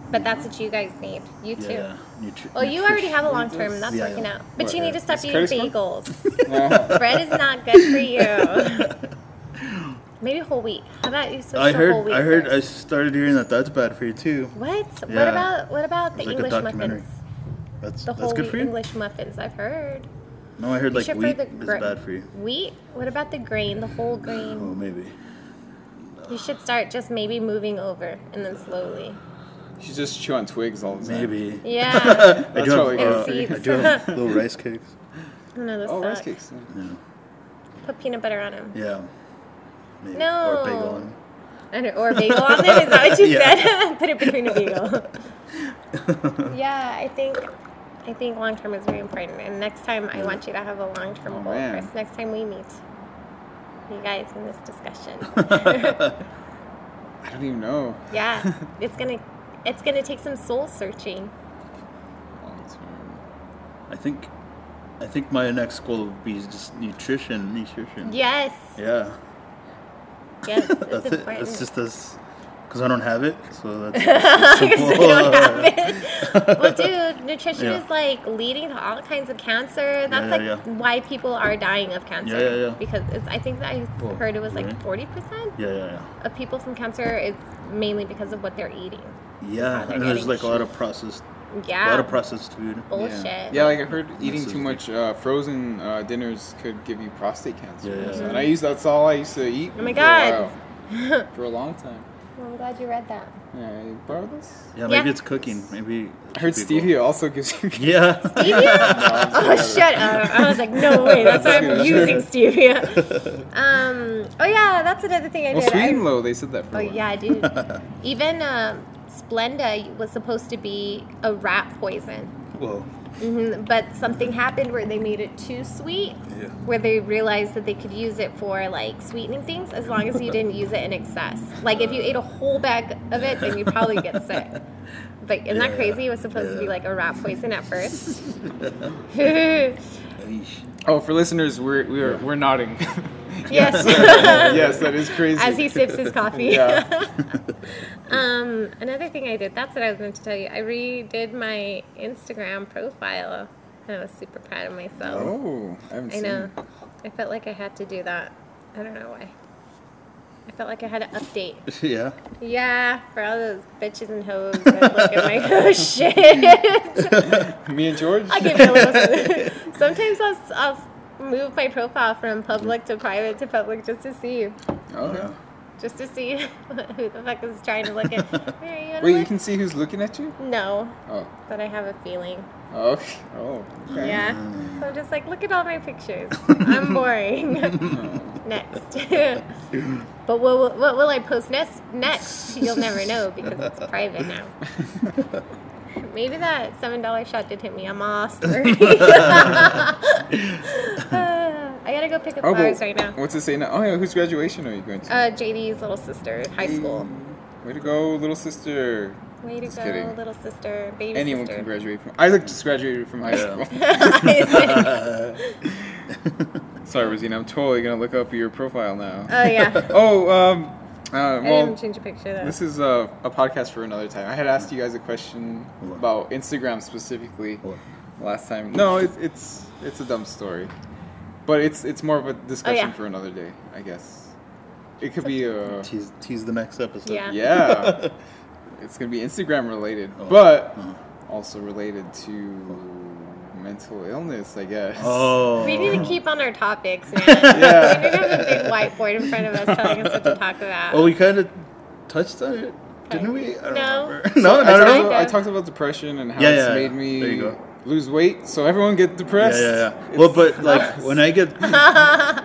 [SPEAKER 2] But that's what you guys need. You too.
[SPEAKER 3] Mm-hmm. Yeah, yeah. Nutri-
[SPEAKER 2] Well, you already have a long
[SPEAKER 1] nutrition.
[SPEAKER 2] term. That's
[SPEAKER 3] Yeah,
[SPEAKER 2] working
[SPEAKER 3] yeah.
[SPEAKER 2] out. But
[SPEAKER 1] What,
[SPEAKER 2] you need to
[SPEAKER 1] is-
[SPEAKER 2] stop
[SPEAKER 1] is
[SPEAKER 2] eating
[SPEAKER 1] Curtis one?
[SPEAKER 3] *laughs*
[SPEAKER 2] bagels.
[SPEAKER 1] Yeah.
[SPEAKER 2] Bread is not good for you.
[SPEAKER 3] *laughs*
[SPEAKER 2] Maybe whole wheat. How about you switch
[SPEAKER 3] I
[SPEAKER 2] to whole
[SPEAKER 3] heard.
[SPEAKER 2] wheat?
[SPEAKER 3] I heard. I
[SPEAKER 2] first?
[SPEAKER 3] started hearing that that's bad for you too.
[SPEAKER 2] What? What
[SPEAKER 3] Yeah.
[SPEAKER 2] about what about the
[SPEAKER 3] It's like a
[SPEAKER 2] English
[SPEAKER 3] documentary.
[SPEAKER 2] muffins?
[SPEAKER 3] That's
[SPEAKER 2] The
[SPEAKER 3] that's
[SPEAKER 2] whole
[SPEAKER 3] good
[SPEAKER 2] wheat
[SPEAKER 3] for you.
[SPEAKER 2] English muffins. I've heard.
[SPEAKER 3] No, I heard like
[SPEAKER 2] Except for
[SPEAKER 3] wheat
[SPEAKER 2] the
[SPEAKER 3] is
[SPEAKER 2] gra-
[SPEAKER 3] bad for you.
[SPEAKER 2] Wheat. What about the grain? The whole grain.
[SPEAKER 3] Oh, maybe.
[SPEAKER 2] You should start just maybe moving over and then
[SPEAKER 3] *laughs*
[SPEAKER 2] slowly.
[SPEAKER 1] You just chew on twigs all the time.
[SPEAKER 3] Maybe.
[SPEAKER 2] Yeah.
[SPEAKER 3] I
[SPEAKER 1] That's
[SPEAKER 3] do, have,
[SPEAKER 1] probably
[SPEAKER 2] good
[SPEAKER 3] uh,
[SPEAKER 2] for you.
[SPEAKER 3] I do
[SPEAKER 2] *laughs*
[SPEAKER 3] have little rice cakes.
[SPEAKER 2] no, those
[SPEAKER 1] Oh, rice
[SPEAKER 2] suck.
[SPEAKER 1] cakes. yeah.
[SPEAKER 3] Yeah.
[SPEAKER 2] Put peanut butter on them.
[SPEAKER 3] Yeah. Maybe. Or
[SPEAKER 2] No.
[SPEAKER 3] a bagel. on
[SPEAKER 2] And, or a bagel on them. Is that what you
[SPEAKER 3] *laughs* Yeah.
[SPEAKER 2] said? *laughs* Put it
[SPEAKER 3] *laughs*
[SPEAKER 2] between a bagel. *laughs* yeah, I think. I think long term is very important, and next time I want you to have a long term
[SPEAKER 1] Oh,
[SPEAKER 2] goal,
[SPEAKER 1] man.
[SPEAKER 2] Chris. Next time we meet, you guys in this discussion. *laughs*
[SPEAKER 3] *laughs*
[SPEAKER 1] I don't even know.
[SPEAKER 2] Yeah, it's gonna it's gonna take some soul searching.
[SPEAKER 1] Long term.
[SPEAKER 3] I think, I think my next goal would be just nutrition, nutrition.
[SPEAKER 2] Yes,
[SPEAKER 3] Yeah.
[SPEAKER 2] yes, it's
[SPEAKER 3] *laughs* That's it.
[SPEAKER 2] important. *laughs*
[SPEAKER 3] That's just as, because I don't have it, so that's that's
[SPEAKER 2] Because
[SPEAKER 3] simple.
[SPEAKER 2] we don't have
[SPEAKER 3] *laughs*
[SPEAKER 2] it. well, dude, nutrition
[SPEAKER 3] Yeah.
[SPEAKER 2] is like leading to all kinds of cancer. That's
[SPEAKER 3] Yeah,
[SPEAKER 2] like
[SPEAKER 3] yeah.
[SPEAKER 2] why people are dying of cancer.
[SPEAKER 3] Yeah, Mm-hmm. yeah, yeah.
[SPEAKER 2] Because it's, I think that I
[SPEAKER 3] Well,
[SPEAKER 2] heard it was like
[SPEAKER 3] really?
[SPEAKER 2] forty percent
[SPEAKER 3] yeah, yeah,
[SPEAKER 2] of people from cancer. It's mainly because of what they're eating.
[SPEAKER 3] yeah. Yeah,
[SPEAKER 2] they're
[SPEAKER 3] and there's
[SPEAKER 2] getting
[SPEAKER 3] like a lot of processed,
[SPEAKER 2] Yeah.
[SPEAKER 3] a lot of processed food.
[SPEAKER 2] Bullshit.
[SPEAKER 1] Yeah, like I heard eating
[SPEAKER 3] This
[SPEAKER 1] too
[SPEAKER 3] is-
[SPEAKER 1] much uh, frozen uh, dinners could give you prostate cancer.
[SPEAKER 3] Yeah, yeah.
[SPEAKER 1] So- And I used that's all I used to eat.
[SPEAKER 2] Oh
[SPEAKER 1] for a
[SPEAKER 2] my God. *laughs*
[SPEAKER 1] while. for a long time.
[SPEAKER 2] Well, I'm glad you read
[SPEAKER 3] *laughs*
[SPEAKER 2] that.
[SPEAKER 1] Yeah, you borrow this.
[SPEAKER 3] Yeah, maybe
[SPEAKER 2] Yeah.
[SPEAKER 3] it's cooking. Maybe.
[SPEAKER 1] I heard
[SPEAKER 3] it'd be
[SPEAKER 1] stevia also gives you. *laughs*
[SPEAKER 3] cool. Yeah.
[SPEAKER 2] Oh, shut up. I was like, no way. That's
[SPEAKER 3] *laughs*
[SPEAKER 2] why I'm using stevia. Um, oh, yeah, that's another thing I
[SPEAKER 1] Well,
[SPEAKER 2] did.
[SPEAKER 1] sweet and
[SPEAKER 2] I,
[SPEAKER 1] low. They said that for.
[SPEAKER 2] oh,
[SPEAKER 1] a while.
[SPEAKER 2] yeah,
[SPEAKER 3] *laughs*
[SPEAKER 2] dude. Even um Splenda was supposed to be a rat poison.
[SPEAKER 3] Whoa.
[SPEAKER 2] hmm But something happened where they made it too sweet,
[SPEAKER 3] Yeah.
[SPEAKER 2] where they realized that they could use it for like sweetening things as long as you didn't use it in excess. Like if you ate a whole bag of it, then you'd probably get sick. But isn't that
[SPEAKER 3] Yeah.
[SPEAKER 2] crazy? It was supposed to be
[SPEAKER 3] Yeah.
[SPEAKER 2] like a rat poison at
[SPEAKER 3] *laughs*
[SPEAKER 2] first. *laughs*
[SPEAKER 3] Eesh.
[SPEAKER 1] Oh, for listeners, we're we're we're nodding. *laughs*
[SPEAKER 2] Yes.
[SPEAKER 1] yes, that is crazy.
[SPEAKER 2] As he sips his coffee.
[SPEAKER 1] Yeah.
[SPEAKER 2] *laughs* um, another thing I did, that's what I was meant to tell you. I redid my Instagram profile and I was super proud of myself.
[SPEAKER 1] Oh, I haven't
[SPEAKER 2] I
[SPEAKER 1] seen.
[SPEAKER 2] know. I felt like I had to do that. I don't know why. I felt like I had to update.
[SPEAKER 1] *laughs*
[SPEAKER 3] yeah.
[SPEAKER 2] Yeah, for all those bitches and hoes that look at my *laughs* oh shit. *laughs*
[SPEAKER 1] Me and George.
[SPEAKER 2] I give you a little. Sometimes I'll, I'll move my profile from public to private to public just to see.
[SPEAKER 1] Okay.
[SPEAKER 2] *laughs*
[SPEAKER 3] Yeah.
[SPEAKER 2] just to see *laughs* who the fuck is trying to look
[SPEAKER 1] *laughs*
[SPEAKER 2] at. Mary, you wanna
[SPEAKER 1] Wait, you
[SPEAKER 2] look?
[SPEAKER 1] can see who's looking at you.
[SPEAKER 2] No,
[SPEAKER 1] Oh.
[SPEAKER 2] but I have a feeling.
[SPEAKER 1] Oh, Okay. Oh. Okay.
[SPEAKER 2] Yeah. So I'm just like, look at all
[SPEAKER 1] *laughs*
[SPEAKER 2] my pictures. I'm boring. *laughs*
[SPEAKER 1] oh.
[SPEAKER 2] next. but what will, what will I post next? Next,
[SPEAKER 1] *laughs*
[SPEAKER 2] you'll never know because it's private now. Maybe that seven dollar shot did hit me.
[SPEAKER 1] *laughs*
[SPEAKER 2] I'm all sturdy. *laughs* I gotta go pick up
[SPEAKER 1] Oh, but
[SPEAKER 2] flowers right now.
[SPEAKER 1] What's it say now? Oh, yeah. Whose graduation are you going to?
[SPEAKER 2] Uh, JD's little sister, Oh, high school.
[SPEAKER 1] Way to go, little sister.
[SPEAKER 2] Way to
[SPEAKER 1] Mm. Just
[SPEAKER 2] go,
[SPEAKER 1] kidding.
[SPEAKER 2] little sister, baby
[SPEAKER 1] Anyone
[SPEAKER 2] sister.
[SPEAKER 1] can
[SPEAKER 2] *laughs*
[SPEAKER 1] graduate from. Isaac just graduated from high
[SPEAKER 3] Yeah.
[SPEAKER 1] school. *laughs*
[SPEAKER 2] oh
[SPEAKER 1] Sorry, Rosina. I'm totally gonna look up your profile now.
[SPEAKER 3] *laughs*
[SPEAKER 2] yeah.
[SPEAKER 1] oh, um, uh,
[SPEAKER 2] Uh, I
[SPEAKER 1] well,
[SPEAKER 2] didn't change a picture though.
[SPEAKER 1] this is a, a podcast for another time. I had asked you guys a question
[SPEAKER 3] What?
[SPEAKER 1] about Instagram specifically
[SPEAKER 3] What?
[SPEAKER 1] last time. No, it's it's it's a dumb story, but it's it's more of a discussion
[SPEAKER 2] yeah.
[SPEAKER 1] for another day, I guess. It could be a.
[SPEAKER 3] Tease, tease the next episode.
[SPEAKER 2] Yeah.
[SPEAKER 1] Yeah. it's going to be Instagram related, but also related to mental illness, I guess.
[SPEAKER 3] *laughs* Oh.
[SPEAKER 2] We
[SPEAKER 3] *laughs*
[SPEAKER 2] need to keep on our topics, man. yeah. We need to have a big whiteboard in front of us telling us what to talk about. *laughs*
[SPEAKER 3] Well, Oh, we kind of touched on it, didn't we? I don't
[SPEAKER 2] No.
[SPEAKER 3] remember. *laughs* no,
[SPEAKER 1] I
[SPEAKER 3] not at
[SPEAKER 1] talked,
[SPEAKER 2] know.
[SPEAKER 3] all.
[SPEAKER 1] about, I talked about depression and how
[SPEAKER 3] Yeah,
[SPEAKER 1] it's
[SPEAKER 3] yeah,
[SPEAKER 1] made
[SPEAKER 3] yeah.
[SPEAKER 1] me
[SPEAKER 3] There you go.
[SPEAKER 1] lose weight. So everyone get
[SPEAKER 3] Yeah,
[SPEAKER 1] depressed.
[SPEAKER 3] yeah, yeah. Well,
[SPEAKER 1] *laughs*
[SPEAKER 3] but like when I get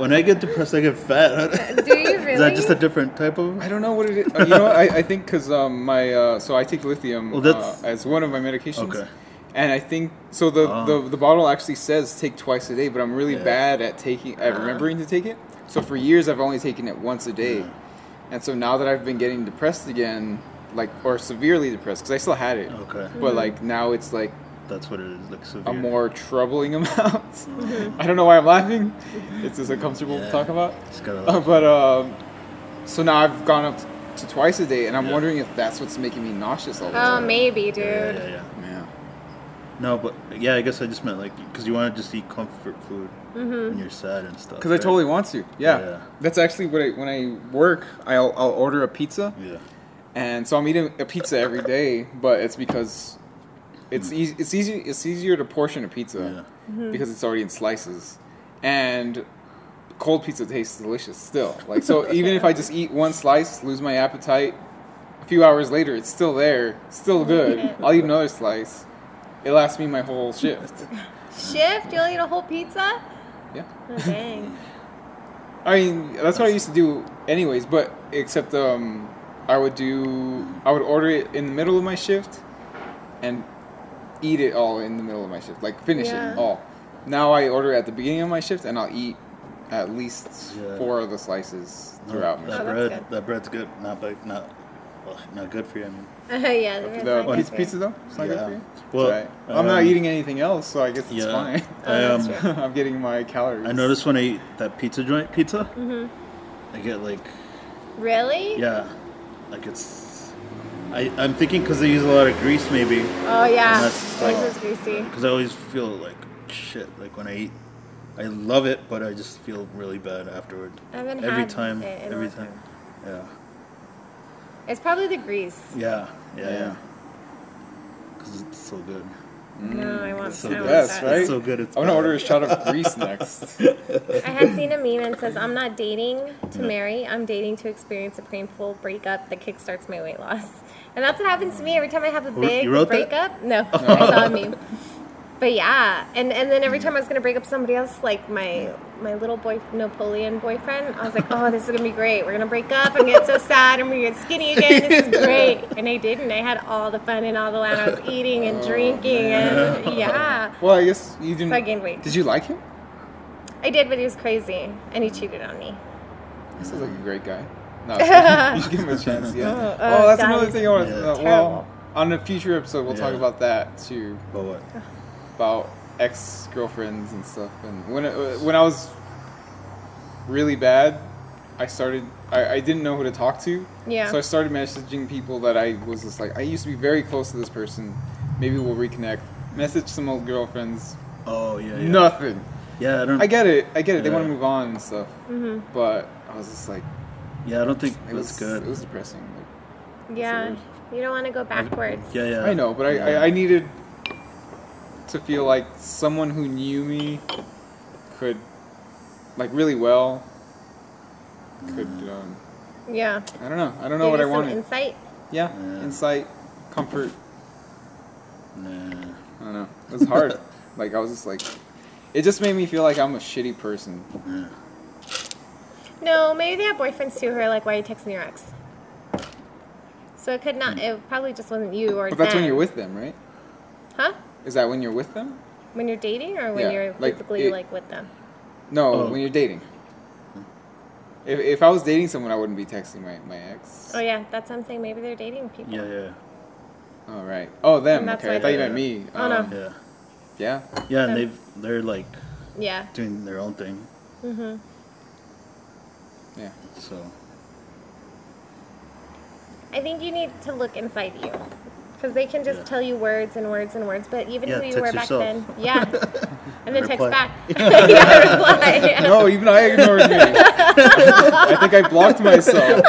[SPEAKER 3] when I get depressed, I get fat.
[SPEAKER 2] Do you really?
[SPEAKER 3] *laughs* Is that just a different type of?
[SPEAKER 1] I don't know what it is. Uh, you know, what? I, I think because um, my uh, so I take lithium
[SPEAKER 3] Well, that's-
[SPEAKER 1] uh, as one of my medications.
[SPEAKER 3] Okay.
[SPEAKER 1] And I think so. The,
[SPEAKER 3] Ah.
[SPEAKER 1] the the bottle actually says take twice a day, but I'm really
[SPEAKER 3] Yeah. Uh-huh.
[SPEAKER 1] bad at taking at remembering to take it. So for years I've only taken it once a day, and so now that I've been getting depressed again, like or severely depressed, because I still had it,
[SPEAKER 3] Okay,
[SPEAKER 1] but like now it's like
[SPEAKER 3] that's what it is. Like severe.
[SPEAKER 1] a more troubling *laughs* amount. I don't know why I'm laughing. It's just uncomfortable to
[SPEAKER 3] Yeah.
[SPEAKER 1] talk about.
[SPEAKER 3] Just gotta-
[SPEAKER 1] Uh, *laughs* but um, so now I've gone up to twice a day, and I'm
[SPEAKER 3] Yeah.
[SPEAKER 1] wondering if that's what's making me nauseous all the
[SPEAKER 2] oh,
[SPEAKER 1] time.
[SPEAKER 2] maybe, dude.
[SPEAKER 3] Yeah, yeah, yeah.
[SPEAKER 1] Yeah.
[SPEAKER 3] No, but yeah, I guess I just meant like because you want to just eat comfort food
[SPEAKER 2] Mm-hmm.
[SPEAKER 3] when you're sad and stuff.
[SPEAKER 1] Because I
[SPEAKER 3] right?
[SPEAKER 1] totally want to. Yeah.
[SPEAKER 3] Yeah.
[SPEAKER 1] That's actually what I when I work, I'll, I'll order a pizza,
[SPEAKER 3] Yeah.
[SPEAKER 1] and so I'm eating a pizza every day. But it's because it's easy. It's easy. It's easier to portion a pizza because it's already in slices, and cold pizza tastes delicious still. Like so, even if I just eat one slice, lose my appetite, a few hours later it's still there, still good. I'll eat another slice. It lasts me my whole shift.
[SPEAKER 2] Shift? You'll eat a whole pizza?
[SPEAKER 1] Yeah.
[SPEAKER 2] Oh, dang. *laughs*
[SPEAKER 1] I mean, that's what I used to do, anyways. But except, um, I would do, I would order it in the middle of my shift, and eat it all in the middle of my shift, like finish
[SPEAKER 2] Yeah.
[SPEAKER 1] it all. Now I order at the beginning of my shift, and I'll eat at least
[SPEAKER 3] Yeah.
[SPEAKER 1] four of the slices throughout my
[SPEAKER 3] that
[SPEAKER 2] Oh, that's
[SPEAKER 3] bread.
[SPEAKER 2] good.
[SPEAKER 3] That bread's good. Not bad. Not. ugh, not good for you. I mean.
[SPEAKER 2] yeah.
[SPEAKER 1] shift.
[SPEAKER 2] that's
[SPEAKER 1] The
[SPEAKER 2] not
[SPEAKER 1] pizza,
[SPEAKER 2] good.
[SPEAKER 1] pizza though, it's not good
[SPEAKER 3] Yeah.
[SPEAKER 1] for you.
[SPEAKER 3] Well,
[SPEAKER 1] It's all right. I'm not
[SPEAKER 3] um,
[SPEAKER 1] eating anything else, so I guess it's
[SPEAKER 3] yeah.
[SPEAKER 1] fine.
[SPEAKER 3] I,
[SPEAKER 2] Oh, that's
[SPEAKER 3] um,
[SPEAKER 1] *laughs*
[SPEAKER 2] true.
[SPEAKER 1] I'm getting my calories.
[SPEAKER 3] I noticed when I eat that pizza joint pizza,
[SPEAKER 2] Mm-hmm.
[SPEAKER 3] I get like
[SPEAKER 2] Really?
[SPEAKER 3] yeah, like it's. I I'm thinking because they use a lot of grease maybe
[SPEAKER 2] Oh, yeah.
[SPEAKER 3] And
[SPEAKER 2] This
[SPEAKER 3] that's
[SPEAKER 2] is greasy.
[SPEAKER 3] because I always feel like shit like when I eat. I love it, but I just feel really bad afterward.
[SPEAKER 2] I haven't
[SPEAKER 3] every
[SPEAKER 2] had
[SPEAKER 3] time,
[SPEAKER 2] it in a
[SPEAKER 3] every
[SPEAKER 2] long
[SPEAKER 3] time.
[SPEAKER 2] time.
[SPEAKER 3] Yeah.
[SPEAKER 2] It's probably the grease.
[SPEAKER 3] Yeah, yeah,
[SPEAKER 1] Yeah.
[SPEAKER 3] yeah. Because it's so good.
[SPEAKER 2] No, I want,
[SPEAKER 3] so
[SPEAKER 2] I want
[SPEAKER 1] Yes,
[SPEAKER 2] that.
[SPEAKER 1] right?
[SPEAKER 3] It's so good, it's
[SPEAKER 1] I'm gonna
[SPEAKER 3] bad.
[SPEAKER 1] order a shot of grease
[SPEAKER 3] *laughs*
[SPEAKER 1] next.
[SPEAKER 2] I had seen a meme and says, I'm not dating to marry, I'm dating to experience a painful breakup that kickstarts my weight loss. And that's what happens to me every time I have a
[SPEAKER 3] wr-
[SPEAKER 2] big
[SPEAKER 3] you wrote that?
[SPEAKER 2] breakup.
[SPEAKER 3] *laughs*
[SPEAKER 2] No, I saw a meme. But yeah, and, and then every time I was gonna break up somebody else, like my my little boy Napoleon boyfriend, I was like, Oh, this is gonna be great. We're gonna break up, I'm gonna get so sad, I'm gonna get skinny again, this is
[SPEAKER 3] *laughs*
[SPEAKER 2] great. And I didn't. I had all the fun and all the land. I was eating
[SPEAKER 3] Oh,
[SPEAKER 2] and drinking and yeah.
[SPEAKER 1] well, I guess you didn't.
[SPEAKER 2] So I gained weight.
[SPEAKER 1] Did you like him?
[SPEAKER 2] I did, but he was crazy and he cheated on me.
[SPEAKER 1] He sounds like a great guy.
[SPEAKER 2] *laughs*
[SPEAKER 1] No, I'm just kidding. You should give him a chance. Yeah.
[SPEAKER 2] Oh,
[SPEAKER 1] oh, that's
[SPEAKER 2] God,
[SPEAKER 1] another
[SPEAKER 2] he's
[SPEAKER 1] thing I want to.
[SPEAKER 3] Yeah.
[SPEAKER 1] Uh,
[SPEAKER 2] terrible.
[SPEAKER 1] well, on a future episode, we'll talk
[SPEAKER 3] Yeah.
[SPEAKER 1] about that too, *laughs*
[SPEAKER 3] But what?
[SPEAKER 1] about ex girlfriends and stuff. And when it, uh, when I was really bad, I started. I, I didn't know who to talk to.
[SPEAKER 2] Yeah.
[SPEAKER 1] So I started messaging people that I was just like, I used to be very close to this person. Maybe we'll reconnect. Message some old girlfriends.
[SPEAKER 3] Oh yeah, yeah.
[SPEAKER 1] Nothing.
[SPEAKER 3] Yeah, I don't.
[SPEAKER 1] I get it. I get it. They
[SPEAKER 3] Yeah.
[SPEAKER 1] want to move on and stuff.
[SPEAKER 2] Mm-hmm.
[SPEAKER 1] But I was just like,
[SPEAKER 3] Yeah, I don't think
[SPEAKER 1] it was
[SPEAKER 3] that's
[SPEAKER 1] It
[SPEAKER 3] good.
[SPEAKER 1] was depressing. Like,
[SPEAKER 2] Yeah,
[SPEAKER 1] Absolutely.
[SPEAKER 2] you don't want to go backwards.
[SPEAKER 3] yeah, yeah.
[SPEAKER 1] I know, but I, I, I needed to feel like someone who knew me could, like, really well. Could
[SPEAKER 3] Mm.
[SPEAKER 1] um,
[SPEAKER 2] Yeah.
[SPEAKER 1] I don't know. I don't know
[SPEAKER 2] Give
[SPEAKER 1] what I
[SPEAKER 2] you some
[SPEAKER 1] wanted.
[SPEAKER 2] Insight.
[SPEAKER 1] yeah,
[SPEAKER 3] Yeah.
[SPEAKER 1] insight, comfort.
[SPEAKER 3] Nah.
[SPEAKER 1] I don't know. It was
[SPEAKER 3] *laughs*
[SPEAKER 1] hard. like I was just like, it just made me feel like I'm a shitty person.
[SPEAKER 3] Yeah.
[SPEAKER 2] No, maybe they have boyfriends too who are like, "Why are you texting your ex?" So it could not. It probably just wasn't you or.
[SPEAKER 1] Hmm. But that's when
[SPEAKER 2] them.
[SPEAKER 1] you're with them, right?
[SPEAKER 2] Huh?
[SPEAKER 1] Is that when you're with them?
[SPEAKER 2] When you're dating or when
[SPEAKER 1] Yeah,
[SPEAKER 2] you're
[SPEAKER 1] like,
[SPEAKER 2] physically
[SPEAKER 1] it-
[SPEAKER 2] like with them.
[SPEAKER 1] No,
[SPEAKER 3] Oh.
[SPEAKER 1] when you're dating. If, if I was dating someone, I wouldn't be texting my, my ex.
[SPEAKER 2] Oh yeah, that's something. Maybe they're dating people.
[SPEAKER 3] Yeah, yeah,
[SPEAKER 1] Oh, right. Oh, them.
[SPEAKER 2] And that's
[SPEAKER 1] Okay, I
[SPEAKER 2] why
[SPEAKER 1] thought you
[SPEAKER 3] they-
[SPEAKER 1] meant me.
[SPEAKER 2] Oh, no.
[SPEAKER 1] Um,
[SPEAKER 3] yeah.
[SPEAKER 1] Yeah.
[SPEAKER 3] Yeah,
[SPEAKER 2] Um,
[SPEAKER 3] and they've they're like
[SPEAKER 2] Yeah.
[SPEAKER 3] doing their own thing,
[SPEAKER 2] Mm-hmm.
[SPEAKER 1] Yeah.
[SPEAKER 3] so
[SPEAKER 2] I think you need to look inside you because they can just
[SPEAKER 3] Yeah.
[SPEAKER 2] tell you words and words and words. But even
[SPEAKER 3] Yeah,
[SPEAKER 2] who you
[SPEAKER 3] text
[SPEAKER 2] were back
[SPEAKER 3] yourself.
[SPEAKER 2] then,
[SPEAKER 3] *laughs*
[SPEAKER 2] yeah, and then text
[SPEAKER 3] Reply. *laughs*
[SPEAKER 2] back, *laughs* yeah, reply. *laughs* Yeah.
[SPEAKER 1] No, even I ignored me. I think I blocked myself.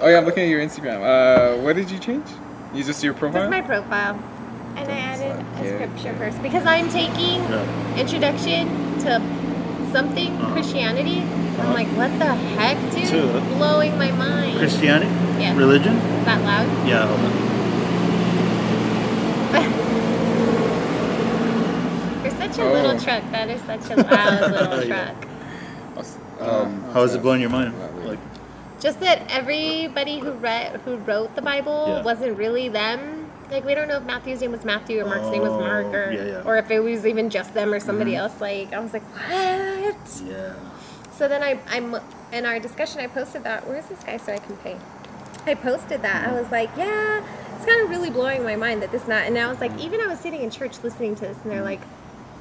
[SPEAKER 1] Oh yeah, I'm looking at your Instagram. Uh, what did you change? You just your
[SPEAKER 2] This
[SPEAKER 1] profile.
[SPEAKER 2] is my profile, and I added
[SPEAKER 1] Yeah.
[SPEAKER 2] a scripture verse because I'm taking
[SPEAKER 3] Yeah.
[SPEAKER 2] introduction to something
[SPEAKER 3] Uh-huh.
[SPEAKER 2] Christianity. I'm
[SPEAKER 3] Uh-huh.
[SPEAKER 2] like, what the heck, dude?
[SPEAKER 3] To-
[SPEAKER 2] Blowing my mind. Is
[SPEAKER 3] Christianity?
[SPEAKER 2] Yeah.
[SPEAKER 3] Religion?
[SPEAKER 2] that loud?
[SPEAKER 3] Yeah. hold on.
[SPEAKER 2] You're such a
[SPEAKER 1] Oh.
[SPEAKER 2] little truck. That is such a
[SPEAKER 3] *laughs*
[SPEAKER 2] loud little
[SPEAKER 3] Yeah.
[SPEAKER 2] truck.
[SPEAKER 3] Um, how is it blowing your mind?
[SPEAKER 1] Not really.
[SPEAKER 3] Like,
[SPEAKER 2] Just that everybody who read, who wrote the Bible
[SPEAKER 3] Yeah.
[SPEAKER 2] wasn't really them. Like we don't know if Matthew's name was Matthew or Mark's name was Mark,
[SPEAKER 3] Oh,
[SPEAKER 2] or
[SPEAKER 3] yeah, yeah. Mm-hmm.
[SPEAKER 2] or if it was even just them or somebody else. Like I was like, what?
[SPEAKER 3] yeah.
[SPEAKER 2] So then I, I'm in our discussion. I posted that. Where's this guy so I can pay? I posted that. I was like, yeah, it's kind of really blowing my mind that this and that. And I was like, even I was sitting in church listening to this, and they're like,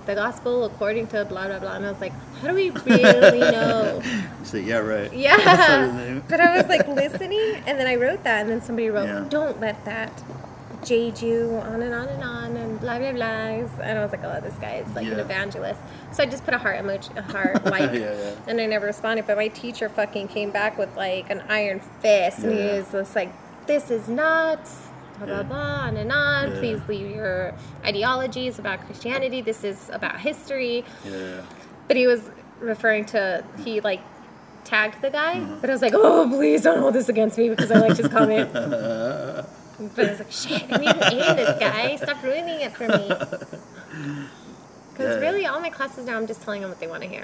[SPEAKER 2] the gospel according to blah blah blah. And I was like, how do we really know?
[SPEAKER 3] You say, yeah, right. That's what his
[SPEAKER 2] Yeah.
[SPEAKER 3] name-
[SPEAKER 2] *laughs* but I was like listening, and then I wrote that, and then somebody wrote,
[SPEAKER 3] Yeah.
[SPEAKER 2] "Don't let that jade you," on and on and on, and blah blah blah. And I was like, "Oh, this guy is like an
[SPEAKER 3] Yeah.
[SPEAKER 2] evangelist." So I just put a heart emoji, a heart like,
[SPEAKER 3] *laughs* Yeah, yeah.
[SPEAKER 2] and I never responded. But my teacher fucking came back with like an iron fist, and
[SPEAKER 3] Yeah.
[SPEAKER 2] he was just like, "This is nuts." Blah,
[SPEAKER 3] Yeah.
[SPEAKER 2] blah blah on and on.
[SPEAKER 3] Yeah.
[SPEAKER 2] Please leave your ideologies about Christianity. This is about history.
[SPEAKER 3] Yeah.
[SPEAKER 2] But he was referring to he like tagged the guy,
[SPEAKER 3] Mm-hmm.
[SPEAKER 2] but I was like, oh please don't hold this against me because I liked his
[SPEAKER 3] *laughs*
[SPEAKER 2] comment. but I was like, shit, I need to aim this guy. Stop ruining it for me. Because
[SPEAKER 3] Yeah.
[SPEAKER 2] really, all my classes now, I'm just telling them what they want to hear.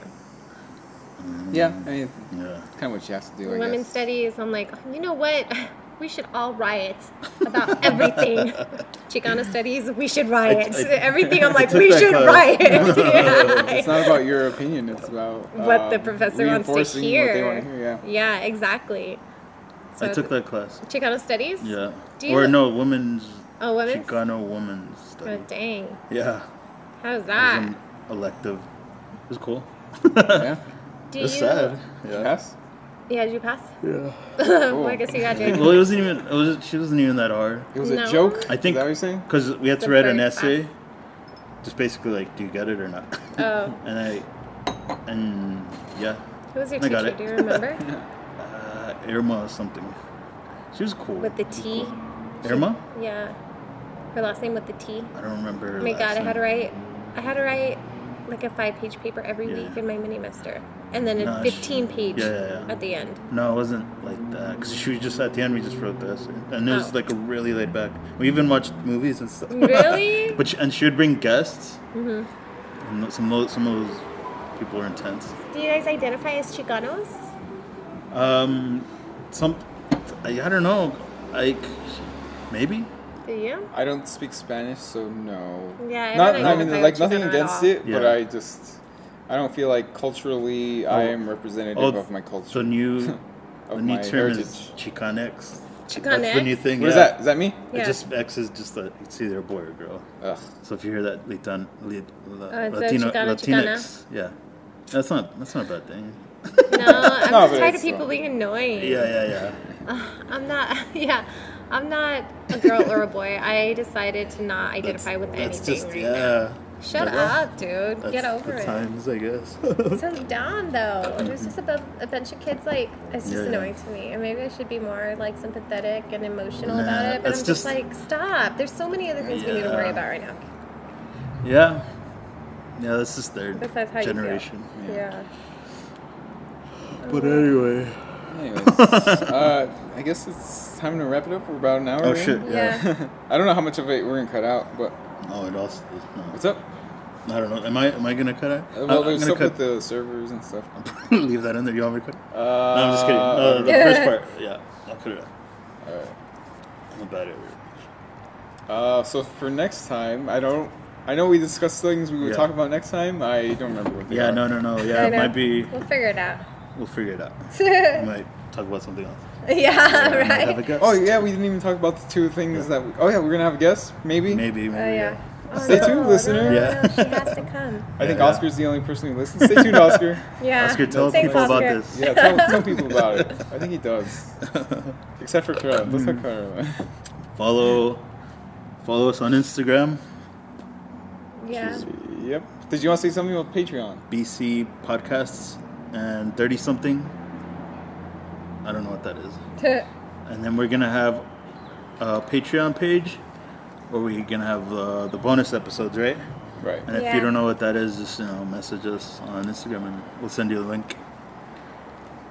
[SPEAKER 1] Yeah, I mean,
[SPEAKER 3] Yeah.
[SPEAKER 1] kind of what you have to do. I
[SPEAKER 2] Women's
[SPEAKER 1] guess.
[SPEAKER 2] studies. I'm like, you know what? We should all riot about
[SPEAKER 3] *laughs*
[SPEAKER 2] everything. Chicana studies, we should riot.
[SPEAKER 3] I-
[SPEAKER 2] everything, I'm like,
[SPEAKER 3] took
[SPEAKER 2] we
[SPEAKER 3] that
[SPEAKER 2] should
[SPEAKER 3] class. *laughs*
[SPEAKER 2] riot. Yeah.
[SPEAKER 1] It's not
[SPEAKER 2] *laughs*
[SPEAKER 1] about your opinion. It's about
[SPEAKER 2] what the
[SPEAKER 1] um,
[SPEAKER 2] professor wants to
[SPEAKER 1] reinforcing
[SPEAKER 2] hear.
[SPEAKER 1] What they want to hear. Yeah.
[SPEAKER 2] exactly. So
[SPEAKER 3] I took that class.
[SPEAKER 2] Chicano studies.
[SPEAKER 3] Yeah.
[SPEAKER 2] Do you-
[SPEAKER 3] Or no, women's.
[SPEAKER 2] Oh, women's.
[SPEAKER 3] Chicano women's
[SPEAKER 2] Oh,
[SPEAKER 3] study.
[SPEAKER 2] dang.
[SPEAKER 3] Yeah.
[SPEAKER 2] How's
[SPEAKER 3] It
[SPEAKER 2] that?
[SPEAKER 3] was an elective. It was *laughs* cool.
[SPEAKER 1] Yeah.
[SPEAKER 2] Ah. Do you?
[SPEAKER 3] It was sad. Yeah.
[SPEAKER 1] Yes.
[SPEAKER 2] Yeah, did you pass? *laughs*
[SPEAKER 3] Yeah.
[SPEAKER 2] well, I guess you graduated.
[SPEAKER 3] Well, Oh. it wasn't even. It was. She wasn't even that hard.
[SPEAKER 1] It was
[SPEAKER 2] No.
[SPEAKER 1] a joke.
[SPEAKER 3] I
[SPEAKER 1] Is that
[SPEAKER 3] think
[SPEAKER 1] what you're saying?
[SPEAKER 3] because we had
[SPEAKER 2] The
[SPEAKER 3] to write an
[SPEAKER 2] first
[SPEAKER 3] essay,
[SPEAKER 2] class.
[SPEAKER 3] just basically like, do you get it or
[SPEAKER 2] *laughs*
[SPEAKER 3] not?
[SPEAKER 2] Oh,
[SPEAKER 3] and I, and yeah,
[SPEAKER 2] who was your
[SPEAKER 3] I got
[SPEAKER 2] teacher?
[SPEAKER 3] it.
[SPEAKER 2] Do you
[SPEAKER 3] *laughs*
[SPEAKER 2] remember?
[SPEAKER 3] uh, Irma something. She was cool.
[SPEAKER 2] with the T.
[SPEAKER 3] Irma?
[SPEAKER 2] Yeah. Her last name with the T.
[SPEAKER 3] I don't remember. Her
[SPEAKER 2] Oh my
[SPEAKER 3] last
[SPEAKER 2] god, I had to
[SPEAKER 3] name.
[SPEAKER 2] write. I had to write like a five-page paper every
[SPEAKER 3] Yeah.
[SPEAKER 2] week in my mini master, and then a
[SPEAKER 3] No, she-
[SPEAKER 2] fifteen-page
[SPEAKER 3] yeah, yeah, yeah.
[SPEAKER 2] at the end.
[SPEAKER 3] No, it wasn't like that. Because she was just at the end, we just wrote the essay, and it was
[SPEAKER 2] Oh.
[SPEAKER 3] like a really laid back. We even watched movies and stuff.
[SPEAKER 2] Really?
[SPEAKER 3] *laughs* but she, and she would bring guests. Mm-hmm. And some of those- some of those people were intense.
[SPEAKER 2] Do you guys identify as Chicanos?
[SPEAKER 3] Um, some, I, I don't know, like maybe.
[SPEAKER 2] Do you?
[SPEAKER 1] I don't speak Spanish, so no.
[SPEAKER 2] Yeah, I
[SPEAKER 1] Not.
[SPEAKER 2] don't
[SPEAKER 1] I mean,
[SPEAKER 2] identify
[SPEAKER 1] like
[SPEAKER 2] with
[SPEAKER 1] nothing
[SPEAKER 2] Chicano at
[SPEAKER 1] against
[SPEAKER 2] all.
[SPEAKER 1] it, but
[SPEAKER 3] Yeah.
[SPEAKER 1] I just. I don't feel like culturally I
[SPEAKER 3] Oh.
[SPEAKER 1] am representative of my culture. *laughs*
[SPEAKER 3] The new,
[SPEAKER 1] of
[SPEAKER 3] the new
[SPEAKER 1] my
[SPEAKER 3] term is
[SPEAKER 1] heritage.
[SPEAKER 3] Chicanx.
[SPEAKER 2] Chicanex?
[SPEAKER 3] That's the new thing.
[SPEAKER 1] What is
[SPEAKER 3] yeah.
[SPEAKER 1] that? Is that me?
[SPEAKER 2] Yeah.
[SPEAKER 3] It just X is just that it's either a boy or a girl.
[SPEAKER 1] Ugh.
[SPEAKER 3] So if you hear that Litan, Lit, La,
[SPEAKER 2] Oh, it's a
[SPEAKER 3] Latino,
[SPEAKER 2] Chicana,
[SPEAKER 3] Latinx, yeah, that's not that's not a bad thing.
[SPEAKER 2] No,
[SPEAKER 1] *laughs*
[SPEAKER 2] I'm
[SPEAKER 1] No,
[SPEAKER 2] just
[SPEAKER 1] but
[SPEAKER 2] tired of
[SPEAKER 1] it's uh,
[SPEAKER 2] people
[SPEAKER 1] wrong.
[SPEAKER 2] being annoying.
[SPEAKER 3] Yeah, yeah, yeah.
[SPEAKER 2] I'm not. *laughs* Yeah, I'm not a girl or a boy. I decided to not identify with
[SPEAKER 3] That's
[SPEAKER 2] anything.
[SPEAKER 3] just
[SPEAKER 2] right now.
[SPEAKER 3] yeah.
[SPEAKER 2] Shut
[SPEAKER 3] That's-
[SPEAKER 2] up, dude.
[SPEAKER 3] that's
[SPEAKER 2] Get over
[SPEAKER 3] the
[SPEAKER 2] it.
[SPEAKER 3] Times,
[SPEAKER 2] *laughs*
[SPEAKER 3] I guess.
[SPEAKER 2] So down though. There's just a, bu- a bunch of kids like it's just
[SPEAKER 3] Yeah, yeah.
[SPEAKER 2] annoying to me, and maybe I should be more like sympathetic and emotional
[SPEAKER 3] Nah,
[SPEAKER 2] about it. But I'm
[SPEAKER 3] that's
[SPEAKER 2] just,
[SPEAKER 3] just-
[SPEAKER 2] like, stop. There's so many other things we need to worry
[SPEAKER 3] Yeah.
[SPEAKER 2] about right now.
[SPEAKER 3] yeah, yeah. This is third
[SPEAKER 2] Besides how
[SPEAKER 3] generation.
[SPEAKER 2] you feel. Yeah. Oh.
[SPEAKER 3] But anyway. *laughs*
[SPEAKER 1] Anyways, uh, I guess it's time to wrap it up. We're about an hour.
[SPEAKER 3] Oh
[SPEAKER 1] in.
[SPEAKER 3] shit.
[SPEAKER 2] Yeah.
[SPEAKER 3] *laughs* Yeah.
[SPEAKER 1] *laughs* I don't know how much of it we're gonna cut out, but
[SPEAKER 3] Oh, it also. No.
[SPEAKER 1] what's up?
[SPEAKER 3] I don't know. Am I am I gonna cut it?
[SPEAKER 1] Uh, well,
[SPEAKER 3] I'm
[SPEAKER 1] there's stuff
[SPEAKER 3] gonna cut.
[SPEAKER 1] with the servers and stuff.
[SPEAKER 3] *laughs* Leave that in there. You want me to cut? it?
[SPEAKER 1] Uh,
[SPEAKER 3] no, I'm just kidding.
[SPEAKER 2] *laughs*
[SPEAKER 3] No, the
[SPEAKER 2] Yeah.
[SPEAKER 3] first part. Yeah, I'll cut it. out. I'm a bad at it.
[SPEAKER 1] Uh, so for next time, I don't. I know we discussed things we would
[SPEAKER 3] Yeah.
[SPEAKER 1] talk about next time. I don't remember what they
[SPEAKER 3] Yeah,
[SPEAKER 1] are.
[SPEAKER 3] no, no, no.
[SPEAKER 2] *laughs*
[SPEAKER 3] Yeah,
[SPEAKER 2] I
[SPEAKER 3] it
[SPEAKER 2] know.
[SPEAKER 3] might be.
[SPEAKER 2] We'll figure it out. *laughs*
[SPEAKER 3] We'll figure it out. We
[SPEAKER 2] yeah,
[SPEAKER 3] might talk about
[SPEAKER 2] *laughs*
[SPEAKER 3] something else. We might Have a
[SPEAKER 2] right.
[SPEAKER 3] guest.
[SPEAKER 1] Oh yeah, we didn't even talk about the two things that. We, oh yeah, we're gonna have a guest. Maybe.
[SPEAKER 3] Maybe. Maybe.
[SPEAKER 2] Oh yeah. Oh,
[SPEAKER 1] Stay tuned, listener.
[SPEAKER 2] No,
[SPEAKER 3] Yeah.
[SPEAKER 2] she has to come.
[SPEAKER 1] I think
[SPEAKER 3] Yeah.
[SPEAKER 1] Oscar's the only person who listens. Stay tuned, *laughs* Oscar.
[SPEAKER 2] Yeah.
[SPEAKER 3] *laughs* Oscar, tell
[SPEAKER 2] Thanks,
[SPEAKER 3] people about
[SPEAKER 2] Oscar.
[SPEAKER 3] this.
[SPEAKER 1] Yeah, tell, tell people about it. I think he does. Except for Kara. Let's not Kara.
[SPEAKER 3] *laughs* Follow follow us on Instagram,
[SPEAKER 2] Yeah.
[SPEAKER 1] Yep. Did you want to say something about Patreon?
[SPEAKER 3] BC Podcasts, and 30 something. I don't know what that is.
[SPEAKER 2] *laughs*
[SPEAKER 3] And then we're going to have a Patreon page where we're going to have uh, the bonus episodes, right?
[SPEAKER 1] Right.
[SPEAKER 3] And if
[SPEAKER 2] Yeah.
[SPEAKER 3] you don't know what that is, just you know, message us on Instagram and we'll send you the link.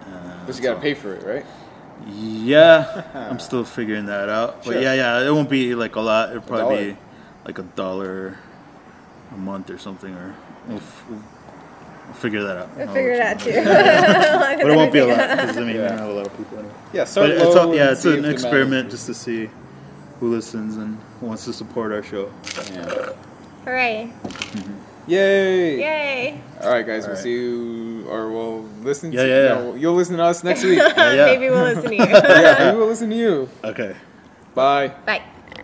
[SPEAKER 3] Uh,
[SPEAKER 1] But you gotta
[SPEAKER 3] so-
[SPEAKER 1] pay for it, right? *laughs*
[SPEAKER 3] Yeah, I'm still figuring that out. But
[SPEAKER 1] Sure.
[SPEAKER 3] yeah, yeah, it won't be like a lot. It'll probably
[SPEAKER 1] dollar.
[SPEAKER 3] be like a dollar a month or something, or we'll, f- we'll figure that out.
[SPEAKER 2] We'll
[SPEAKER 3] I'll
[SPEAKER 2] figure it
[SPEAKER 3] let
[SPEAKER 2] out
[SPEAKER 3] you
[SPEAKER 2] too.
[SPEAKER 3] know. *laughs* but it won't be
[SPEAKER 2] *laughs*
[SPEAKER 3] a lot because I mean, we
[SPEAKER 1] Yeah.
[SPEAKER 3] don't have a lot of people. Anyway.
[SPEAKER 1] Yeah. Start
[SPEAKER 3] But it's
[SPEAKER 1] low
[SPEAKER 3] all, yeah,
[SPEAKER 1] and
[SPEAKER 3] it's
[SPEAKER 1] see
[SPEAKER 3] an
[SPEAKER 1] if demand-
[SPEAKER 3] experiment just to see who listens and who wants to support our show.
[SPEAKER 1] Yeah.
[SPEAKER 2] Hooray.
[SPEAKER 1] Yay!
[SPEAKER 2] Yay.
[SPEAKER 1] All right, guys.
[SPEAKER 3] All
[SPEAKER 1] we'll
[SPEAKER 3] right.
[SPEAKER 1] see you, or we'll listen.
[SPEAKER 3] Yeah,
[SPEAKER 1] to,
[SPEAKER 3] yeah, yeah.
[SPEAKER 1] no, you'll
[SPEAKER 2] *laughs*
[SPEAKER 3] *laughs*
[SPEAKER 1] listen to us next week.
[SPEAKER 3] yeah. *laughs*
[SPEAKER 2] Maybe we'll listen to you.
[SPEAKER 1] yeah, we will listen to you.
[SPEAKER 3] Okay.
[SPEAKER 1] Bye.
[SPEAKER 2] Bye.